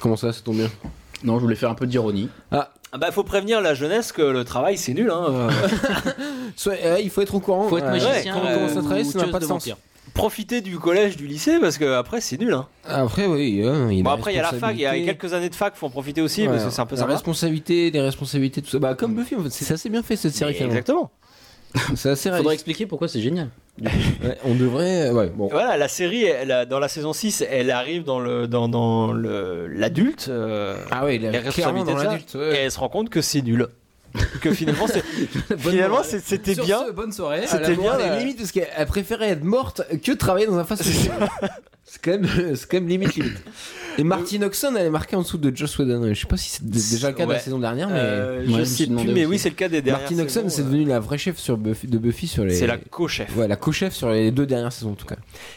B: Comment ça, ça tombe bien
C: Non, je voulais faire un peu d'ironie.
A: Ah bah faut prévenir la jeunesse que le travail c'est nul. Hein. euh.
B: Soit- euh, il faut être au courant.
C: Faut être
B: euh,
C: magicien.
B: quand on
A: euh,
B: commence à travailler, ça n'a pas de sens.
A: Profitez du collège, du lycée parce que après c'est nul. Hein.
B: Après, oui. euh, il y a
A: Bon
B: la
A: après il y a la fac, il y a
B: responsabilité.
A: quelques années de fac, faut en profiter aussi
B: Ouais,
A: parce que c'est un peu
B: La
A: sympa.
B: responsabilité, des responsabilités, tout ça. Bah, comme Buffy, en fait, c'est assez bien fait cette série.
A: Mais
B: finalement.
A: Exactement.
B: C'est assez
C: Faudrait
B: réaliste.
C: expliquer pourquoi c'est génial.
B: Ouais, on devrait. euh, Ouais, bon.
A: Voilà, la série, elle a- dans la saison 6, elle arrive dans le dans, dans le l'adulte. euh,
B: Ah ouais, il
A: les
B: est clairement
A: responsabilités
B: dans
A: de ça,
B: l'adulte.
A: et elle se rend compte que c'est nul. que finalement, c'est- finalement c'est- c'était bien.
C: bonne soirée.
A: C'était bien,
B: Elle
A: là.
B: est limite parce qu'elle elle préférait être morte que travailler dans un fast
A: C'est
B: food. C'est quand, même- c'est quand même limite limite. Et
A: Euh,
B: Martine Oxon, elle est marquée en dessous de Joss Whedon. Je sais pas si c'est d- déjà le cas de la
A: Ouais.
B: saison dernière, mais
A: Euh,
C: Ouais, je
A: je
C: me suis
A: sais plus,
C: demandé
A: mais
C: aussi.
A: oui, c'est le cas des dernières.
B: Martine Oxon,
A: saisons,
B: c'est
A: euh,
B: devenu la vraie chef sur Buffy, de Buffy sur les.
A: C'est la co-chef.
B: Ouais, la co-chef sur les deux dernières saisons en tout cas.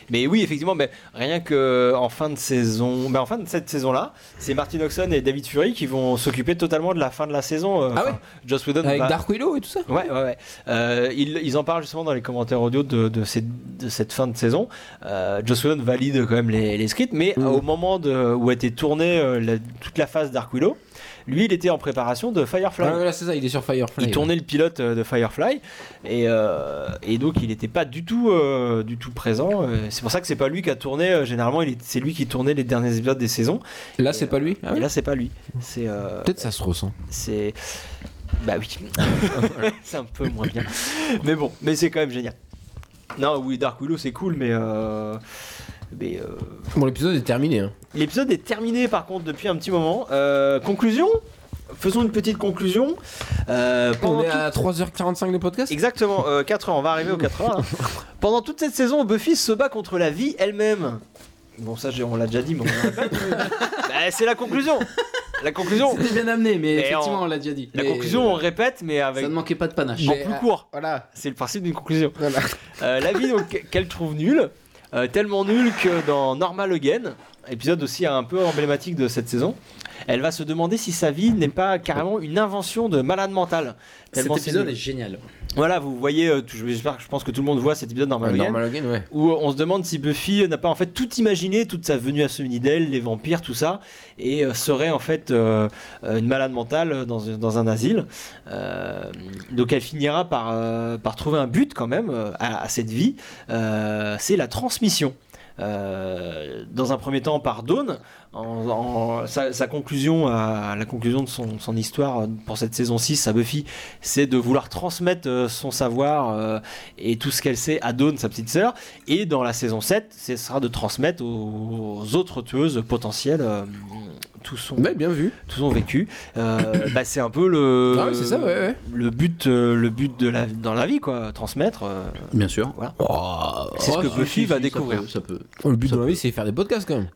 A: Mais oui, effectivement, mais rien que en fin de saison, mais en fin de cette saison-là, c'est Martin Oxon et David Fury qui vont s'occuper totalement de la fin de la saison. euh,
B: Ah
A: enfin,
B: ouais
A: Joss Whedon
B: Avec
A: va-
B: Dark Willow et tout ça.
A: Ouais, ouais, ouais. Euh, ils, ils en parlent justement dans les commentaires audio de, de, ces- de cette fin de saison. Euh, Joss Whedon valide quand même les, les scripts, mais
B: Mhm.
A: au moment de, où a été tournée euh, la- toute la phase Dark Willow, lui, il était en préparation de Firefly.
B: Ah, voilà, c'est ça, il est sur Firefly.
A: Il tournait le pilote euh, de Firefly et, euh, et donc il n'était pas du tout, euh, du tout présent. euh, C'est pour ça que c'est pas lui qui a tourné. euh, Généralement, il est- c'est lui qui tournait les derniers épisodes des saisons.
B: ouais. Là, c'est pas lui. Ah
A: Et
B: ouais.
A: là, c'est pas lui. C'est, euh,
B: Peut-être ça se ressent.
A: c'est, bah oui, c'est un peu moins bien. Mais bon, mais c'est quand même génial. Non, oui, Dark Willow, c'est cool, mais euh, mais euh,
B: Bon, l'épisode est terminé. hein.
A: L'épisode est terminé par contre depuis un petit moment. Euh, conclusion Faisons une petite conclusion. Euh, pendant
B: On est
A: tout-
B: à 3h45 de podcast.
A: Exactement, 4 heures, on va arriver aux 4 heures. hein. Pendant toute cette saison, Buffy se bat contre la vie elle-même. Bon, ça, j'ai- on l'a déjà dit, mais on le répète. Bah, c'est la conclusion. La conclusion,
C: C'était bien amené, mais
A: Et
C: effectivement,
A: on-
C: on l'a déjà dit.
A: la
C: Mais
A: conclusion, on répète, mais avec
C: Ça ne manquait pas de panache.
A: en
B: Mais,
A: plus
B: euh,
A: court.
B: Voilà.
A: C'est le principe d'une conclusion.
B: voilà.
A: Euh, la vie donc, qu'elle trouve nulle, euh, tellement nulle que dans Normal Again, épisode aussi un peu emblématique de cette saison, elle va se demander si sa vie n'est pas carrément une invention de malade mental.
C: Cet
A: Tellement c'est
C: épisode
A: nul.
C: est génial.
A: Voilà, vous voyez, euh, tout- j'espère que je pense que tout le monde voit cet épisode normalement.
B: Normal Hogan, ouais.
A: où euh, on se demande si Buffy euh, n'a pas en fait tout imaginé, toute sa venue à Sunnydale, les vampires, tout ça, et euh, serait en fait euh, euh, une malade mentale dans, un- dans un asile. Euh, donc elle finira par, euh, par trouver un but quand même euh, à, à cette vie, Euh, c'est la transmission. Euh, dans un premier temps par Dawn, en, en- sa, sa conclusion à, à la conclusion de son, son histoire euh, pour cette saison 6 à Buffy, c'est de vouloir transmettre euh, son savoir euh, et tout ce qu'elle sait à Dawn, sa petite sœur, et dans la saison 7, ce sera de transmettre aux, aux autres tueuses potentielles euh, tout son,
B: Ouais, bien vu.
A: tout son vécu. Euh, bah, c'est un peu le,
B: Ah ouais, c'est ça, ouais, ouais.
A: le but, euh, le but de la, dans la vie, quoi, transmettre. euh.
C: Bien sûr.
A: C'est ce que
C: Ah,
A: Buffy
C: si, si,
A: va
C: ça
A: découvrir.
C: peut- Ça peut.
B: Oh, le but de la vie, c'est faire des podcasts quand même.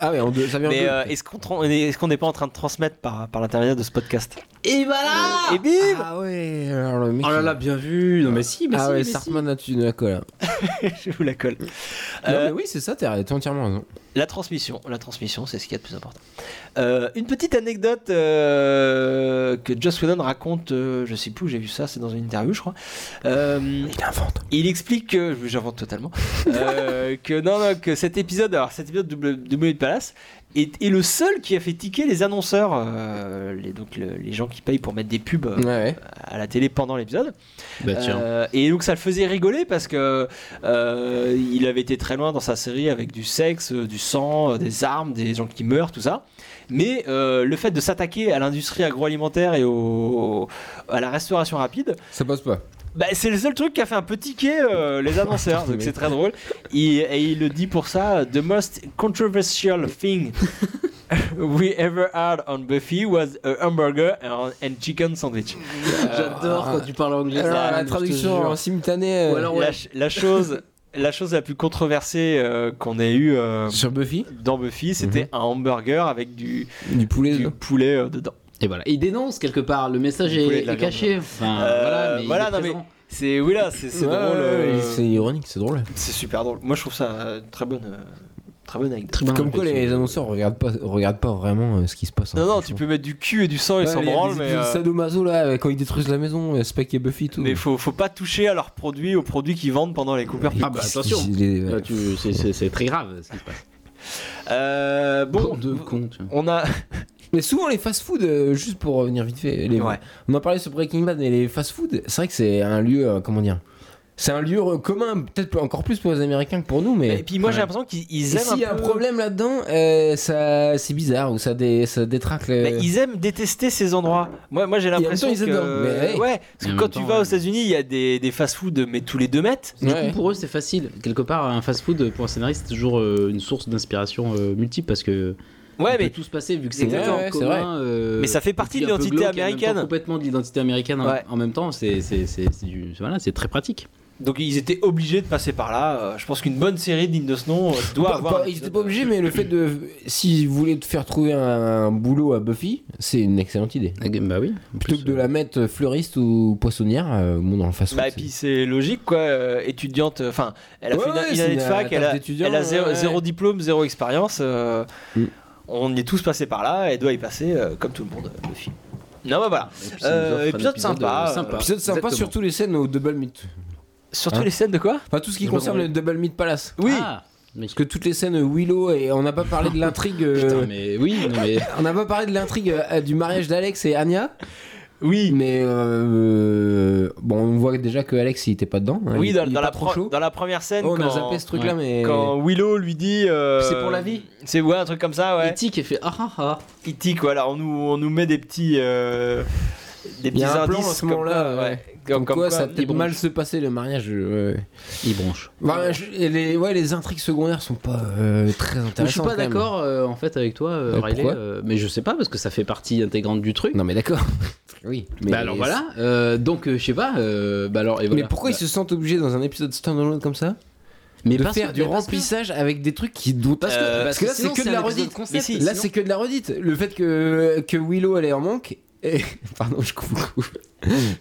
B: Ah ouais, en deux, ça vient en
A: Mais
B: deux.
A: euh, est-ce qu'on tra- est-ce qu'on n'est pas en train de transmettre par, par l'intérieur de ce podcast Eh
C: Et voilà
A: Et bim
B: Ah ouais, alors le mec.
C: Oh là là, bien vu. Non mais si, mais
B: ah
C: si,
B: ouais,
C: mais
B: Sartman a tué de la colle.
A: Je vous la colle.
B: Non,
A: Euh,
B: mais Ah. oui, c'est ça, t'as t'as entièrement raison.
A: La transmission, la transmission, c'est ce qu'il y a de plus important. Euh, une petite anecdote euh, que Joss Whedon raconte, euh, je sais plus où j'ai vu ça, c'est dans une interview, je crois. Euh,
B: Il invente.
A: il explique que j'invente totalement euh, que non, non, que cet épisode, alors cet épisode de W de Palace est, est le seul qui a fait tiquer les annonceurs, euh, les, donc le- les gens qui payent pour mettre des pubs euh,
B: Ouais, ouais.
A: à la télé pendant l'épisode.
C: si. Bah tiens.
A: Euh, et donc ça le faisait rigoler parce que euh, il avait été très loin dans sa série avec du sexe, euh, du sang, euh, des armes, des gens qui meurent, tout ça. Mais euh, le fait de s'attaquer à l'industrie agroalimentaire et au, à la restauration rapide,
B: Ça passe pas.
A: bah, c'est le seul truc qui a fait un peu tiquer euh, les annonceurs. donc c'est très drôle. Il- et il le dit pour ça, euh, the most controversial thing. We ever had on Buffy was a hamburger and, and chicken sandwich.
C: J'adore quand tu parles anglais.
B: Alors,
C: ça,
B: la
C: je te
B: traduction
C: jure.
B: en simultané euh,
C: Ou alors-
A: la,
C: ouais.
A: ch- la chose la chose la plus controversée euh, qu'on ait eu euh,
B: sur Buffy,
A: dans Buffy c'était
B: Mhm.
A: un hamburger avec du,
B: du poulet.
A: du
B: dedans.
A: poulet euh, dedans
C: Et voilà. Il dénonce quelque part. Le message
A: Vous voulez
C: est,
A: de la
C: est
A: viande.
C: caché. Enfin,
A: Euh,
C: voilà, mais il
A: voilà,
C: est
A: non,
C: présent.
A: c'est oui là c'est c'est
B: Ouais,
A: drôle
B: ouais,
A: euh,
B: ouais, C'est ironique, c'est drôle.
A: c'est super drôle moi je trouve ça euh, très bonne euh, très bonne anecdote
C: Très bonne
B: Comme quoi, les
C: réflexion.
B: annonceurs regardent pas, regardent pas vraiment euh, ce qui se passe. hein,
A: non non tu
B: franchement.
A: peux mettre du cul et du sang et
B: Ouais,
A: s'en
B: les-
A: branle
B: les
A: mais
B: épisodes
A: euh,
B: sadomaso là, euh, quand ils détruisent la maison, euh, Spike et Buffy, tout.
A: mais faut, faut pas toucher à leurs produits, aux produits qu'ils vendent pendant les coupures.
C: Ah bah
B: Ils-
C: attention.
B: ils- les-
C: Là, tu- c'est- C'est c'est très grave ce qui se passe.
A: Euh, bon,
C: Bande de cons, tu vois.
A: on a.
B: Mais souvent les fast-food, euh, juste pour revenir vite fait, les...
A: Ouais.
B: on en parlait sur Breaking Bad, mais les fast-food, c'est vrai que c'est un lieu, euh, comment dire, c'est un lieu euh, commun, peut-être pas- encore plus pour les Américains que pour nous, mais.
A: Et puis moi j'ai l'impression qu'ils ils
B: Et
A: aiment
B: s'il y a un
A: peu-
B: problème là-dedans, euh, ça, c'est bizarre ou ça, dé- ça détraque. Le...
A: Bah, ils aiment détester ces endroits. Moi, moi j'ai
B: euh, même
A: l'impression
B: temps,
A: que
B: ils adorent, mais, hey.
A: ouais, parce
C: Et en
A: que quand
C: même
A: tu
C: temps, euh,
A: vas aux
C: ouais.
A: États-Unis, il y a des, des fast-food mais tous les deux mètres.
C: Du
B: Ouais.
C: coup, pour eux, c'est facile. Quelque part, un fast-food pour un scénariste, c'est toujours euh, une source d'inspiration euh, multiple parce que
A: Ouais,
C: il
A: mais
C: peut tout se passer vu que c'est
A: Exactement,
C: en
B: ouais, c'est
C: commun,
B: vrai.
C: euh,
A: Mais ça fait partie
C: et puis
A: de
C: un peu
A: l'identité
C: glauque et en même temps
A: américaine.
C: Complètement de l'identité américaine. en-
A: Ouais.
C: En même temps, c'est c'est- c'est- c'est du- voilà, c'est très pratique.
A: donc ils étaient obligés de passer par là. Euh, Je pense qu'une bonne série digne de ce nom euh, doit
B: Pas-
A: avoir.
B: pas-
A: un
B: Bah, ils
A: épisode
B: étaient pas obligés, mais le fait de. S'ils voulaient te faire trouver un, un boulot à Buffy, c'est une excellente idée.
C: Bah oui.
B: Plutôt que de la mettre euh, fleuriste ou poissonnière, euh, bon, dans le fast-food.
A: euh, Bah, et
B: c'est-
A: puis c'est logique quoi, euh, étudiante, enfin, elle a
B: Ouais,
A: fait une-
B: ouais,
A: une,
B: c'est
A: année
B: une
A: de fac,
B: taf
A: elle a,
B: d'étudiant,
A: elle a zéro,
B: ouais.
A: zéro diplôme, zéro expérience. euh,
B: Mm.
A: On y est tous passés par là, elle doit y passer euh, comme tout le monde, euh, Buffy. Non, bah voilà.
C: Et puis, ça nous
A: Euh,
C: offre un
A: épisode
C: épisode,
A: sympa.
C: euh, sympa.
B: Épisode sympa,
C: Exactement.
B: surtout les scènes au Double Meat.
A: Surtout
B: Hein
A: les scènes de quoi
B: Enfin, tout ce qui
C: Je me
B: concerne le
C: rappelle.
B: Double Meat Palace.
A: Oui.
C: Ah, mais,
B: Parce que toutes les scènes euh, Willow et on n'a pas parlé de l'intrigue. euh,
C: putain, mais oui, non, mais
B: On n'a pas parlé de l'intrigue euh, du mariage d'Alex et Anya,
A: Oui.
B: mais euh, bon, on voit déjà que Alex il était pas dedans. hein,
A: Oui,
B: il-
A: dans,
B: il est
A: dans
B: pas
A: la
B: trop
A: pro-
B: chaud.
A: dans la première scène,
B: Oh, on
A: quand,
B: a zappé ce truc-là, mais
A: quand Willow lui dit. euh,
C: C'est pour la vie.
A: C'est ouais, un truc comme ça, ouais.
C: éthique et fait ah ah ah.
A: Il tique, voilà, on nous, on nous met des petits. euh, des
B: Il
A: petits
B: y a un plan
A: indices
B: à ce
A: comme
B: moment-là,
A: quoi,
B: ouais.
A: Comme,
B: comme,
A: comme
B: quoi,
A: quoi,
B: ça peut
A: il-
B: mal se passer le mariage. euh, ouais.
C: Il bronche.
B: Enfin, je- et les, ouais, les intrigues secondaires sont pas euh, très intéressantes.
C: Je suis pas
B: quand même.
C: d'accord euh, en fait avec toi, euh,
B: Euh,
C: Riley.
B: pourquoi
C: euh, mais je sais pas parce que ça fait partie intégrante du truc.
B: Non, mais d'accord. oui. Mais
C: bah alors voilà. euh, donc euh, je sais pas. euh, bah alors. et
B: Mais
C: voilà.
B: pourquoi ils se sentent obligés dans un épisode standalone comme ça
C: mais
B: de
C: parce
B: faire
C: que-
B: du
C: mais parce que-
B: remplissage avec des trucs qui doivent
C: Parce que,
A: Euh,
C: parce
B: parce que là, c'est
C: sinon,
B: que de
C: un
B: la
C: épisode
B: redite.
C: concept,
A: Mais si,
B: Là,
C: sinon-
B: c'est que de la redite. Le fait que, que Willow elle est en manque, Et, pardon, je coupe. coupe.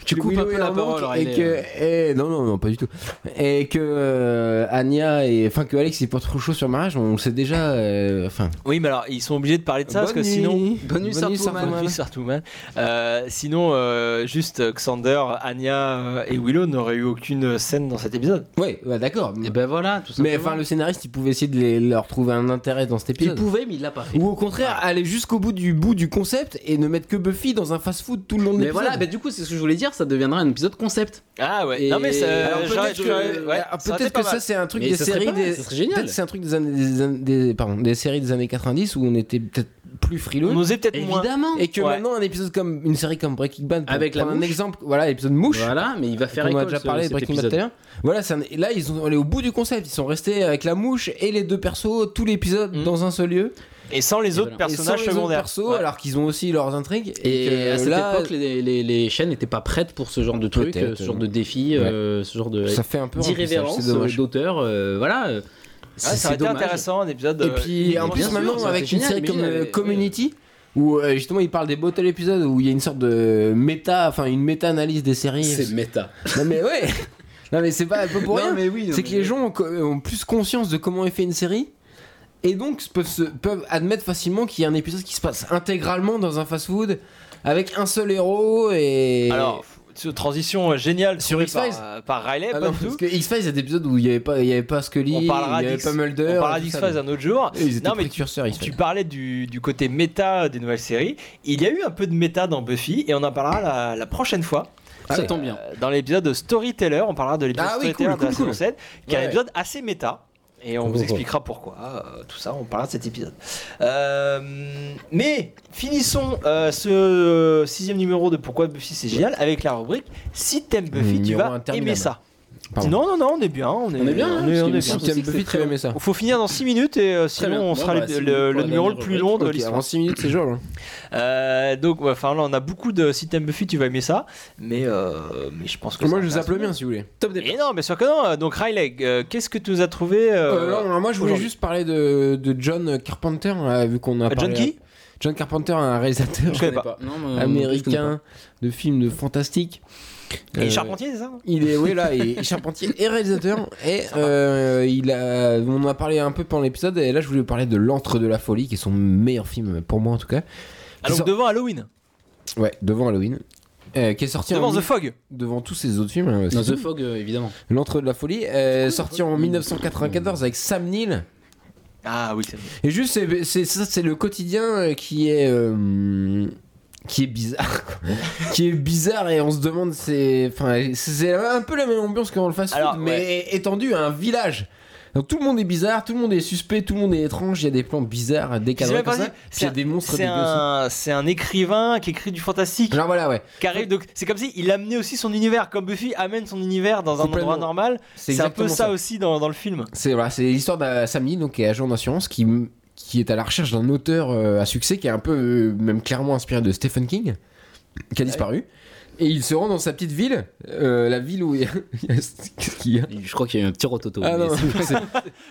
C: Tu
B: Que
C: coupes un
B: Willow
C: peu
B: et
C: la
B: Hank
C: parole,
B: Et
C: Riley,
B: que, et- non, non, non, pas du tout. Et que euh, Anya et. Enfin, que Alex, il est pas trop chaud sur le mariage, on le sait déjà. euh, Enfin.
A: Oui, mais alors ils sont obligés de parler de ça parce que
B: Bonne nuit.
A: sinon.
C: Bonne nuit, Sartouman.
A: Bonne nuit, Sartouman. Euh, sinon, euh, juste euh, Xander, Anya euh, et Willow n'auraient eu aucune scène dans cet épisode.
B: Ouais, bah, d'accord.
C: Et ben voilà, tout
B: Mais
C: simplement.
B: enfin, le scénariste, il pouvait essayer de les- leur trouver un intérêt dans cet
C: il
B: épisode.
C: pouvait, mais il l'a pas fait.
B: Ou au contraire, aller jusqu'au bout du bout du concept et ne mettre que Buffy dans un fast-food tout le long de
C: Mais
B: l'épisode.
C: voilà, bah du coup, c'est ce que je voulais dire, ça deviendra un épisode concept.
A: Ah ouais.
C: Et-
A: Non mais ça-
C: Alors,
A: j'aurais-
B: euh, peut-être
A: j'aurais-
B: que,
A: ouais, ça
B: alors,
A: aurait
B: peut-être
A: été
B: que
A: pas
B: ça
A: mal.
B: c'est un truc
C: Mais
B: des
C: ça serait
B: séries
C: pas mal,
B: des
C: ça serait génial.
B: peut-être que c'est un truc des années, des années- des- pardon, des séries des années 90 où on était peut-être plus frileux
A: on osait peut-être moins.
C: Évidemment.
B: et que
A: Ouais.
B: maintenant un épisode comme une série comme Breaking Bad pour
C: Avec la
B: prendre un
C: mouche.
B: exemple voilà l'épisode mouche
C: Voilà, mais il va faire
B: on
C: école,
B: a déjà
C: ce-
B: parlé de
C: cet
B: Breaking Bad
C: épisode.
B: tout à l'heure. Voilà, ça- et là ils sont allés au bout du concept, ils sont restés avec la mouche et les deux persos tout l'épisode
C: Hmm.
A: Mm.
B: dans un seul lieu.
A: Et sans les
C: Et
A: autres
C: voilà.
B: Et sans
A: personnages
B: les autres
A: secondaires.
B: persos,
A: Ouais.
B: alors qu'ils ont aussi leurs intrigues.
C: Et,
B: que
C: à cette
B: là,
C: époque, les, les- les chaînes n'étaient pas prêtes pour ce genre de truc,
B: Peut-être,
C: euh, ce genre de défi,
B: ouais.
C: euh, ce genre de
B: ça fait un peu remplissage,
C: d'irrévérence
B: c'est dommage.
C: euh, d'auteur. euh, voilà, euh,
A: Ouais,
C: c'est
A: Ah, ça aurait
C: c'est
A: été
C: dommage.
A: intéressant un épisode.
B: Et
A: euh,
B: puis en
A: bien
B: plus
A: sûr,
B: maintenant
A: ça aurait
B: avec
A: été
B: une
A: génial.
B: série comme
C: génial,
B: euh,
C: mais-
B: Community où euh, justement ils parlent des beaux épisodes où il y a une sorte de méta, enfin une méta-analyse des séries.
C: C'est méta.
B: Non mais ouais, non mais c'est pas, pas pour rien.
C: mais oui.
B: C'est que les gens ont, co- ont plus conscience de comment est fait une série et donc se- peuvent, se- peuvent admettre facilement qu'il y a un épisode qui se passe intégralement dans un fast-food avec un seul héros et
A: Alors, f- transition euh, géniale
B: Sur
A: trouvée
B: X-Files.
A: par, euh, par Riley,
B: Ah
A: pas
B: non,
A: du
B: parce
A: tout.
B: que X-Files, il y a des épisodes où il n'y avait pas, il y avait pas Scully,
A: On
B: il y
A: parlera
B: avait
A: d'X-
B: pas Mulder.
A: On parlera
B: et tout ça,
A: d'X-Files
B: donc.
A: un autre jour.
B: Et Ils étaient
A: Non, mais
B: précurseurs, euh, X-Files.
A: Tu parlais du, du côté méta des nouvelles séries. Il y a eu un peu de méta dans Buffy et on en parlera la, la prochaine fois.
C: Ça
B: Ouais.
C: tombe bien.
A: Euh, Dans l'épisode Storyteller, on parlera de l'épisode
B: Ah oui,
A: Storyteller
B: cool,
A: de la
B: cool,
A: saison
B: cool.
A: 7, qui est un
B: Ouais.
A: épisode assez méta. Et on
B: Oh,
A: vous
B: oh.
A: expliquera pourquoi, euh, tout ça, on parlera de cet épisode. Euh, mais finissons euh, ce sixième numéro de Pourquoi Buffy c'est génial avec la rubrique Si t'aimes Buffy, tu
B: Numéro
A: vas
B: interminable.
A: aimer ça.
B: Pardon.
A: Non, non, non, on est bien. On est,
C: On est bien, hein,
A: on est, on est
C: parce qu'il me
A: bien.
C: semble-
B: Si t'aimes
C: c'est
B: Buffy,
C: très
B: tu vas
C: bon.
B: aimer ça.
A: Faut finir dans 6 minutes et euh, sinon
C: bien.
A: on
C: Bon,
A: sera
C: bah,
A: le-
C: c'est
A: le,
C: pour
A: le
C: la
A: numéro le
C: dernière
A: plus
C: rubrique. hein.
A: long de
B: Ok,
A: l'histoire.
B: en 6 minutes, c'est jouable. hein.
A: Euh, donc, ouais, enfin, là, on a beaucoup de si t'aimes Buffy, tu vas aimer ça. Mais, euh, mais je pense que. ça
B: Moi, je vous
A: intéresse-
B: appelle le mien si vous voulez.
C: Top des.
A: Et non, bien sûr que non. Donc, Riley, euh, qu'est-ce que tu nous as trouvé euh,
B: Euh, non, non, moi, je voulais
A: aujourd'hui. Euh,
B: juste parler de, de John Carpenter, là, vu qu'on a
A: John
B: parlé.
A: qui
B: John Carpenter, un réalisateur
A: Je connais pas.
C: Non, mais-
B: américain de films de fantastique.
A: Et
B: Euh,
A: Charpentier, c'est ça
B: Il est, oui, là, il est charpentier et réalisateur. Et euh, il a, on en a parlé un peu pendant l'épisode. Et là, je voulais vous parler de L'Antre de la Folie, qui est son meilleur film, pour moi en tout cas.
A: Ah, donc,
B: sort-
A: devant Halloween,
B: Ouais, devant Halloween. Euh, qui est sorti
A: devant
B: en
A: The Fog.
B: devant tous ses autres films. hein,
C: Dans
B: c'est
C: The
B: tout.
C: Fog, euh, évidemment.
B: L'Antre de la Folie, euh, sorti en 1994 avec Sam Neill.
A: Ah oui, c'est vrai.
B: Et juste, c'est- c'est ça, c'est le quotidien euh, qui est. euh, qui est bizarre, quoi. qui est bizarre et on se demande c'est, enfin c'est un peu la même ambiance que dans le fast-food,
A: Alors,
B: mais étendue à un village. Donc tout le monde est bizarre, tout le monde est suspect, tout le monde est étrange. Il y a des plans bizarres, décalés
A: même
B: comme
A: pas
B: ça.
A: dit,
B: Puis
A: c'est
B: il y a
A: un-
B: des monstres.
A: C'est
B: dégueux aussi.
A: un, c'est un écrivain qui écrit du fantastique.
B: Alors voilà ouais,
A: qui arrive de- C'est comme si il amenait aussi son univers, comme Buffy amène son univers dans un endroit
B: Complètement.
A: normal. C'est un peu
B: exactement
A: ça aussi dans, dans le film.
B: C'est voilà, c'est l'histoire d'un Sammy, donc qui est agent d'assurance, qui, qui est à la recherche d'un auteur euh, à succès qui est un peu, euh, même clairement inspiré de Stephen King, qui a disparu. Et il se rend dans sa petite ville, euh, la ville où il y a. Qu'est-ce qu'il y a
C: Je crois qu'il y a eu un petit rototo.
B: Ah
C: mais
B: non,
C: c'est-
B: c'est-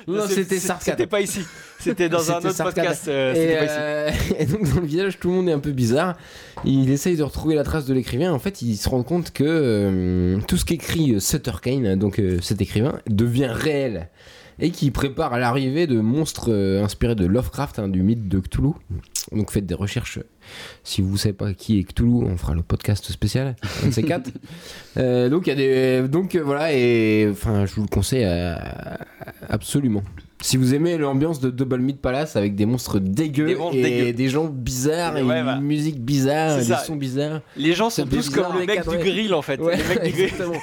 B: non,
A: C'est-
B: c'était
A: c'est-
B: Sarkat.
A: C'était pas ici. C'était dans un
B: C'était
A: autre
B: Sarkat.
A: podcast. euh,
B: Et,
A: c'était pas ici.
B: euh, et donc dans le village, tout le monde est un peu bizarre. Il essaye de retrouver la trace de l'écrivain. En fait, il se rend compte que euh, tout ce qu'écrit euh, Sutter Kane, donc euh, cet écrivain, devient réel et qui prépare à l'arrivée de monstres euh, inspirés de Lovecraft, hein, du mythe de Cthulhu. Donc faites des recherches. Si vous savez pas qui est Cthulhu, on fera le podcast spécial. un de ces quatre. Euh, donc il y a des, donc euh, voilà et enfin je vous le conseille euh, absolument. Si vous aimez l'ambiance de Double Meat Palace avec des monstres dégueux
A: Des monstres
B: et
A: dégueux.
B: des gens bizarres
A: Ouais,
B: et
A: voilà.
B: une musique bizarre
A: C'est
B: et
A: ça.
B: des sons bizarres.
A: Les gens sont
B: C'est
A: tous
B: bizarre,
A: comme le mec du
B: cadré.
A: grill en fait.
B: Ouais,
A: le mec du grill.
B: exactement.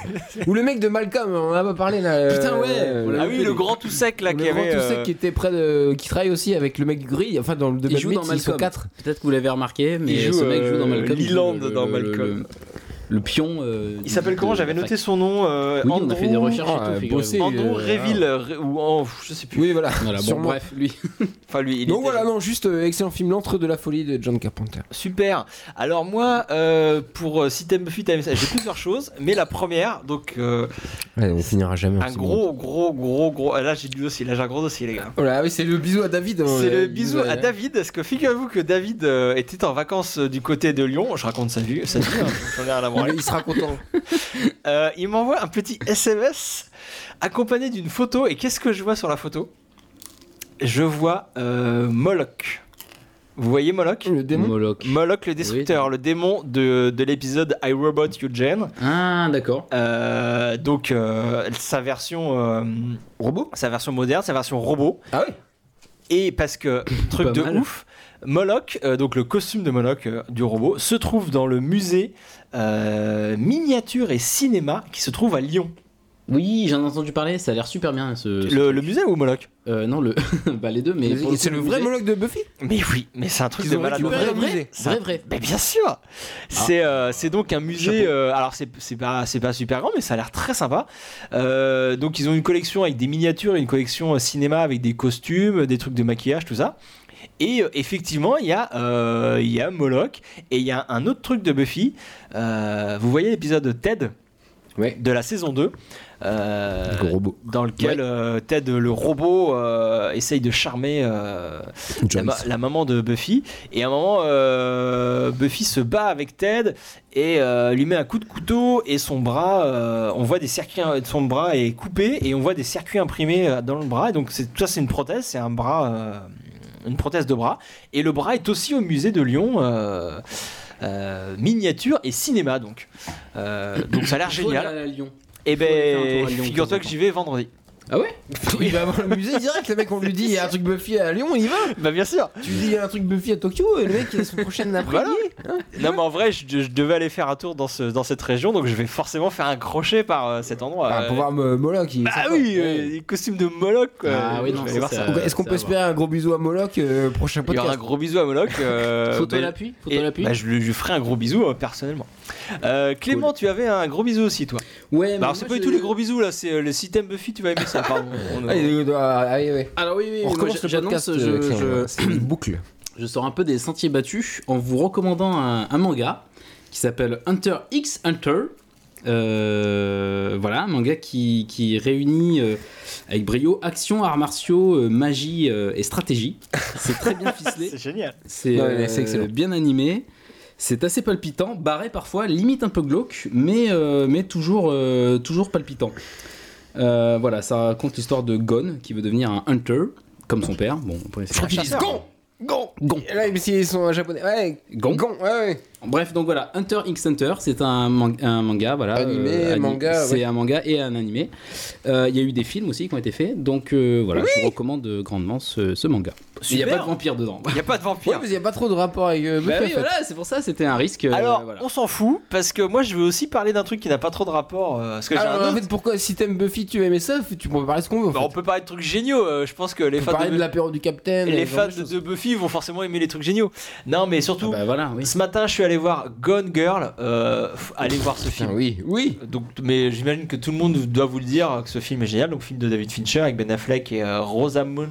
B: Ou le mec de Malcolm, on en a pas parlé là.
C: Putain, ouais,
B: euh,
C: on l'a
A: Ah oui, le grand tout sec là
B: le
A: qui
B: grand
A: avait.
B: tout
A: euh,
B: sec qui était près de qui travaille aussi avec le mec du grill, enfin dans le Double
C: joue
B: Meat,
C: dans
B: ils sont
C: Malcolm.
B: quatre.
C: Peut-être que vous l'avez remarqué, mais
A: joue,
C: ce mec joue
A: euh,
C: dans Malcolm. il joue
A: Leland
C: le-
A: dans
C: le- le-
A: Malcolm.
C: Le, le pion. euh,
A: Il
C: du-
A: s'appelle
C: de-
A: comment J'avais
C: de la
A: noté
C: fac.
A: son nom. euh,
C: Oui, on
A: Andrew-
C: a fait des recherches
B: Ah,
C: et tout. figurez-vous.
B: bosser.
A: Andrew
B: euh,
A: Reville, euh, ou en- je sais plus.
B: Oui, voilà.
C: Voilà, bon,
B: Sûrement.
C: bref, lui.
A: Enfin, lui, il
B: Donc
A: était-
B: voilà, non, juste euh, excellent film, L'Entre de la folie de John Carpenter.
A: Super. Alors moi, euh, pour euh, si t'aimes Buffy, t'aimes ça, j'ai plusieurs choses, mais la première, donc euh,
B: on finira jamais
A: un gros, gros, gros, gros. ah, Là, j'ai du dossier. Là, j'ai un gros dossier, les gars.
B: Oh là, oui, c'est le bisou à David. hein,
A: C'est le bisou à David, parce que figurez-vous que David euh, était en vacances euh, du côté de Lyon. Je raconte sa vie, sa vie. hein, j'en ai rien à voir.
B: Il sera content.
A: Euh, il m'envoie un petit SMS accompagné d'une photo. Et qu'est-ce que je vois sur la photo Je vois euh, Moloch. Vous voyez Moloch
B: Le démon.
C: Moloch.
A: Moloch le destructeur, le démon de, de l'épisode I Robot Eugene.
C: Ah, d'accord.
A: Euh, donc euh, sa version euh,
B: Robot
A: sa version moderne, sa version robot.
B: Ah ouais
A: Et parce que truc
C: Pas
A: de
C: mal.
A: ouf, Moloch, euh, donc le costume de Moloch euh, du robot, se trouve dans le musée euh, miniature et cinéma qui se trouve à Lyon.
C: Oui, j'en ai entendu parler, ça a l'air super bien ce. ce-
A: Le, le musée ou Moloch
C: Euh, non, le. bah, les deux, mais. pour
B: C'est
C: coup,
B: le vrai
C: musée-
B: monologue de Buffy
A: Mais oui, mais c'est un truc
B: Ils
A: de
B: ont
A: malade.
B: récupéré
A: Vrai,
B: le
A: vrai,
B: musée.
A: c'est
C: Vrai,
A: un-
C: vrai.
A: Mais bien sûr C'est euh, c'est donc un musée. euh, alors, c'est c'est pas, c'est pas super grand, mais ça a l'air très sympa. Euh, donc, ils ont une collection avec des miniatures, et une collection euh, cinéma avec des costumes, des trucs de maquillage, tout ça. Et euh, effectivement, il y, a, euh, il y a Moloch et il y a un autre truc de Buffy. Euh, vous voyez l'épisode Ted
B: Ouais.
A: de la saison 2 euh,
B: Le robot.
A: dans lequel euh, Ted, le robot, euh, essaye de charmer euh,
B: Ah
A: la,
B: bah,
A: ma- la maman de Buffy. Et à un moment, euh, Buffy se bat avec Ted et euh, lui met un coup de couteau et son bras, euh, on voit des circuits, son bras est coupé et on voit des circuits imprimés euh, dans le bras. Et donc c'est- tout ça, c'est une prothèse, c'est un bras, euh, une prothèse de bras. Et le bras est aussi au musée de Lyon. euh, euh, miniature et cinéma donc Euh, donc ça a l'air
C: Faut
A: génial
C: aller à Lyon.
A: et
C: aller faire un
A: ben
C: tour à Lyon,
A: figure-toi
C: de temps en
A: que j'y vais vendredi
C: Ah ouais
B: Il va voir le musée direct, le mec, on lui dit il y a un truc Buffy à Lyon, il y va
A: bah bien sûr
B: Tu lui dis il y a un truc Buffy à Tokyo, et le mec, il a son prochain après
A: Non, mais en vrai, je, je devais aller faire un tour dans, ce, dans cette région, donc je vais forcément faire un crochet par euh, cet endroit.
B: Bah,
A: Euh,
B: Pour voir me- Moloch. il est
A: bah
B: sympa.
A: oui,
B: Ouais.
A: euh, les costumes de Moloch. quoi.
C: Ah oui,
A: Je
C: non,
A: vais
C: ça,
A: voir
C: c'est
A: ça.
C: euh,
B: Est-ce qu'on
C: ça
B: peut
C: va.
B: espérer un gros bisou à Moloch euh, prochain
A: Il y aura un
B: podcast
A: gros bisou à Moloch. euh,
C: Photo à
A: ben,
C: l'appui Photo
A: et-
C: à l'appui
A: bah, je, lui- je lui ferai un gros bisou euh, personnellement. Euh, Clément, tu avais un gros bisou aussi, toi.
C: Ouais,
A: Bah, alors, c'est pas du tout les gros bisous là, c'est euh, le système Buffy, tu vas aimer ça. Pardon, on- on-
B: Ah, il doit- ah, oui, oui.
C: Alors oui, oui,
B: On
C: oui, moi,
B: recommence le
C: j'annonce,
B: podcast.
C: je,
B: euh, Clément,
C: je-
B: voilà, C'est une boucle.
C: je sors un peu des sentiers battus en vous recommandant un, un manga qui s'appelle Hunter X Hunter. Euh, voilà, un manga qui, qui réunit euh, avec brio action, arts martiaux, euh, magie euh, et stratégie. C'est très bien ficelé.
A: C'est génial.
C: C'est
B: Ouais,
C: euh,
B: c'est excellent.
C: bien animé. C'est assez palpitant, barré parfois, limite un peu glauque, mais, euh, mais toujours, euh, toujours palpitant. Euh, voilà, ça raconte l'histoire de Gon qui veut devenir un hunter, comme son père. Bon, après, c'est-
A: crois qu'il dit Gon
B: Gon
C: Gon.
B: Là, mais s'ils sont japonais. Ouais,
C: Gon.
B: Gon, ouais, ouais.
C: Bref, donc voilà, Hunter x Hunter, c'est un, man- un manga, voilà. euh,
B: Animé, manga,
C: C'est
B: ouais.
C: un manga et un animé. Euh, Il y a eu des films aussi qui ont été faits, donc euh, voilà, je vous recommande euh, grandement ce, ce manga. Il n'y
A: Super.
C: a
A: Bah
C: pas de vampire dedans.
A: Il n'y a pas de
B: Ouais,
A: vampire.
B: mais il n'y a pas trop de rapport avec euh,
C: Bah
B: Buffy, en
C: oui,
B: fait.
C: voilà, c'est pour ça, c'était un risque. euh,
A: Alors,
C: voilà.
A: on s'en fout, parce que moi je veux aussi parler d'un truc qui n'a pas trop de rapport. euh, parce que j'ai un
B: Alors, Ah, en
A: autre-
B: fait, pourquoi si t'aimes Buffy, tu aimes ça Tu pourrais parler ce qu'on veut. En
A: Bah, on
B: fait.
A: peut parler de trucs géniaux. euh, je pense que les
B: On peut
A: fans
B: parler
A: de,
B: de l'apéro du capitaine.
A: les
B: ce genre
A: fans
B: de
A: de,
B: choses.
A: Buffy vont forcément aimer les trucs géniaux. Non, mais
C: Ah
A: surtout,
C: bah voilà, oui.
A: ce matin, je suis allé voir Gone Girl. euh, f- allez voir ce
B: Putain,
A: film.
B: oui, oui.
A: Donc, mais j'imagine que tout le monde doit vous le dire que ce film est génial. Donc, film de David Fincher avec Ben Affleck et euh, Rosamund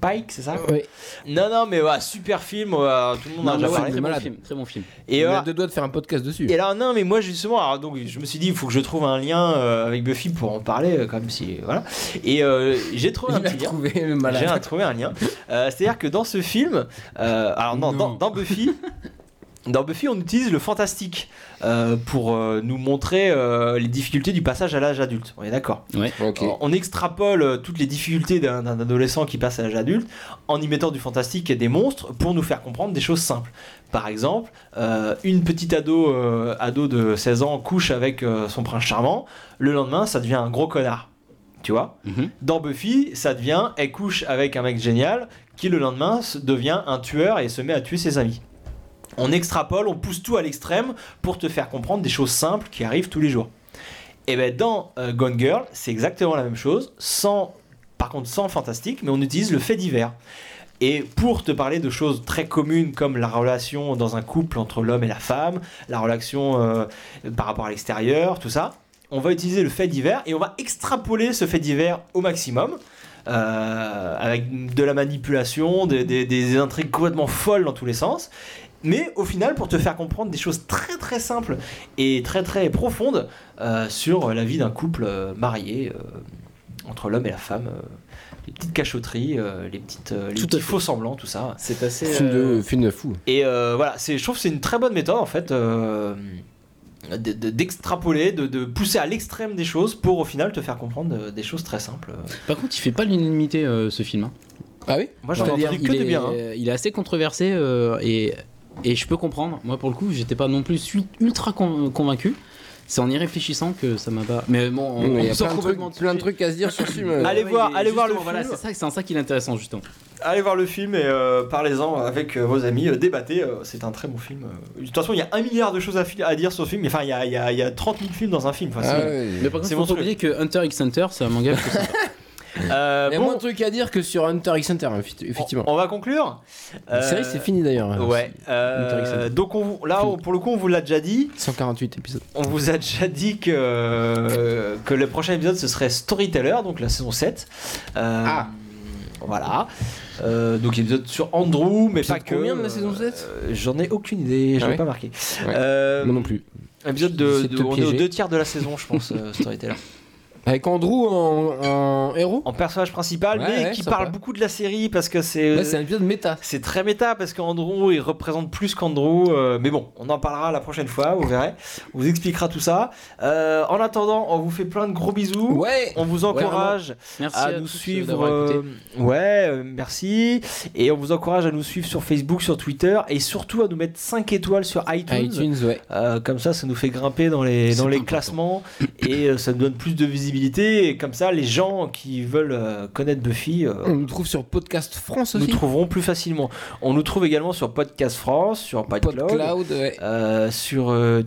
A: Pike, c'est ça
B: Ouais.
A: Non, non, mais ouais, super film. ouais, euh, tout le monde en a
C: Ah Non,
A: déjà
C: mais ouais,
A: parlé.
C: très, bon
B: malade.
C: film, très bon film.
A: Et,
B: on
A: euh,
B: a deux doigts de faire un podcast dessus.
A: et alors, non, mais moi justement, alors, donc, je me suis dit, il faut que je trouve un lien euh, avec Buffy pour en parler, euh, comme si. Voilà. Et euh, j'ai trouvé un
B: Il a
A: petit lien.
B: trouvé le
A: J'ai un-
B: malade.
A: trouvé un lien. Euh, C'est-à-dire que dans ce film, euh, alors non,
C: Non.
A: Dans, dans Buffy. Dans Buffy, on utilise le fantastique euh, pour euh, nous montrer euh, les difficultés du passage à l'âge adulte. On est d'accord.
B: Ok.
A: Alors, On extrapole euh, toutes les difficultés d'un d'un adolescent qui passe à l'âge adulte en y mettant du fantastique et des monstres pour nous faire comprendre des choses simples. Par exemple, euh, une petite ado, euh, ado de 16 ans couche avec euh, son prince charmant. Le lendemain, ça devient un gros connard. Tu vois
C: Mhm.
A: dans Buffy, ça devient elle couche avec un mec génial qui le lendemain se- devient un tueur et se met à tuer ses amis. On extrapole, on pousse tout à l'extrême pour te faire comprendre des choses simples Eh qui arrivent tous les jours. Et ben dans euh, Gone Girl, c'est exactement la même chose, sans par contre sans fantastique, mais on utilise le fait divers. Et pour te parler de choses très communes comme la relation dans un couple entre l'homme et la femme, la relation euh, par rapport à l'extérieur, tout ça, on va utiliser le fait divers et on va extrapoler ce fait divers au maximum. euh, avec de la manipulation, des, des- des intrigues complètement folles dans tous les sens. Mais au final, pour te faire comprendre des choses très très simples et très très profondes euh, sur la vie d'un couple euh, marié euh, entre l'homme et la femme, euh, les petites cachotteries, euh, les petites euh, les
C: Tout à
A: petits
C: fait.
A: faux semblants, tout ça.
C: C'est assez.
B: Film
C: euh,
B: de, film de fou.
A: Et euh, voilà, c'est, je trouve que c'est une très bonne méthode en fait. euh, de- de- d'extrapoler, de, de pousser à l'extrême des choses pour au final te faire comprendre euh, des choses très simples.
C: Par contre, il fait pas l'unanimité euh, ce film. hein.
B: Ah oui
A: Moi j'en ai
C: C'est-à-dire,
A: entendu
C: il
A: que
C: est,
A: du bien. hein.
C: euh, Il est assez controversé euh, et, et je peux comprendre. Moi, pour le coup, j'étais pas non plus su- ultra con- convaincu. C'est en y réfléchissant que ça m'a pas. Mais bon, on,
B: Il y
C: on
B: a
C: sort
B: plein de,
C: complètement
B: trucs,
C: de
B: plein de
C: sujet.
B: trucs à se dire sur ce film.
C: Euh,
A: Allez
C: ouais,
A: voir-
C: il est
A: allez voir le
C: justement, voilà,
A: film.
C: c'est ça, c'est en ça qu'il est intéressant justement.
A: Allez voir le film et euh, parlez-en avec euh, vos amis, euh, débattez, euh, c'est un très bon film. euh. De toute façon, il y a un milliard de choses à, fi- à dire sur ce film, enfin, il y a, il y a- il y a 30 000 films dans un film. enfin,
B: Ah
A: c'est-
B: ouais.
C: Mais par
A: C'est mon
C: contre, faut
A: truc.
C: pas oublier que Hunter x Hunter, c'est un manga. que-
A: Euh,
B: Il y a
A: bon,
B: moins de trucs à dire que sur Hunter x Hunter, effi- effectivement.
A: on, on va conclure.
B: La série, c'est fini d'ailleurs. hein.
A: Euh, Ouais. euh,
B: Hunter x Hunter.
A: donc on vous- là, on- pour le coup, on vous l'a déjà dit.
B: 148 épisodes.
A: On vous a déjà dit que, euh, que le prochain épisode ce serait Storyteller, donc la saison 7. Euh,
C: Ah.
A: Voilà. Euh, donc épisode sur Andrew, mais
B: Épisode
A: pas que.
B: combien de la saison 7?
A: Euh, J'en ai aucune idée, je
B: Ah
A: l'ai
B: ouais
A: pas marqué.
B: Ouais.
A: Euh,
B: Moi non plus.
A: Épisode de,
B: J'essaie de
A: de-
B: te
A: on est aux
B: piéger.
A: deux tiers de la saison, je pense, euh, Storyteller.
B: Avec Andrew en, en héros
A: En personnage principal,
B: Ouais,
A: mais
B: ouais,
A: qui
B: sympa.
A: parle beaucoup de la série parce que c'est.
B: Là, c'est un épisode méta.
A: C'est très méta parce qu'Andrew il représente plus qu'Andrew, euh, mais bon, on en parlera la prochaine fois, vous verrez. On vous expliquera tout ça. Euh, en attendant, on vous fait plein de gros bisous.
B: Ouais
A: On vous encourage
C: Merci
A: à nous
C: tous, euh,
A: suivre.
C: d'avoir écouté.
A: euh, ouais, euh, merci. Et on vous encourage à nous suivre sur Facebook, sur Twitter et surtout à nous mettre 5 étoiles sur iTunes.
B: Ah, iTunes, ouais.
A: Euh, comme ça, ça nous fait grimper dans les,
C: C'est
A: dans les
C: important.
A: classements et euh, ça nous donne plus de visibilité. Et comme ça, les gens qui veulent euh, connaître Buffy. euh,
B: On nous trouve sur Podcast France
A: nous
B: aussi.
A: trouverons plus facilement. On nous trouve également sur Podcast France, sur PodCloud,
B: PodCloud, ouais.
A: euh, sur euh,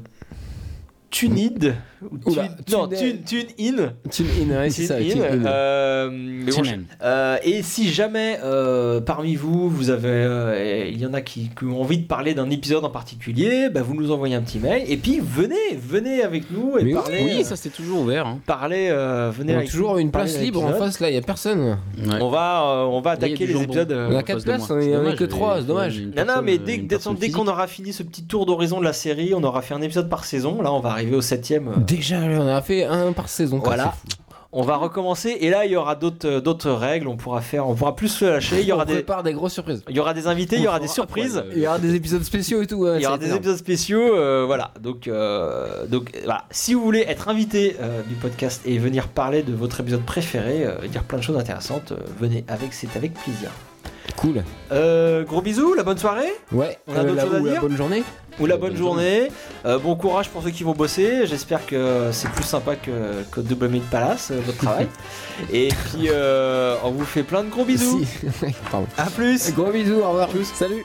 A: Tunid, ou Tune-
B: Oula,
A: non,
B: Tune-
A: Tune- TuneIn,
B: TuneIn, ouais, c'est ça.
A: TuneIn,
B: TuneIn.
A: euh, mais bon,
C: Tiens,
A: euh, et si jamais euh, parmi vous, vous avez, euh, il y en a qui, qui ont envie de parler d'un épisode en particulier, bah, vous nous envoyez un petit mail et puis venez, venez avec nous et
B: Mais oui,
A: parlez.
C: Oui,
A: euh,
C: ça c'est toujours ouvert. hein.
A: parlez, euh, venez
B: On a
A: avec
B: toujours
A: nous,
B: une
A: parlez
B: place
A: d'un
B: libre en
A: épisode.
B: face, là, il n'y a personne.
A: On va, euh, on va
C: Il y a
A: attaquer
C: du
A: les
C: jambon.
A: épisodes. euh,
B: On a
C: en
B: quatre
C: face de
B: places, hein,
C: moi.
B: on est- on
C: C'est
B: est
C: dommage,
B: que
C: il y a-
B: trois,
C: il y a
B: c'est dommage.
C: une
A: Non, non,
C: personne,
A: mais
C: euh,
A: dès,
C: une
A: dès-
C: personne
A: dès qu'on
C: physique.
A: aura fini ce petit tour d'horizon de la série, on aura fait un épisode par saison. Là, on va arriver au septième. euh,
B: Déjà, là, on a fait un par saison. quoi,
A: Voilà.
B: c'est fou.
A: On va recommencer. Et là, il y aura d'autres euh, d'autres règles. On pourra faire, on pourra plus se lâcher. Il y
B: On
A: aura des,
B: prépare des grosses surprises.
A: il y aura des invités, il y aura
C: On
A: des
C: fera-
A: surprises.
C: ouais,
B: Il y aura des épisodes spéciaux et tout. ouais,
A: Il y aura
B: c'est
A: des
B: énorme.
A: épisodes spéciaux, euh, voilà. Donc, euh, donc euh, voilà. Si vous voulez être invité euh, du podcast et venir parler de votre épisode préféré, euh, et dire plein de choses intéressantes, euh, venez avec, c'est avec plaisir.
B: Cool.
A: Euh, gros bisous, la bonne soirée.
B: Ouais, Euh,
A: On a d'autres
B: la-
A: choses à
B: ou la
A: dire
B: bonne journée.
A: ou la
C: Euh,
A: bonne
C: bonne
A: journée. Euh, bon courage pour ceux qui vont bosser. J'espère que c'est plus sympa que, que Double Meat Palace, euh, votre travail. Et puis, euh, on vous fait plein de gros bisous.
B: Si. Pardon.
A: À plus.
B: Gros bisous, au revoir. Salut.